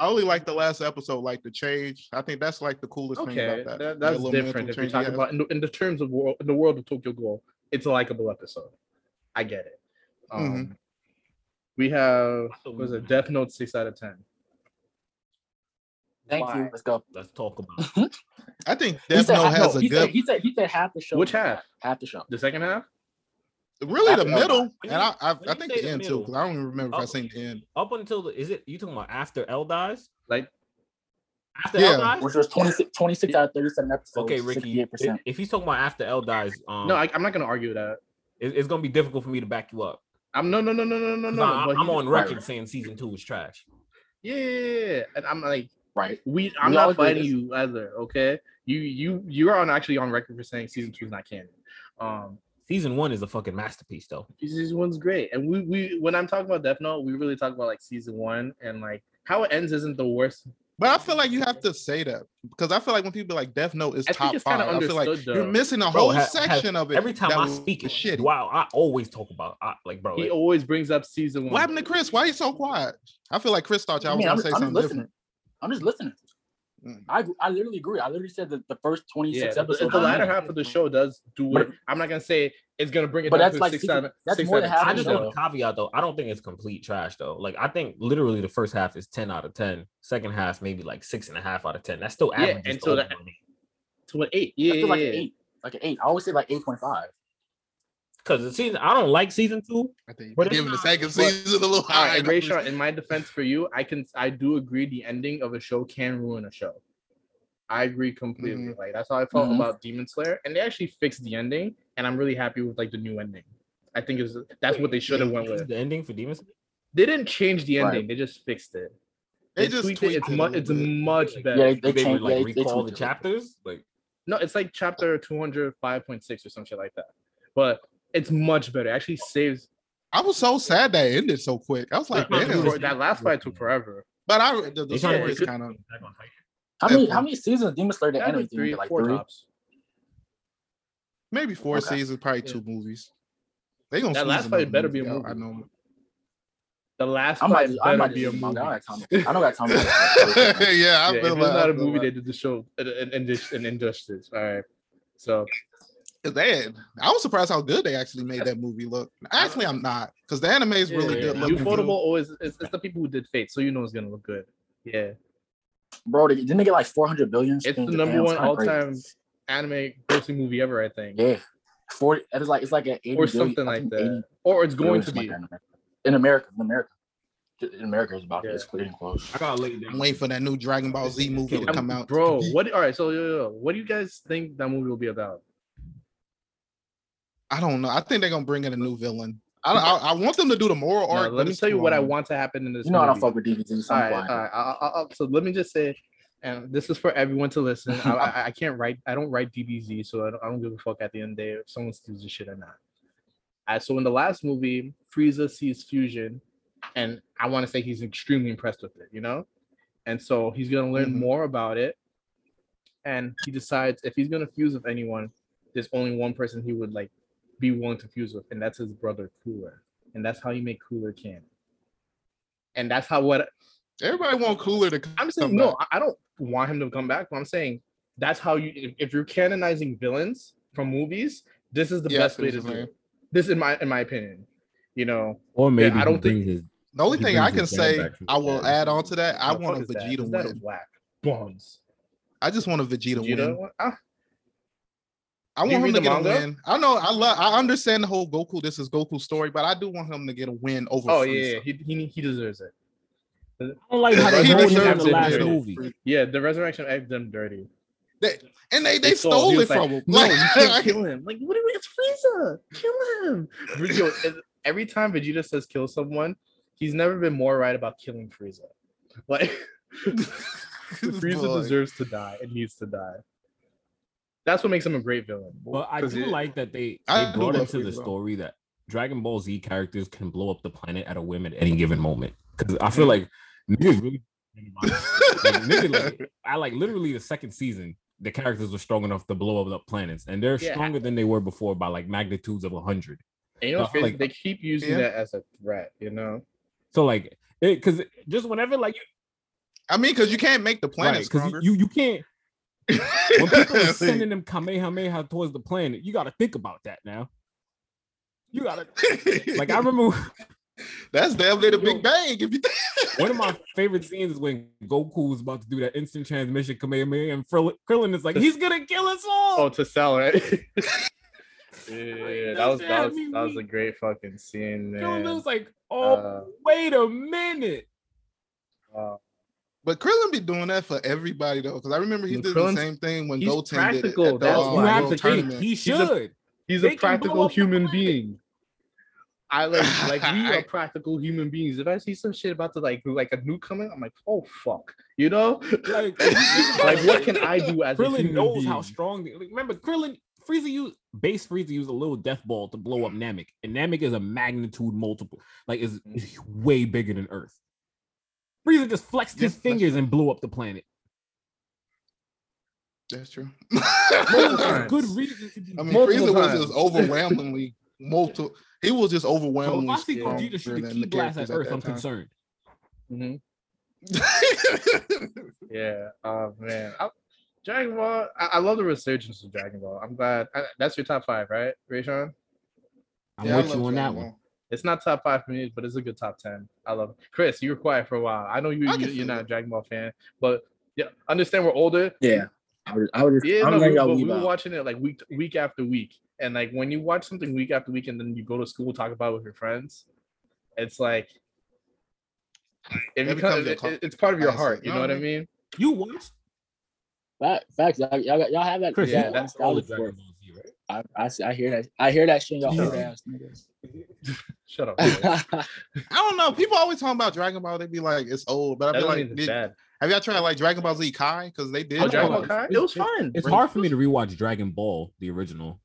Speaker 4: I only like the last episode, like the change. I think that's like the coolest
Speaker 1: Okay,
Speaker 4: thing about that.
Speaker 1: that-
Speaker 4: that
Speaker 1: that's
Speaker 4: little
Speaker 1: different.
Speaker 4: mental
Speaker 1: If you're
Speaker 4: change
Speaker 1: talking
Speaker 4: he
Speaker 1: about in the, in the terms of world in the world of Tokyo Ghoul, it's a likable episode. I get it. Um,
Speaker 4: Mhm.
Speaker 1: We have
Speaker 2: So
Speaker 1: was
Speaker 2: we-
Speaker 1: it Death Note six out of ten.
Speaker 3: Thank you. Let's go.
Speaker 2: Let's talk about it.
Speaker 4: has. I think
Speaker 3: He
Speaker 4: Death
Speaker 3: said,
Speaker 4: Note
Speaker 3: half-
Speaker 4: has
Speaker 3: no,
Speaker 4: a
Speaker 3: he
Speaker 4: good.
Speaker 3: Said, he said he said half the show.
Speaker 1: Which
Speaker 3: was
Speaker 1: half?
Speaker 3: that, Half the show.
Speaker 1: The second half?
Speaker 4: Really, the
Speaker 2: After-
Speaker 4: middle,
Speaker 2: when
Speaker 4: and
Speaker 2: you-
Speaker 4: I, I,
Speaker 2: when
Speaker 4: I
Speaker 2: you
Speaker 4: think
Speaker 2: say
Speaker 4: the
Speaker 2: the
Speaker 4: end too,
Speaker 2: middle,
Speaker 4: because I don't even remember if I
Speaker 2: up-
Speaker 4: seen the end.
Speaker 2: Up until the, is it you talking about after L dies?
Speaker 1: Like-
Speaker 2: after
Speaker 4: Yeah.
Speaker 2: L dies?
Speaker 3: which was 26, 26 out of 37 episodes.
Speaker 2: Okay, Ricky.
Speaker 3: Sixty-eight
Speaker 2: If,
Speaker 3: percent.
Speaker 2: if he's talking about after L dies, um,
Speaker 1: No, I, I'm not gonna argue that.
Speaker 2: it- it's gonna be difficult for me to back you up.
Speaker 1: I'm no, no, no, no, no, no,
Speaker 2: 'Cause
Speaker 1: no.
Speaker 2: I,
Speaker 1: but
Speaker 2: am
Speaker 1: he-
Speaker 2: on record saying season two is trash.
Speaker 1: Yeah, yeah, yeah, yeah. and I'm like,
Speaker 3: Right.
Speaker 1: we. I'm
Speaker 3: We all
Speaker 1: not
Speaker 3: agree
Speaker 1: fighting
Speaker 3: this-
Speaker 1: you either. Okay, you, you, you are on actually on record for saying season two is not canon. Um,
Speaker 2: Season one is a fucking masterpiece, though.
Speaker 1: season one's great, and we, we, when I'm talking about Death Note, we really talk about like season one and like how it ends isn't the worst.
Speaker 4: But I feel like you have to say that because I feel like when people be like Death Note is
Speaker 1: I think
Speaker 4: top
Speaker 1: it's
Speaker 4: five,
Speaker 1: kinda
Speaker 4: I feel like
Speaker 1: understood,
Speaker 4: you're
Speaker 1: though.
Speaker 4: missing a
Speaker 2: Bro,
Speaker 4: whole
Speaker 2: ha- ha-
Speaker 4: section of it.
Speaker 2: Every time
Speaker 4: that
Speaker 2: I
Speaker 4: was
Speaker 2: speak, it,
Speaker 4: shitty.
Speaker 2: wow, I always talk about, I, like, bro,
Speaker 1: He
Speaker 2: it-
Speaker 1: always brings up season one.
Speaker 4: What happened to Chris? Why he so quiet? I feel like Chris thought y'all
Speaker 3: I
Speaker 4: was
Speaker 3: mean,
Speaker 4: gonna
Speaker 3: I'm,
Speaker 4: say
Speaker 3: I'm
Speaker 4: something
Speaker 3: listening.
Speaker 4: different.
Speaker 3: I'm just listening.
Speaker 4: Mm.
Speaker 3: I agree- I literally agree. I literally said that the first 26
Speaker 1: yeah, the-
Speaker 3: episodes.
Speaker 1: the
Speaker 3: are
Speaker 1: latter
Speaker 3: amazing.
Speaker 1: half of the show does do
Speaker 3: But-
Speaker 1: it. I'm not gonna say it's gonna bring it
Speaker 3: But
Speaker 1: down
Speaker 3: that's
Speaker 1: to
Speaker 3: like
Speaker 1: six,
Speaker 3: season-
Speaker 1: seven,
Speaker 3: that's
Speaker 1: six,
Speaker 3: more than
Speaker 1: seven.
Speaker 2: I
Speaker 3: half
Speaker 2: just
Speaker 3: Yeah.
Speaker 2: want to caveat though. I don't think it's complete trash though. Like I think literally the first half is ten out of ten. Second half maybe like six and a half out of ten. That's still
Speaker 1: Yeah,
Speaker 2: average.
Speaker 1: and so that- to an eight. Yeah,
Speaker 3: I
Speaker 1: yeah,
Speaker 3: feel like
Speaker 1: yeah.
Speaker 3: an eight. Like an eight. I always say like 8.5.
Speaker 2: because the season I don't like season two.
Speaker 4: I think
Speaker 2: But it's
Speaker 4: giving the
Speaker 2: not-
Speaker 4: second
Speaker 2: but-
Speaker 4: season a little
Speaker 1: All right,
Speaker 4: high.
Speaker 1: and Rayshawn, in my defense for you, I can I do agree the ending of a show can ruin a show. I agree completely. Like that's how I felt
Speaker 3: Mhm.
Speaker 1: about Demon Slayer, and they actually fixed the ending, and I'm really happy with like the new ending. I think is that's what they should have went
Speaker 2: This is
Speaker 1: with.
Speaker 2: the ending for Demon Slayer.
Speaker 1: They didn't change the
Speaker 3: Right.
Speaker 1: ending; they just fixed it.
Speaker 4: They just
Speaker 1: tweaked
Speaker 4: tweaked
Speaker 1: It's
Speaker 4: it a
Speaker 1: much.
Speaker 4: little
Speaker 1: It's
Speaker 4: bit.
Speaker 1: much
Speaker 2: Like,
Speaker 1: better.
Speaker 3: Yeah, they, they
Speaker 2: They, would
Speaker 3: changed.
Speaker 2: like
Speaker 3: yeah, they- they
Speaker 2: recall the
Speaker 3: tweaked it.
Speaker 2: chapters. Like
Speaker 1: No, it's like chapter 205.6 or some shit like that. But it's much better. It actually saves
Speaker 4: I was so sad that it ended so quick. I was like,
Speaker 2: They're trying to do
Speaker 4: damn.
Speaker 2: this-
Speaker 1: that last fight took forever.
Speaker 4: But I the, the
Speaker 2: They trying to
Speaker 4: story is
Speaker 1: do-
Speaker 3: Oh.
Speaker 4: kind of
Speaker 3: How many how many seasons of Demon Slayer did
Speaker 1: Yeah,
Speaker 3: anime
Speaker 1: like
Speaker 3: three,
Speaker 1: three,
Speaker 3: like
Speaker 1: four
Speaker 3: three?
Speaker 1: tops.
Speaker 4: maybe four
Speaker 3: Okay.
Speaker 4: seasons, probably
Speaker 1: Yeah.
Speaker 4: two movies. They gonna
Speaker 1: That
Speaker 4: squeeze
Speaker 1: last
Speaker 4: another
Speaker 1: fight better be a
Speaker 4: out,
Speaker 1: movie.
Speaker 4: I know.
Speaker 1: The last
Speaker 3: I
Speaker 1: fight
Speaker 3: might I
Speaker 1: better
Speaker 3: might
Speaker 1: be a
Speaker 3: just read
Speaker 1: movie.
Speaker 3: manga. I
Speaker 1: Yeah,
Speaker 3: don't got time. I don't got time. for that.
Speaker 4: yeah, I
Speaker 1: if
Speaker 4: feel
Speaker 1: it's
Speaker 4: like
Speaker 1: not
Speaker 4: I
Speaker 1: a
Speaker 4: feel
Speaker 1: movie,
Speaker 4: like-
Speaker 1: they did the show an, an, injus- an injustice. All right. So
Speaker 4: Cause they had- I was surprised how good they actually made that movie look. Actually, I'm not because the anime is really
Speaker 2: Yeah,
Speaker 4: good
Speaker 2: yeah.
Speaker 4: looking. too.
Speaker 1: Ufotable always it's, it's the people who did Fate, so you know it's gonna look good. Yeah.
Speaker 3: Bro, they, didn't they get like 400 billion?
Speaker 1: It's the
Speaker 3: in Japan?
Speaker 1: number one
Speaker 3: kinda crazy.
Speaker 1: all-time anime grossing movie ever, I think.
Speaker 3: Yeah. 40 it's like it's like an 80
Speaker 1: Or
Speaker 3: billion-
Speaker 1: something
Speaker 3: I
Speaker 1: like
Speaker 3: think
Speaker 1: that.
Speaker 3: 80
Speaker 1: Or it's going
Speaker 3: billion,
Speaker 1: to
Speaker 3: something
Speaker 1: be.
Speaker 3: like that in America. In America. In America, in America is about
Speaker 1: Yeah.
Speaker 3: to it's clear and close.
Speaker 2: I got laid
Speaker 4: I'm
Speaker 2: down.
Speaker 4: waiting for that new Dragon Ball Z movie to
Speaker 2: I'm-
Speaker 4: come out,
Speaker 1: Bro, what all right, so yo, yo, yo, what do you guys think that movie will be about?
Speaker 4: I don't know. I think they're gonna bring in a new villain. I don't, I, I want them to do the moral
Speaker 1: Now,
Speaker 4: arc. but
Speaker 1: let me
Speaker 4: it's
Speaker 1: tell you
Speaker 4: too
Speaker 1: what I
Speaker 4: long.
Speaker 1: want to happen in this
Speaker 3: You know I
Speaker 1: movie.
Speaker 3: don't fuck with DVDs, so
Speaker 1: all
Speaker 3: I'm
Speaker 1: right,
Speaker 3: quiet.
Speaker 1: all right. I, I, I, so let me just say, and this is for everyone to listen. I, I, I can't write. I don't write DBZ, so I don't, I don't give a fuck at the end of the day if someone steals the shit or not. Uh, so in the last movie, Frieza sees fusion, and I want to say he's extremely impressed with it. You know, and so he's gonna learn
Speaker 4: Mhm.
Speaker 1: more about it, and he decides if he's gonna fuse with anyone, there's only one person he would like be willing to fuse with, and that's his brother Cooler, and that's how you make Cooler canon. And that's how what
Speaker 4: Everybody want Cooler to. Come
Speaker 1: I'm saying
Speaker 4: come
Speaker 1: no,
Speaker 4: back.
Speaker 1: I I don't want him to come back, but I'm saying that's how you if, if you're canonizing villains from movies, this is the
Speaker 4: Yeah, I
Speaker 1: best
Speaker 4: see
Speaker 1: way
Speaker 4: what
Speaker 1: to
Speaker 4: you're
Speaker 1: do
Speaker 4: saying.
Speaker 1: it. This in my in my opinion. You know,
Speaker 5: Or maybe
Speaker 1: I
Speaker 5: I
Speaker 1: don't
Speaker 5: don't
Speaker 1: think-
Speaker 5: think his,
Speaker 4: The only
Speaker 5: He
Speaker 4: thing I
Speaker 5: brings
Speaker 4: can
Speaker 5: his dad
Speaker 4: say,
Speaker 5: back from
Speaker 4: I will
Speaker 5: dead.
Speaker 4: add on to that. I
Speaker 1: what the
Speaker 4: want a
Speaker 1: fuck is that?
Speaker 4: Vegeta
Speaker 1: Is that
Speaker 4: win.
Speaker 1: whack. Bombs.
Speaker 4: I just want a Vegeta
Speaker 1: You
Speaker 4: win.
Speaker 1: know, ah,
Speaker 4: I
Speaker 1: Do you
Speaker 4: want him
Speaker 1: read
Speaker 4: to
Speaker 1: the
Speaker 4: get
Speaker 1: manga?
Speaker 4: a win. I know. I love. I understand the whole Goku. This is Goku story, but I do want him to get a win over.
Speaker 1: oh
Speaker 4: Frieza.
Speaker 1: yeah, yeah, he, he he deserves it.
Speaker 5: I don't like how they
Speaker 1: He
Speaker 5: ruined him in
Speaker 1: deserves
Speaker 5: the
Speaker 1: it,
Speaker 5: last
Speaker 1: dude.
Speaker 5: movie.
Speaker 1: Yeah, the resurrection act done dirty.
Speaker 4: They- and they they,
Speaker 1: They sold.
Speaker 4: stole
Speaker 1: He
Speaker 4: it
Speaker 1: was like,
Speaker 4: from him.
Speaker 1: No,
Speaker 4: Like,
Speaker 1: you can't kill him. Like, what do we? It's Frieza. Kill him. But yo, ev- every time Vegeta says kill someone, he's never been more right about killing Frieza. Like, Frieza
Speaker 4: Boy.
Speaker 1: deserves to die and needs to die. That's what makes him a great villain.
Speaker 5: But I
Speaker 4: 'Cause
Speaker 5: do
Speaker 4: it-
Speaker 5: like that they,
Speaker 4: I
Speaker 5: they
Speaker 4: do
Speaker 5: brought
Speaker 4: love
Speaker 5: into the
Speaker 4: Frieza.
Speaker 5: story that Dragon Ball Z characters can blow up the planet at a whim at any given moment. Because I feel like niggas really. Like, nigga, like, I like literally the second season, the characters were strong enough to blow up the planets, and they're
Speaker 1: Yeah.
Speaker 5: stronger than they were before by like magnitudes of hundred.
Speaker 1: And you know, what's
Speaker 5: Nah,
Speaker 1: crazy?
Speaker 5: like-
Speaker 1: they keep using
Speaker 4: Yeah.
Speaker 1: that as a threat. You know,
Speaker 5: So like, it because just whenever like you
Speaker 4: I mean, because you can't make the planet
Speaker 5: because
Speaker 4: stronger.
Speaker 5: you you can't when people are sending them kamehameha towards the planet, you got to think about that now. You got to like I remember
Speaker 4: That's damn near the
Speaker 5: Yo.
Speaker 4: Big Bang. If you think
Speaker 5: One of my favorite scenes is when Goku is about to do that instant transmission
Speaker 2: Oh.
Speaker 5: Kamehameha, and Frill- Krillin is like, he's gonna kill us all.
Speaker 1: oh, to sell it. Yeah, that was that was, that was a great fucking scene,
Speaker 2: Dude, it
Speaker 1: man.
Speaker 2: was like, oh,
Speaker 1: Uh,
Speaker 2: wait a minute.
Speaker 1: Uh,
Speaker 4: But Krillin be doing that for everybody though, because I remember he
Speaker 1: But
Speaker 4: did
Speaker 1: Krillin's-
Speaker 4: the same thing when
Speaker 1: he's
Speaker 4: Goten
Speaker 1: practical,
Speaker 4: did it at the
Speaker 1: that's
Speaker 4: um,
Speaker 1: why.
Speaker 2: you have
Speaker 4: World
Speaker 2: to think
Speaker 4: Tournament.
Speaker 2: he
Speaker 1: a-
Speaker 2: should.
Speaker 1: he's
Speaker 2: They
Speaker 1: a
Speaker 2: can blow
Speaker 1: practical
Speaker 2: up the
Speaker 1: human
Speaker 2: planet.
Speaker 1: being. I like like we are practical human beings. If I see some shit about to like like a nuke coming, I'm like, oh fuck, you know?
Speaker 2: Like,
Speaker 1: like what can I do as a
Speaker 2: Krillin
Speaker 1: human
Speaker 2: knows
Speaker 1: being?
Speaker 2: how strong. the- like, remember, Krillin Frieza used base Frieza used a little death ball to blow up Namek, and Namek is a magnitude multiple, like is is way bigger than Earth. Frieza just flexed
Speaker 4: Yeah,
Speaker 2: his
Speaker 4: that's
Speaker 2: fingers and blew up the planet.
Speaker 4: That's true.
Speaker 2: There's
Speaker 1: times.
Speaker 4: I
Speaker 2: Good reason to be.
Speaker 4: mean,
Speaker 1: Multiple
Speaker 4: Frieza was
Speaker 1: times.
Speaker 4: just overwhelmingly multiple. He was just
Speaker 2: so if
Speaker 4: overwhelmingly
Speaker 2: I see
Speaker 4: stronger
Speaker 2: Gogeta shoot the
Speaker 4: than
Speaker 2: key
Speaker 4: the
Speaker 2: blast at
Speaker 4: characters at
Speaker 2: Earth,
Speaker 4: that
Speaker 2: I'm concerned.
Speaker 4: time.
Speaker 1: Mhm. Yeah. Oh man, I, Dragon Ball. I, I love the resurgence of Dragon Ball. I'm glad I, that's your top five, right, Rayshawn?
Speaker 2: I'm
Speaker 4: Yeah, I
Speaker 2: with
Speaker 4: love
Speaker 2: you on that
Speaker 4: Dragon
Speaker 2: one.
Speaker 1: It's not top five for me, but it's a good top ten. I love it. Chris. You were quiet for a while. I know you,
Speaker 4: I
Speaker 1: you
Speaker 4: can
Speaker 1: you're
Speaker 4: see
Speaker 1: not a Dragon Ball fan, but yeah, understand we're older.
Speaker 3: Yeah, I would. I would just.
Speaker 1: Yeah,
Speaker 3: I'm
Speaker 1: no,
Speaker 3: letting
Speaker 1: we,
Speaker 3: y'all
Speaker 1: but we
Speaker 3: leave
Speaker 1: were
Speaker 3: out.
Speaker 1: watching it like week week after week, and like when you watch something week after week, and then you go to school talk about it with your friends, it's like it becomes
Speaker 4: That becomes a
Speaker 1: it-
Speaker 4: cul-
Speaker 1: it- it's part of your
Speaker 4: classic,
Speaker 1: heart. You know what I mean?
Speaker 2: You watched
Speaker 3: Fact, facts. Y'all, y'all, y'all have that.
Speaker 2: Chris?
Speaker 1: Yeah,
Speaker 2: you
Speaker 3: that
Speaker 2: watched all the
Speaker 3: nostalgic
Speaker 2: Dragon
Speaker 3: for.
Speaker 2: Ball Z, right?
Speaker 3: I, I, see- I hear that. I hear that shit. Y'all
Speaker 2: Yeah.
Speaker 3: old ass niggas.
Speaker 1: Shut up. Chris.
Speaker 3: I
Speaker 4: I don't know. People always talking about Dragon Ball. They be like, it's old, but I
Speaker 1: That
Speaker 4: be
Speaker 1: don't
Speaker 4: like,
Speaker 1: mean it's
Speaker 4: did,
Speaker 1: bad.
Speaker 4: have y'all tried like Dragon Ball Z Kai? Because they did.
Speaker 1: Oh,
Speaker 2: no,
Speaker 1: Dragon Ball
Speaker 2: it's-
Speaker 1: Kai? It
Speaker 2: it's-
Speaker 1: was fun.
Speaker 2: It's hard for me to rewatch Dragon Ball the original.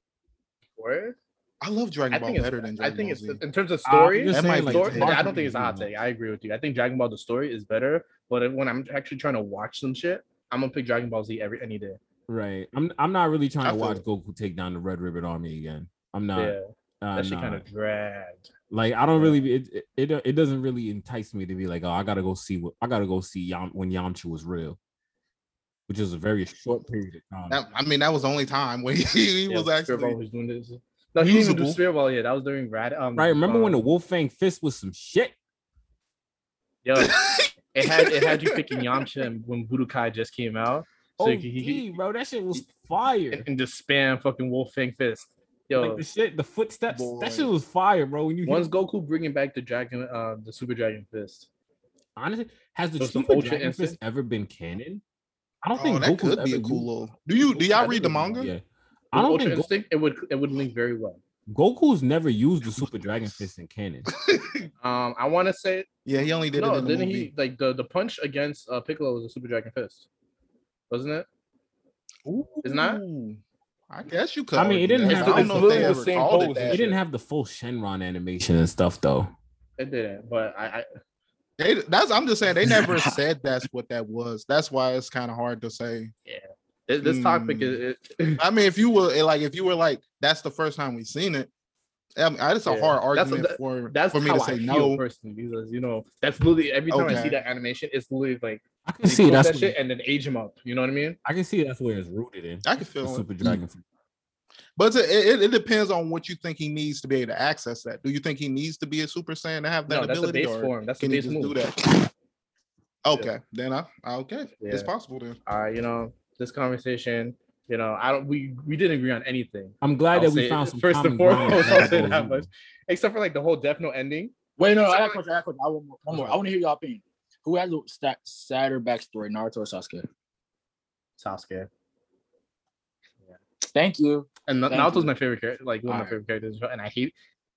Speaker 1: Word?
Speaker 4: I love
Speaker 1: I
Speaker 4: Dragon Ball
Speaker 1: think it's
Speaker 4: better than
Speaker 1: I
Speaker 4: Dragon
Speaker 1: think
Speaker 4: Ball
Speaker 1: it's
Speaker 4: Z.
Speaker 1: in terms of
Speaker 2: I'm
Speaker 1: story.
Speaker 2: just
Speaker 4: That might
Speaker 2: saying,
Speaker 4: be
Speaker 2: like,
Speaker 4: a
Speaker 1: story-
Speaker 4: take.
Speaker 2: hard
Speaker 1: I
Speaker 2: for
Speaker 1: don't
Speaker 2: me
Speaker 1: think it's
Speaker 2: to
Speaker 1: a hot
Speaker 2: rewatch.
Speaker 1: take. I agree with you. I think Dragon Ball the story is better, but when I'm actually trying to watch some shit, I'm gonna pick Dragon Ball Z every any day.
Speaker 2: Right. I'm I'm not really trying
Speaker 4: I
Speaker 2: to
Speaker 4: feel
Speaker 2: watch
Speaker 4: it.
Speaker 2: Goku take down the Red Ribbon Army again. I'm not.
Speaker 1: yeah,
Speaker 2: Uh,
Speaker 1: that shit
Speaker 2: nah.
Speaker 1: kind of dragged.
Speaker 2: like I don't
Speaker 1: yeah.
Speaker 2: really be- it, it it it doesn't really entice me to be like, oh, I gotta go see what I gotta go see Yam, when Yamcha was real, which is a very short period of time.
Speaker 4: That- I mean, that was the only time when he, he
Speaker 1: Yeah,
Speaker 4: was
Speaker 1: Spear Ball
Speaker 4: actually.
Speaker 1: was doing this. No, he didn't even do
Speaker 4: usable.
Speaker 1: Spear Ball yet. That was during Rad. Um,
Speaker 2: right. Remember when the
Speaker 1: um,
Speaker 2: Wolfang fist was some shit?
Speaker 1: yo, it had it had you picking Yamcha and when Budokai just came out, so
Speaker 2: oh,
Speaker 1: he, he, he
Speaker 2: bro, that shit was fire.
Speaker 1: and, and just spam fucking Wolfang Fist. Yo,
Speaker 2: Like the shit, the footsteps,
Speaker 4: Boy.
Speaker 2: that shit was fire, bro. When you
Speaker 1: when's Goku bringing back the Dragon, uh, the Super Dragon Fist?
Speaker 2: honestly, has the
Speaker 1: So some
Speaker 2: Super
Speaker 1: Ultra
Speaker 2: Dragon Fist
Speaker 1: instant?
Speaker 2: ever been canon? I don't
Speaker 4: Oh,
Speaker 2: think
Speaker 4: that
Speaker 2: Goku's
Speaker 4: could be
Speaker 2: ever
Speaker 4: a cool
Speaker 2: used-
Speaker 4: little. Do you do y'all
Speaker 1: Goku-
Speaker 4: read the
Speaker 1: I think it
Speaker 4: manga?
Speaker 2: Yeah,
Speaker 1: With
Speaker 2: I don't
Speaker 1: Ultra
Speaker 2: think Go-
Speaker 1: Instinct, it would it would link very well.
Speaker 2: Goku's never used the Super Dragon Fist in canon.
Speaker 1: Um, I want to say
Speaker 4: Yeah, he only did
Speaker 1: no,
Speaker 4: it in the
Speaker 1: didn't
Speaker 4: movie.
Speaker 1: he? Like the the punch against uh, Piccolo was a Super Dragon Fist, wasn't it? It's not?
Speaker 4: Ooh, I guess you could.
Speaker 2: I mean, it
Speaker 4: argue
Speaker 2: didn't
Speaker 4: that.
Speaker 2: have-
Speaker 4: I don't
Speaker 2: it's
Speaker 4: know if
Speaker 1: literally
Speaker 4: they
Speaker 1: the
Speaker 4: ever
Speaker 1: same
Speaker 4: called
Speaker 1: pose.
Speaker 4: it
Speaker 1: It
Speaker 4: that.
Speaker 2: He didn't have the full Shenron animation and stuff though.
Speaker 1: It didn't, but I, I
Speaker 4: They, that's I'm just saying they never said that's what that was. That's why it's kind of hard to say.
Speaker 1: thi- this topic
Speaker 4: Hmm.
Speaker 1: is it,
Speaker 4: I mean, if you were eh, like, if you were like, that's the first time we've seen it. I mean, that's a
Speaker 1: Yeah. That's-
Speaker 4: hard argument
Speaker 1: that-
Speaker 4: for
Speaker 1: that's
Speaker 4: for me
Speaker 1: how
Speaker 4: to say
Speaker 1: I feel
Speaker 4: no.
Speaker 1: personally because you know that's literally every time I see
Speaker 4: Okay.
Speaker 1: that animation, it's literally like
Speaker 2: I can
Speaker 1: they
Speaker 2: see
Speaker 1: see
Speaker 2: that's
Speaker 1: that
Speaker 2: where-
Speaker 1: shit and then age him up. You know what I mean?
Speaker 2: I can see that's where it's rooted in.
Speaker 4: I can feel
Speaker 2: the
Speaker 4: it.
Speaker 2: Super Dragon. Fist.
Speaker 4: But it, it, it depends on what you think he needs to be able to access that. Do you think he needs to be a Super Saiyan to have that
Speaker 1: No, that's a
Speaker 4: ability,
Speaker 1: base
Speaker 4: or
Speaker 1: form. That's a
Speaker 4: can he
Speaker 1: base
Speaker 4: just do
Speaker 1: move.
Speaker 4: that? Okay, then I okay,
Speaker 1: Yeah.
Speaker 4: it's possible then.
Speaker 1: All right, you know this conversation. You know, I don't. We we didn't agree on anything
Speaker 2: I'm glad
Speaker 1: I'll
Speaker 2: that we
Speaker 1: say
Speaker 2: found
Speaker 1: it.
Speaker 2: some
Speaker 1: First
Speaker 2: common
Speaker 1: and foremost,
Speaker 2: ground with
Speaker 1: I'll
Speaker 2: Dragon
Speaker 1: say
Speaker 2: Ball
Speaker 1: that
Speaker 2: Z.
Speaker 1: much. except for like the whole Death Note ending.
Speaker 3: Wait, no, no, I got a question. I got a question. I want more, one more. I want to hear y'all opinion. Who has a sta- sadder backstory, Naruto or Sasuke?
Speaker 1: Sasuke.
Speaker 3: Thank you.
Speaker 1: And Na-
Speaker 3: Thank
Speaker 1: Naruto's
Speaker 3: you.
Speaker 1: my favorite character, like one of my
Speaker 3: Alright.
Speaker 1: favorite characters, and I hate.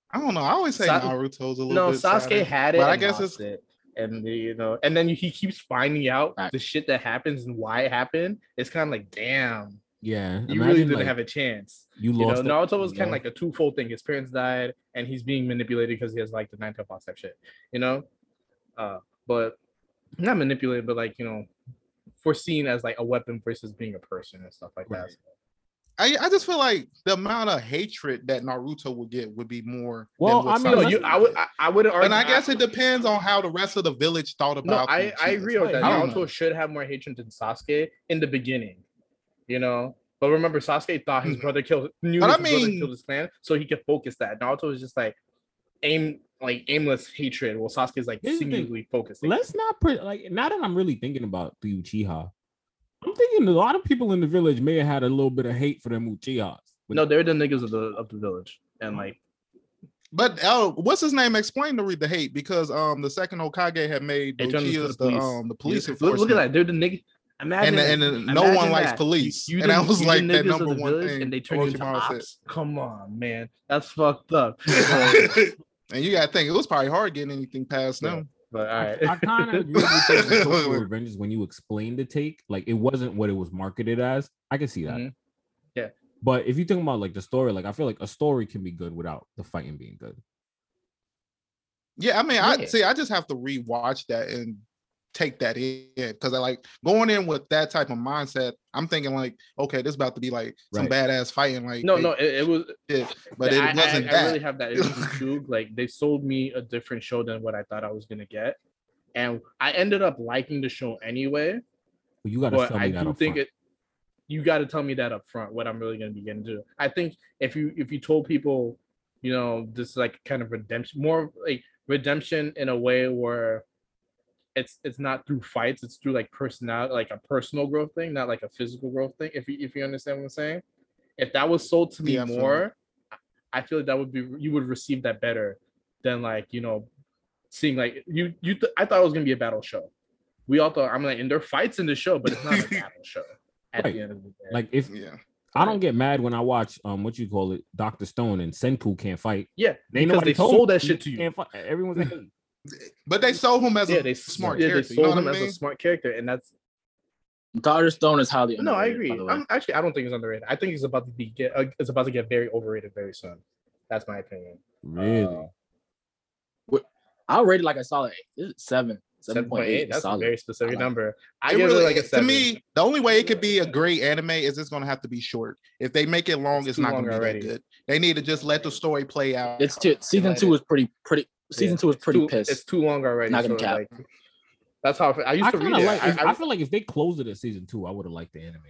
Speaker 4: I don't know. I always say
Speaker 1: Sa-
Speaker 4: Naruto's a little
Speaker 1: No,
Speaker 4: bit.
Speaker 1: Sasuke
Speaker 4: sadder.
Speaker 1: had it,
Speaker 4: but I
Speaker 1: and
Speaker 4: guess
Speaker 1: lost it, and you know, and then he keeps finding out
Speaker 3: Right.
Speaker 1: the shit that happens and why it happened. It's kind of like, damn,
Speaker 2: Yeah,
Speaker 1: you
Speaker 2: imagine,
Speaker 1: really didn't
Speaker 2: like,
Speaker 1: have a chance.
Speaker 2: You
Speaker 1: You
Speaker 2: lost.
Speaker 1: know, Naruto was
Speaker 2: you
Speaker 1: kind of
Speaker 2: know?
Speaker 1: like a twofold thing. His parents died, and he's being manipulated because he has like the nine tail fox type shit. You know, uh, but not manipulated, but like you know, foreseen as like a weapon versus being a person and stuff like that.
Speaker 2: Right.
Speaker 4: I, I just feel like the amount of hatred that Naruto would get would be more.
Speaker 2: Well,
Speaker 4: what
Speaker 2: I mean,
Speaker 1: No,
Speaker 4: Sasuke
Speaker 2: let's-
Speaker 1: you, I would,
Speaker 4: get.
Speaker 1: I, I wouldn't argue.
Speaker 4: and I guess it depends on how the rest of the village thought
Speaker 1: No,
Speaker 4: about.
Speaker 1: I,
Speaker 4: them
Speaker 1: I
Speaker 4: shit.
Speaker 1: agree with
Speaker 2: Like,
Speaker 1: that.
Speaker 4: I don't
Speaker 1: Naruto
Speaker 4: know.
Speaker 1: should have more hatred than Sasuke in the beginning, you know. But remember, Sasuke thought his
Speaker 4: Mhm.
Speaker 1: brother killed, knew
Speaker 4: But
Speaker 1: his
Speaker 4: I
Speaker 1: brother
Speaker 4: mean-
Speaker 1: killed his clan, so he could focus that. Naruto was just like aim, like aimless hatred. Well, Sasuke's like
Speaker 2: Here's the thing.
Speaker 1: singularly focused.
Speaker 2: Let's not pre- like. Now that I'm really thinking about the Uchiha, I'm thinking a lot of people in the village may have had a little bit of hate for them Uchihas.
Speaker 1: No, they're the niggas of the of the village, and like
Speaker 4: But uh, what's his name? Explain to read the hate because um the second Okage had made
Speaker 1: They turned him to
Speaker 4: Dochia's
Speaker 1: the
Speaker 4: the,
Speaker 1: police.
Speaker 4: um the police
Speaker 1: look, look
Speaker 4: enforcement.
Speaker 1: at that. They're the niggas. Imagine
Speaker 4: And, and, and no one
Speaker 1: imagine
Speaker 4: likes
Speaker 1: that.
Speaker 4: police.
Speaker 1: You
Speaker 4: and that
Speaker 1: the-
Speaker 4: was
Speaker 1: you the
Speaker 4: like
Speaker 1: niggas
Speaker 4: that
Speaker 1: of
Speaker 4: number
Speaker 1: the
Speaker 4: one
Speaker 1: village,
Speaker 4: thing.
Speaker 1: And they turn you into
Speaker 4: Orochimaru said.
Speaker 1: ops. Come on, man, that's fucked up.
Speaker 4: and you gotta think it was probably hard getting anything past
Speaker 1: Yeah.
Speaker 4: them.
Speaker 1: but all
Speaker 2: I-
Speaker 1: right,
Speaker 2: I kind of agree with you with Tokyo Revengers when you explained the take. Like it wasn't what it was marketed as. I can see that.
Speaker 1: Mhm. Yeah.
Speaker 2: But if you think about like the story, like I feel like a story can be good without the fighting being good.
Speaker 4: Yeah, I mean, I
Speaker 1: Yeah.
Speaker 4: see. I just have to rewatch that and take that in because I like going in with that type of mindset. I'm thinking like, okay, this about to be like some badass fighting, like
Speaker 1: no,
Speaker 4: they
Speaker 1: no, it, it was.
Speaker 4: did, but
Speaker 1: I,
Speaker 4: it
Speaker 1: I-
Speaker 4: wasn't
Speaker 1: I,
Speaker 4: that.
Speaker 1: really have that issue too. Like they sold me a different show than what I thought I was gonna get, and I ended up liking the show anyway.
Speaker 2: But you gotta
Speaker 1: but
Speaker 2: tell
Speaker 1: I
Speaker 2: me that
Speaker 1: do
Speaker 2: up
Speaker 1: think
Speaker 2: front.
Speaker 1: it. You got to tell me that up front. What I'm really going to be getting to. I think if you if you told people, you know, this is like kind of redemption, more like redemption in a way where it's it's not through fights, it's through like personality, like a personal growth thing, not like a physical growth thing. If you if you understand what I'm saying, if that was sold to me
Speaker 4: Yeah, I feel that.
Speaker 1: more, I feel like that would be you would receive that better than like you know seeing like you you th- I thought it was gonna be a battle show. We all thought I'm like, and there are fights in the show, but it's not a battle show at
Speaker 2: Right.
Speaker 1: the end of the day.
Speaker 2: Like if
Speaker 4: yeah,
Speaker 2: I don't get mad when I watch um what you call it, Doctor Stone and Senku can't fight.
Speaker 1: yeah,
Speaker 2: They
Speaker 1: because
Speaker 2: nobody
Speaker 1: they
Speaker 2: told
Speaker 1: sold
Speaker 2: me
Speaker 1: that shit to you.
Speaker 2: Can't fight. Everyone's like, hey,
Speaker 4: but they sold him as
Speaker 1: Yeah,
Speaker 4: a
Speaker 1: they
Speaker 4: smart
Speaker 1: yeah,
Speaker 4: character.
Speaker 1: They
Speaker 4: You know
Speaker 1: sold
Speaker 4: what I
Speaker 1: him as
Speaker 4: mean?
Speaker 1: a smart character, and that's
Speaker 3: Daughter Stone is highly
Speaker 1: no, I
Speaker 3: underrated,
Speaker 1: agree.
Speaker 3: by the way.
Speaker 1: I'm, actually, I don't think it's underrated. I think it's about to be get uh, it's about to get very overrated very soon. That's my opinion. Uh,
Speaker 2: really?
Speaker 3: I'll rate it like a solid eight. This is seven.
Speaker 1: Seven
Speaker 3: 7.8
Speaker 1: point
Speaker 3: is
Speaker 1: eight. That's
Speaker 3: solid.
Speaker 1: a very specific
Speaker 3: I like it.
Speaker 1: number. I
Speaker 4: It
Speaker 1: give
Speaker 4: really-
Speaker 1: it like a
Speaker 4: to
Speaker 1: seven.
Speaker 4: me, the only way it could be a great anime is it's gonna have to be short. If they make it long,
Speaker 1: It's
Speaker 4: it's,
Speaker 1: too
Speaker 4: not
Speaker 1: long
Speaker 4: gonna be
Speaker 1: already.
Speaker 4: that good. They need to just let the story play out.
Speaker 3: It's two, season
Speaker 1: like
Speaker 3: two
Speaker 1: it.
Speaker 3: was pretty pretty season
Speaker 1: Yeah.
Speaker 3: two was pretty
Speaker 1: too,
Speaker 3: pissed.
Speaker 1: It's too long already.
Speaker 3: Not gonna
Speaker 1: so,
Speaker 3: cap.
Speaker 1: Like, that's how I, feel. I used
Speaker 2: I
Speaker 1: to
Speaker 2: kind
Speaker 1: read
Speaker 2: of
Speaker 1: it.
Speaker 2: like.
Speaker 1: I-
Speaker 2: if-
Speaker 1: I-
Speaker 2: I feel like if they closed it at season two, I would have liked the anime.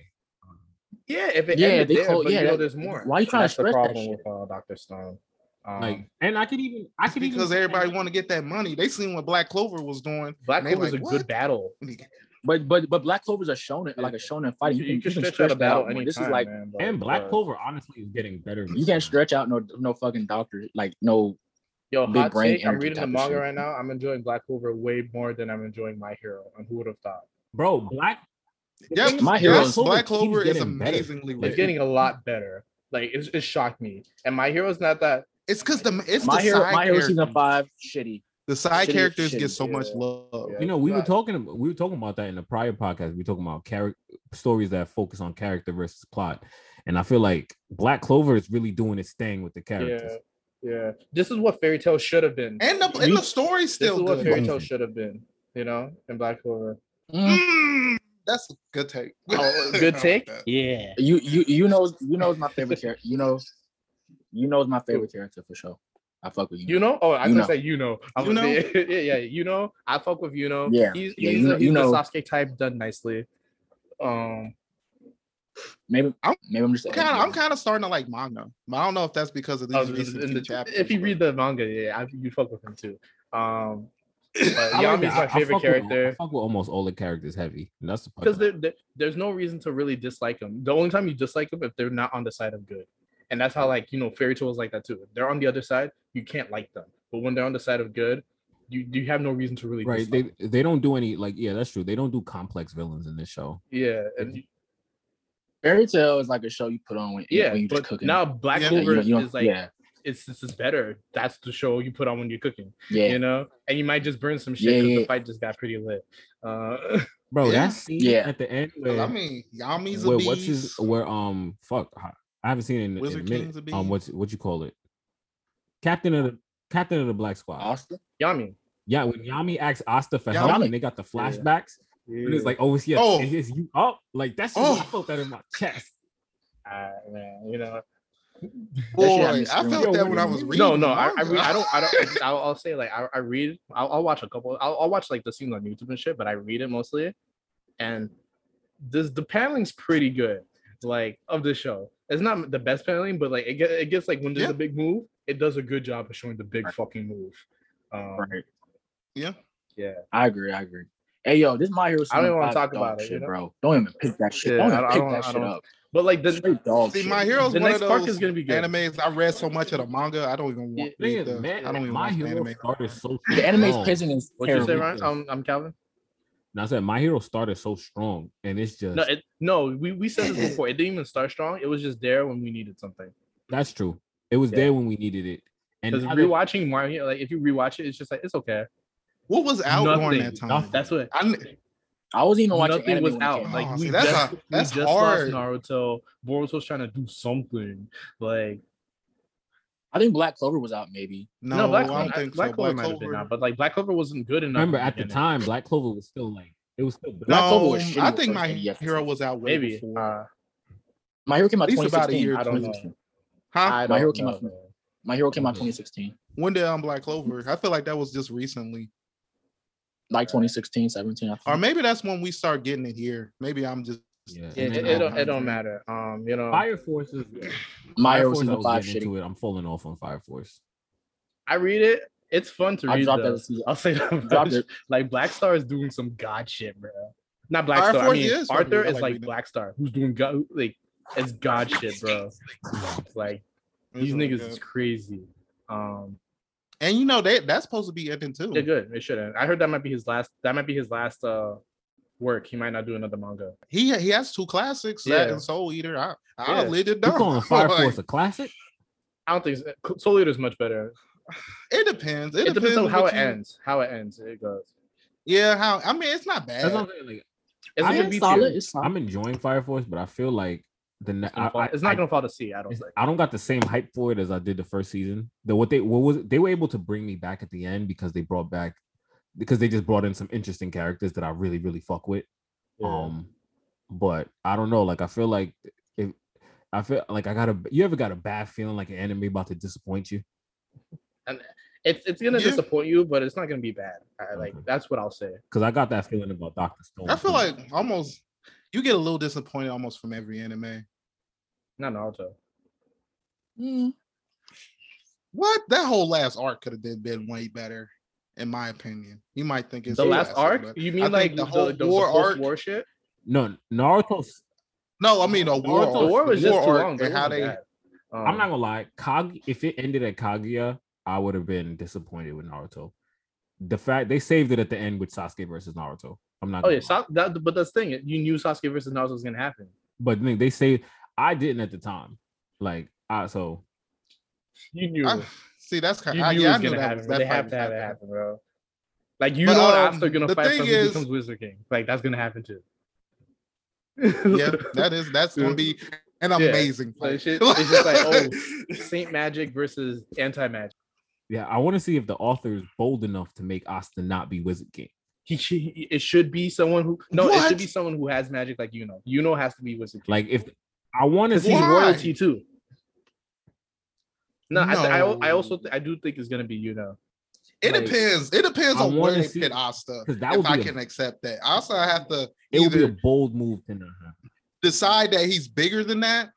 Speaker 1: yeah, if it
Speaker 3: Yeah,
Speaker 1: ended
Speaker 3: they
Speaker 1: there,
Speaker 3: clo-
Speaker 1: but
Speaker 3: yeah,
Speaker 1: you know,
Speaker 3: that-
Speaker 1: there's more.
Speaker 3: why you
Speaker 1: And
Speaker 3: trying to
Speaker 1: that's the
Speaker 3: stretch that
Speaker 1: problem
Speaker 3: shit?
Speaker 1: with uh, Doctor Stone? Um,
Speaker 2: Like, and I could even, I could even
Speaker 4: because everybody want to get that money. They seen what Black Clover was doing.
Speaker 1: Black
Speaker 4: and they
Speaker 1: Clover is a
Speaker 4: like,
Speaker 1: good
Speaker 4: "What?"
Speaker 1: battle.
Speaker 3: But but but Black Clover's a shonen like a
Speaker 1: Yeah.
Speaker 3: shonen fighting.
Speaker 1: you, you can stretch, out a
Speaker 3: that
Speaker 1: battle
Speaker 3: more.
Speaker 1: any
Speaker 3: This is
Speaker 1: time,
Speaker 3: like
Speaker 1: man,
Speaker 2: and
Speaker 1: like,
Speaker 2: Black
Speaker 1: uh,
Speaker 2: Clover honestly is getting better.
Speaker 3: you can't stretch out no no fucking doctor like no.
Speaker 1: Yo,
Speaker 3: big
Speaker 1: hot
Speaker 3: brain
Speaker 1: take. I'm
Speaker 3: energy
Speaker 1: reading the
Speaker 3: type of
Speaker 1: manga
Speaker 3: shit.
Speaker 1: right now. I'm enjoying Black Clover way more than I'm enjoying My Hero. And who would have thought?
Speaker 2: bro. Black
Speaker 4: Yeah,
Speaker 2: thing is,
Speaker 3: My
Speaker 4: Black
Speaker 3: Hero
Speaker 4: Clover,
Speaker 3: is-
Speaker 4: Black
Speaker 2: keeps
Speaker 4: Clover is
Speaker 2: getting better.
Speaker 4: amazingly
Speaker 2: Like,
Speaker 1: It's
Speaker 4: written.
Speaker 1: getting a lot better. Like it's, it shocked me. And My Hero's not that.
Speaker 4: It's because the it's
Speaker 3: My
Speaker 4: the
Speaker 3: hero
Speaker 4: side
Speaker 3: my hero
Speaker 4: characters.
Speaker 3: season five shitty.
Speaker 4: The side
Speaker 3: shitty-
Speaker 4: characters
Speaker 3: shitty,
Speaker 4: get so much
Speaker 1: yeah.
Speaker 4: love.
Speaker 1: Yeah.
Speaker 2: You know, we were
Speaker 1: Right.
Speaker 2: talking, ab- we were talking about that in the prior podcast. We were talking about character stories that focus on character versus plot, and I feel like Black Clover is really doing its thing with the characters.
Speaker 1: Yeah, yeah. This is what Fairy Tale should have been.
Speaker 4: And the and the story's
Speaker 1: this
Speaker 4: still
Speaker 1: is what
Speaker 4: good.
Speaker 1: Fairy Tale
Speaker 2: Amazing.
Speaker 1: should have been. You know, in Black Clover.
Speaker 3: Mm.
Speaker 4: Mm, that's a good take.
Speaker 1: Oh,
Speaker 4: I
Speaker 1: good
Speaker 4: like
Speaker 1: take.
Speaker 4: that.
Speaker 1: Yeah.
Speaker 3: You you you know you know is my favorite character. You know you know is my favorite character for sure. I fuck with you.
Speaker 1: You know? Oh, I was
Speaker 3: You
Speaker 1: gonna
Speaker 3: know.
Speaker 1: say you know. I
Speaker 4: You
Speaker 1: was
Speaker 4: know?
Speaker 1: Say, yeah, yeah. You know, I fuck with you know.
Speaker 3: Yeah,
Speaker 1: He's
Speaker 3: yeah,
Speaker 1: he's,
Speaker 3: you
Speaker 1: a,
Speaker 3: know-
Speaker 1: he's
Speaker 3: you know.
Speaker 1: the Sasuke type done nicely. Um,
Speaker 3: maybe
Speaker 4: I'm-
Speaker 3: maybe I'm just
Speaker 4: I'm kind of I'm kind of starting to like manga, but I don't know if that's because of
Speaker 1: I
Speaker 4: these
Speaker 1: was-
Speaker 4: recent
Speaker 1: Oh, in
Speaker 4: few
Speaker 1: the-
Speaker 4: chapters.
Speaker 1: if you
Speaker 4: but-
Speaker 1: read the manga, yeah, I, you fuck with him too. Um, but
Speaker 2: I like
Speaker 1: Yami's
Speaker 2: that.
Speaker 1: my
Speaker 2: I- I
Speaker 1: favorite
Speaker 2: fuck with- I
Speaker 1: character.
Speaker 2: fuck with almost all the characters heavy, and that's the part
Speaker 1: because
Speaker 2: that-
Speaker 1: there, there- there's no reason to really dislike them. The only time you dislike them if they're not on the side of good, and that's how like you know fairy tales like that too. If they're on the other side, you can't like them, but when they're on the side of good, you you have no reason to really
Speaker 2: right.
Speaker 1: dislike
Speaker 2: They they don't do any like yeah, that's true. They don't do complex villains in this show.
Speaker 1: them. Yeah, and you-
Speaker 3: Fairy Tale is like a show you put on when,
Speaker 1: yeah,
Speaker 3: when you just
Speaker 1: but
Speaker 3: cooking.
Speaker 1: now Black
Speaker 4: Yeah,
Speaker 3: Yeah, you
Speaker 1: Clover
Speaker 3: don't- you don't-
Speaker 1: is like
Speaker 3: yeah,
Speaker 1: it's this is better. That's the show you put on when you're cooking,
Speaker 3: yeah.
Speaker 1: you know, and you might just burn some shit
Speaker 3: Yeah,
Speaker 1: because
Speaker 3: yeah.
Speaker 1: the fight just got pretty lit. Uh,
Speaker 2: Bro,
Speaker 4: Yeah.
Speaker 2: that scene
Speaker 3: Yeah.
Speaker 2: at the end
Speaker 4: Well,
Speaker 2: where,
Speaker 4: I mean, Yami's a
Speaker 2: where
Speaker 4: beast.
Speaker 2: what's his where um fuck I- I haven't seen it in, in a
Speaker 4: Wizard
Speaker 2: minute.
Speaker 4: King's a
Speaker 2: um,
Speaker 4: beast.
Speaker 2: what's what you call it? Captain of the Captain of the Black Squad.
Speaker 3: Austin.
Speaker 1: Yami.
Speaker 2: Yeah, when Yami asked Asta for help
Speaker 4: Yami.
Speaker 2: and they got the flashbacks, and it's like, oh, it's, yeah,
Speaker 4: Oh.
Speaker 2: it's just you up. Like that's
Speaker 4: Oh.
Speaker 2: I felt that in my chest.
Speaker 1: Ah, man, you know,
Speaker 3: shit had
Speaker 4: boy.
Speaker 3: me
Speaker 4: I
Speaker 3: screaming.
Speaker 4: felt
Speaker 2: Yo,
Speaker 4: that when I was reading.
Speaker 1: no, no, I, I,
Speaker 4: manga.
Speaker 1: read, I don't, I don't, I'll, I'll say like I, I read, I'll, I'll watch a couple, I'll, I'll watch like the scenes on YouTube and shit, but I read it mostly, and this the paneling's pretty good, like of the show. It's not the best paneling, but like it, get, it gets like when there's
Speaker 4: Yeah.
Speaker 1: a big move, it does a good job of showing the big
Speaker 3: Right.
Speaker 1: fucking move. Um,
Speaker 3: Right.
Speaker 4: Yeah.
Speaker 1: Yeah.
Speaker 3: I agree. I agree. Hey yo, this my hero.
Speaker 1: I don't even
Speaker 3: Season
Speaker 1: wanna
Speaker 3: Five
Speaker 1: talk
Speaker 3: dog
Speaker 1: about it,
Speaker 3: shit,
Speaker 1: you know?
Speaker 3: bro. Don't even pick that shit.
Speaker 1: Yeah,
Speaker 3: don't
Speaker 1: I
Speaker 3: even
Speaker 1: don't- I
Speaker 3: pick
Speaker 1: don't-
Speaker 3: that
Speaker 1: I
Speaker 3: shit
Speaker 1: don't-
Speaker 3: up.
Speaker 1: But like the,
Speaker 3: Straight dog
Speaker 4: See,
Speaker 3: shit.
Speaker 4: my heroes
Speaker 1: the
Speaker 4: one
Speaker 1: next
Speaker 4: of
Speaker 1: park
Speaker 4: those
Speaker 1: is gonna be good.
Speaker 4: animes. I read so much of the manga, I don't even want
Speaker 2: Thing is,
Speaker 4: read the,
Speaker 2: man,
Speaker 4: I don't even
Speaker 2: my
Speaker 4: watch the
Speaker 2: hero
Speaker 4: anime.
Speaker 2: started so
Speaker 3: The anime's
Speaker 2: strong.
Speaker 3: pacing is
Speaker 1: What Oh. you say,
Speaker 3: terrible.
Speaker 1: Ryan? Um, I'm Calvin.
Speaker 2: And I said my hero started so strong, and it's just
Speaker 1: No, it, no, we, we said this before. It didn't even start strong. It was just there when we needed something.
Speaker 2: that's true. It was
Speaker 1: Yeah.
Speaker 2: there when we needed it, and
Speaker 1: Because
Speaker 2: now that-
Speaker 1: rewatching Mario, like if you rewatch it, it's just like it's okay.
Speaker 4: What was out during that
Speaker 1: Nothing.
Speaker 4: time?
Speaker 2: Nothing.
Speaker 1: That's what.
Speaker 4: I kn-
Speaker 3: I wasn't even watching
Speaker 1: nothing
Speaker 3: anime
Speaker 1: was
Speaker 3: when it
Speaker 1: out.
Speaker 3: came
Speaker 4: Oh,
Speaker 1: Like
Speaker 4: see,
Speaker 1: we
Speaker 4: that's
Speaker 1: just,
Speaker 4: a- that's
Speaker 1: we just
Speaker 4: hard.
Speaker 1: lost Naruto. Boruto's trying to do something. Like
Speaker 3: I think Black Clover was out maybe.
Speaker 4: no,
Speaker 1: Black
Speaker 4: I don't
Speaker 1: Clover,
Speaker 4: think
Speaker 1: Black
Speaker 4: so.
Speaker 1: Clover
Speaker 4: Black
Speaker 1: might have been
Speaker 4: Clover-
Speaker 1: out, but like Black Clover wasn't good enough.
Speaker 2: remember
Speaker 1: in
Speaker 2: at the
Speaker 1: beginning.
Speaker 2: time, Black Clover was still like it was still.
Speaker 4: No,
Speaker 2: black.
Speaker 3: Clover was shitty
Speaker 4: I
Speaker 3: the
Speaker 4: think
Speaker 3: first
Speaker 4: my
Speaker 3: thing, yes.
Speaker 4: hero was out way
Speaker 1: maybe.
Speaker 4: before.
Speaker 1: Uh,
Speaker 3: My hero came out
Speaker 4: At least about a
Speaker 3: 2016.
Speaker 4: year
Speaker 1: I don't know.
Speaker 3: 2016.
Speaker 4: huh?
Speaker 1: I
Speaker 3: My
Speaker 1: don't
Speaker 3: hero came
Speaker 1: know,
Speaker 3: out-
Speaker 1: man.
Speaker 3: My hero came out
Speaker 2: Mhm.
Speaker 3: 2016,
Speaker 4: when did um Black Clover? I feel like that was just recently,
Speaker 3: like 2016, 17. I think.
Speaker 4: or maybe that's when we start getting it here. Maybe I'm just
Speaker 2: Yeah,
Speaker 1: Yeah,
Speaker 2: and
Speaker 1: it,
Speaker 2: then,
Speaker 1: it, uh,
Speaker 2: um,
Speaker 1: don't, it don't matter. Um, you know,
Speaker 2: Fire Force is
Speaker 3: My hero
Speaker 2: Force, I
Speaker 3: season
Speaker 2: was
Speaker 3: five
Speaker 2: getting
Speaker 3: shitty.
Speaker 2: into it. I'm falling off on Fire Force.
Speaker 1: I read it. It's fun to
Speaker 3: I
Speaker 1: read.
Speaker 3: dropped
Speaker 1: though.
Speaker 3: that season.
Speaker 1: I'll say that.
Speaker 3: Dropped
Speaker 1: much.
Speaker 3: it.
Speaker 1: Like Black Star is doing some god shit, bro. Not Black
Speaker 4: Fire
Speaker 1: Star. I
Speaker 4: Force
Speaker 1: mean,
Speaker 4: is fucking
Speaker 1: Arthur
Speaker 4: good. I
Speaker 1: is
Speaker 4: like
Speaker 1: like
Speaker 4: reading.
Speaker 1: Black Star, who's doing god like it's god shit, bro. Like these
Speaker 4: It's really
Speaker 1: niggas
Speaker 4: good.
Speaker 1: is crazy. Um,
Speaker 4: And you know that that's supposed to be ending too.
Speaker 1: they're good. They should. I heard that might be his last. That might be his last uh work. He might not do another manga.
Speaker 4: He he has two classics, that
Speaker 1: Yeah.
Speaker 4: and Soul Eater. I I
Speaker 1: Yeah.
Speaker 4: lived it
Speaker 2: You
Speaker 4: down.
Speaker 2: calling Fire
Speaker 4: Like,
Speaker 2: Force a classic?
Speaker 1: I don't think so. Soul Eater is much better.
Speaker 4: it depends. It,
Speaker 1: It, depends, on how
Speaker 4: what
Speaker 1: it
Speaker 4: you-
Speaker 1: ends. How it ends. It goes.
Speaker 4: Yeah, how I mean, it's not
Speaker 2: That's what I'm
Speaker 4: bad.
Speaker 2: saying. Like,
Speaker 1: It's
Speaker 2: I
Speaker 1: not
Speaker 2: mean,
Speaker 1: gonna
Speaker 3: It's
Speaker 1: be
Speaker 3: solid.
Speaker 1: too.
Speaker 3: It's solid.
Speaker 2: I'm enjoying Fire Force, but I feel like the ne- I, I,
Speaker 1: It's not
Speaker 2: I-
Speaker 1: gonna fall to sea. I don't think.
Speaker 2: I don't got the same hype for it as I did the first season. The what they what was they were able to bring me back at the end because they brought back because they just brought in some interesting characters that I really really fuck with. Um, but I don't know. Like I feel like if I feel like I got a you ever got a bad feeling like an anime about to disappoint you?
Speaker 1: It's it's gonna
Speaker 4: Yeah.
Speaker 1: disappoint you, but it's not gonna be bad. I, like
Speaker 2: Okay.
Speaker 1: that's what I'll say.
Speaker 2: Because I got that feeling about Doctor Stone.
Speaker 4: I feel
Speaker 2: too.
Speaker 4: like almost you get a little disappointed almost from every anime.
Speaker 1: Not Naruto.
Speaker 3: Mm.
Speaker 4: What that whole last arc could have been, been way better, in my opinion. You might think it's
Speaker 1: the last
Speaker 4: classic,
Speaker 1: arc?
Speaker 4: but-
Speaker 1: You
Speaker 4: I
Speaker 1: mean
Speaker 4: think
Speaker 1: like
Speaker 4: the
Speaker 1: the
Speaker 4: whole
Speaker 1: whole the,
Speaker 4: war
Speaker 1: war
Speaker 4: arc-
Speaker 1: War shit.
Speaker 2: no Naruto.
Speaker 4: No, I mean a war.
Speaker 2: Naruto-
Speaker 1: The war
Speaker 4: arc-
Speaker 1: was just
Speaker 4: war
Speaker 1: too
Speaker 4: arc
Speaker 1: long.
Speaker 4: and how they.
Speaker 1: Um,
Speaker 2: I'm not
Speaker 4: Oh.
Speaker 2: gonna lie, Kag. If it ended at Kaguya, I would have been disappointed with Naruto. The fact they saved it at the end with Sasuke versus Naruto. I'm not.
Speaker 1: Oh
Speaker 2: gonna
Speaker 1: yeah,
Speaker 2: lie.
Speaker 1: Sa- that, but that's the thing. You knew Sasuke versus Naruto was gonna happen.
Speaker 2: but then they say I didn't at the time. Like I so
Speaker 1: You knew.
Speaker 4: I,
Speaker 1: it.
Speaker 4: see, that's kind
Speaker 1: you
Speaker 4: of.
Speaker 1: knew it
Speaker 4: Yeah, I
Speaker 1: was
Speaker 4: knew
Speaker 1: gonna
Speaker 4: that.
Speaker 1: happen.
Speaker 4: was-
Speaker 1: but
Speaker 4: that
Speaker 1: they
Speaker 4: fight
Speaker 1: have
Speaker 4: was
Speaker 1: to have it
Speaker 4: happening.
Speaker 1: happen, bro. Like you
Speaker 4: But,
Speaker 1: know,
Speaker 4: um,
Speaker 1: Asta gonna
Speaker 4: the
Speaker 1: fight
Speaker 4: thing
Speaker 1: for
Speaker 4: is-
Speaker 1: who becomes Wizard King. Like that's gonna happen too.
Speaker 4: Yeah, that is. That's gonna be an
Speaker 1: Yeah.
Speaker 4: amazing
Speaker 1: Like,
Speaker 4: fight.
Speaker 1: shit- it's just like, oh. Saint Magic versus Anti Magic.
Speaker 2: yeah, I want to see if the author is bold enough to make Asta not be Wizard King.
Speaker 1: He, should- he it should be someone who no, it
Speaker 4: What?
Speaker 1: should be someone who has magic like you know. You know has to be Wizard King.
Speaker 2: Like if I want to
Speaker 1: Because
Speaker 2: see
Speaker 1: he's
Speaker 4: Why?
Speaker 1: royalty too. No, I, th- I, al- I also
Speaker 4: No.
Speaker 1: th- I do think it's gonna be you know.
Speaker 4: It
Speaker 1: Like,
Speaker 4: depends. It depends
Speaker 2: I
Speaker 4: on
Speaker 2: wanna
Speaker 4: where they
Speaker 2: see-
Speaker 4: pit Asta.
Speaker 2: because that
Speaker 4: If
Speaker 2: would
Speaker 4: I
Speaker 2: be
Speaker 4: can
Speaker 2: a,
Speaker 4: accept that, Asta I have to
Speaker 2: it would be a
Speaker 4: either
Speaker 2: bold move to not have.
Speaker 4: decide that he's bigger than that,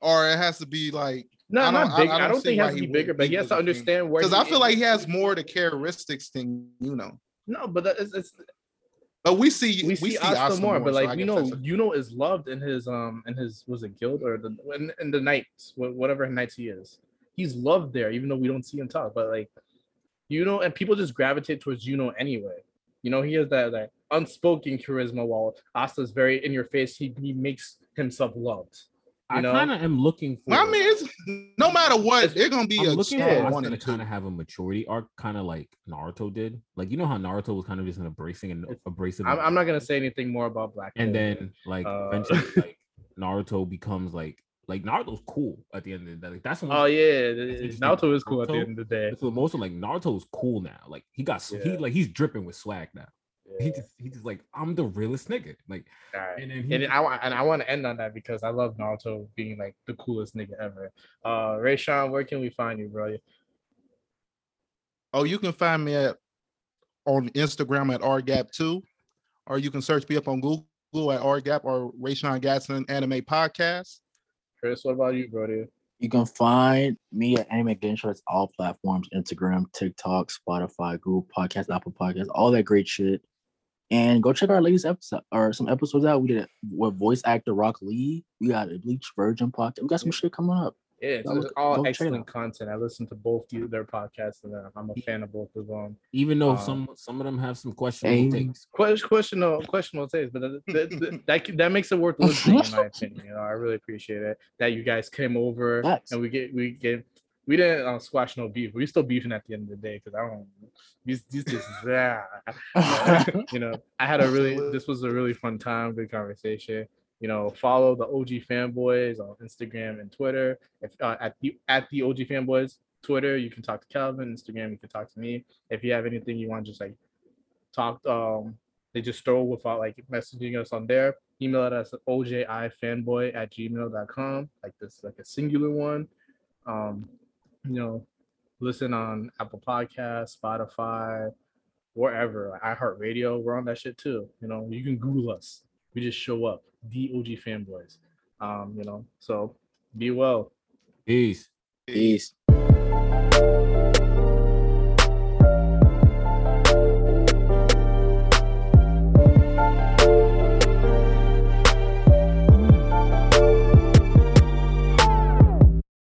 Speaker 4: or it has to be like
Speaker 1: No,
Speaker 4: I
Speaker 1: not
Speaker 4: don't- I-
Speaker 1: big.
Speaker 4: I
Speaker 1: I don't,
Speaker 4: don't see
Speaker 1: think he
Speaker 4: why
Speaker 1: has to
Speaker 4: he
Speaker 1: be bigger,
Speaker 4: wouldn't
Speaker 1: but
Speaker 4: be
Speaker 1: he has to
Speaker 4: Wizard King.
Speaker 1: understand where.
Speaker 4: because I feel like he has more of the characteristics than you know.
Speaker 1: no, but that is, it's,
Speaker 4: But we see
Speaker 1: we, see, Asta, more, but like we know, you know is loved in his um in his was it guild or the in, in the knights wh- whatever knights he is. He's loved there, even though we don't see him talk. But like, you know, and people just gravitate towards Juno anyway. You know, he has that that unspoken charisma. While Asta's very in your face, he he makes himself loved. You
Speaker 2: I
Speaker 1: know?
Speaker 2: kind of am looking for.
Speaker 4: I mean, it's no matter what,
Speaker 1: It's-
Speaker 4: they're gonna be
Speaker 2: I'm
Speaker 4: a
Speaker 2: looking
Speaker 4: strong
Speaker 2: for
Speaker 1: yeah,
Speaker 2: Asta
Speaker 4: one
Speaker 2: to
Speaker 4: and two.
Speaker 2: kind of have a maturity arc, kind of like Naruto did. Like you know how Naruto was kind of just an abrasive and
Speaker 1: It's-
Speaker 2: abrasive.
Speaker 1: I'm, I'm not gonna say anything more about Black.
Speaker 2: and
Speaker 1: Clover.
Speaker 2: then like
Speaker 1: Uh,
Speaker 2: eventually like Naruto becomes like like Naruto's cool at the end of the day. Like that's when
Speaker 1: oh yeah, the-
Speaker 2: That's interesting.
Speaker 1: Naruto is cool at the
Speaker 2: Naruto?
Speaker 1: end of the day.
Speaker 2: for the most of like Naruto's cool now. Like he got sw- he
Speaker 1: Yeah.
Speaker 2: like he's dripping with swag now. He
Speaker 1: Yeah.
Speaker 2: just he just like I'm the realest nigga. Like
Speaker 1: All right.
Speaker 2: and then he
Speaker 1: And I wa- and I want to end on that because I love Naruto being like the coolest nigga ever. Uh, Ray Sean, where can we find you, bro?
Speaker 4: Oh, you can find me at on Instagram at rgap2, or you can search me up on Google at rgap or Rayshawn Gatson Anime Podcast.
Speaker 1: Chris, what about you, bro?
Speaker 3: You can find me at Anime Game Show. It's all platforms: Instagram, TikTok, Spotify, Google Podcast, Apple Podcasts, all that great shit. And go check our latest episode or some episodes out. We did it with voice actor Rock Lee. We got a Bleach Virgin podcast. We got some shit coming up.
Speaker 1: Yeah, it's,
Speaker 3: That was-
Speaker 1: it's all
Speaker 3: that was
Speaker 1: excellent
Speaker 3: trailer.
Speaker 1: content. I listen to both you, their podcasts, and uh, I'm a fan of both of them.
Speaker 5: Even though
Speaker 1: Um,
Speaker 5: some some of them have some questionable
Speaker 3: Amen.
Speaker 5: takes.
Speaker 1: Question, questionable, questionable taste, but that, that, that, that, c- that makes it worth listening, in my opinion. You know, I really appreciate it that you guys came over
Speaker 3: Facts.
Speaker 1: and we get we get we didn't uh, squash no beef. We still beefing at the end of the day because I don't these these ah, just yeah. you know, I had a really this was a really fun time, good conversation. You know, follow the OG fanboys on Instagram and Twitter. If uh, at the at the OG fanboys Twitter, you can talk to Calvin. Instagram, you can talk to me. If you have anything you want, just like talk. Um, they just throw without like messaging us on there. Email at us at ojifanboy at gmail.com. Like this, like a singular one. Um, you know, listen on Apple Podcasts, Spotify, wherever, like iHeartRadio, we're on that shit too. You know, you can Google us. We just show up, the OG fanboys. Um, you know, so be well.
Speaker 5: Peace.
Speaker 3: Peace.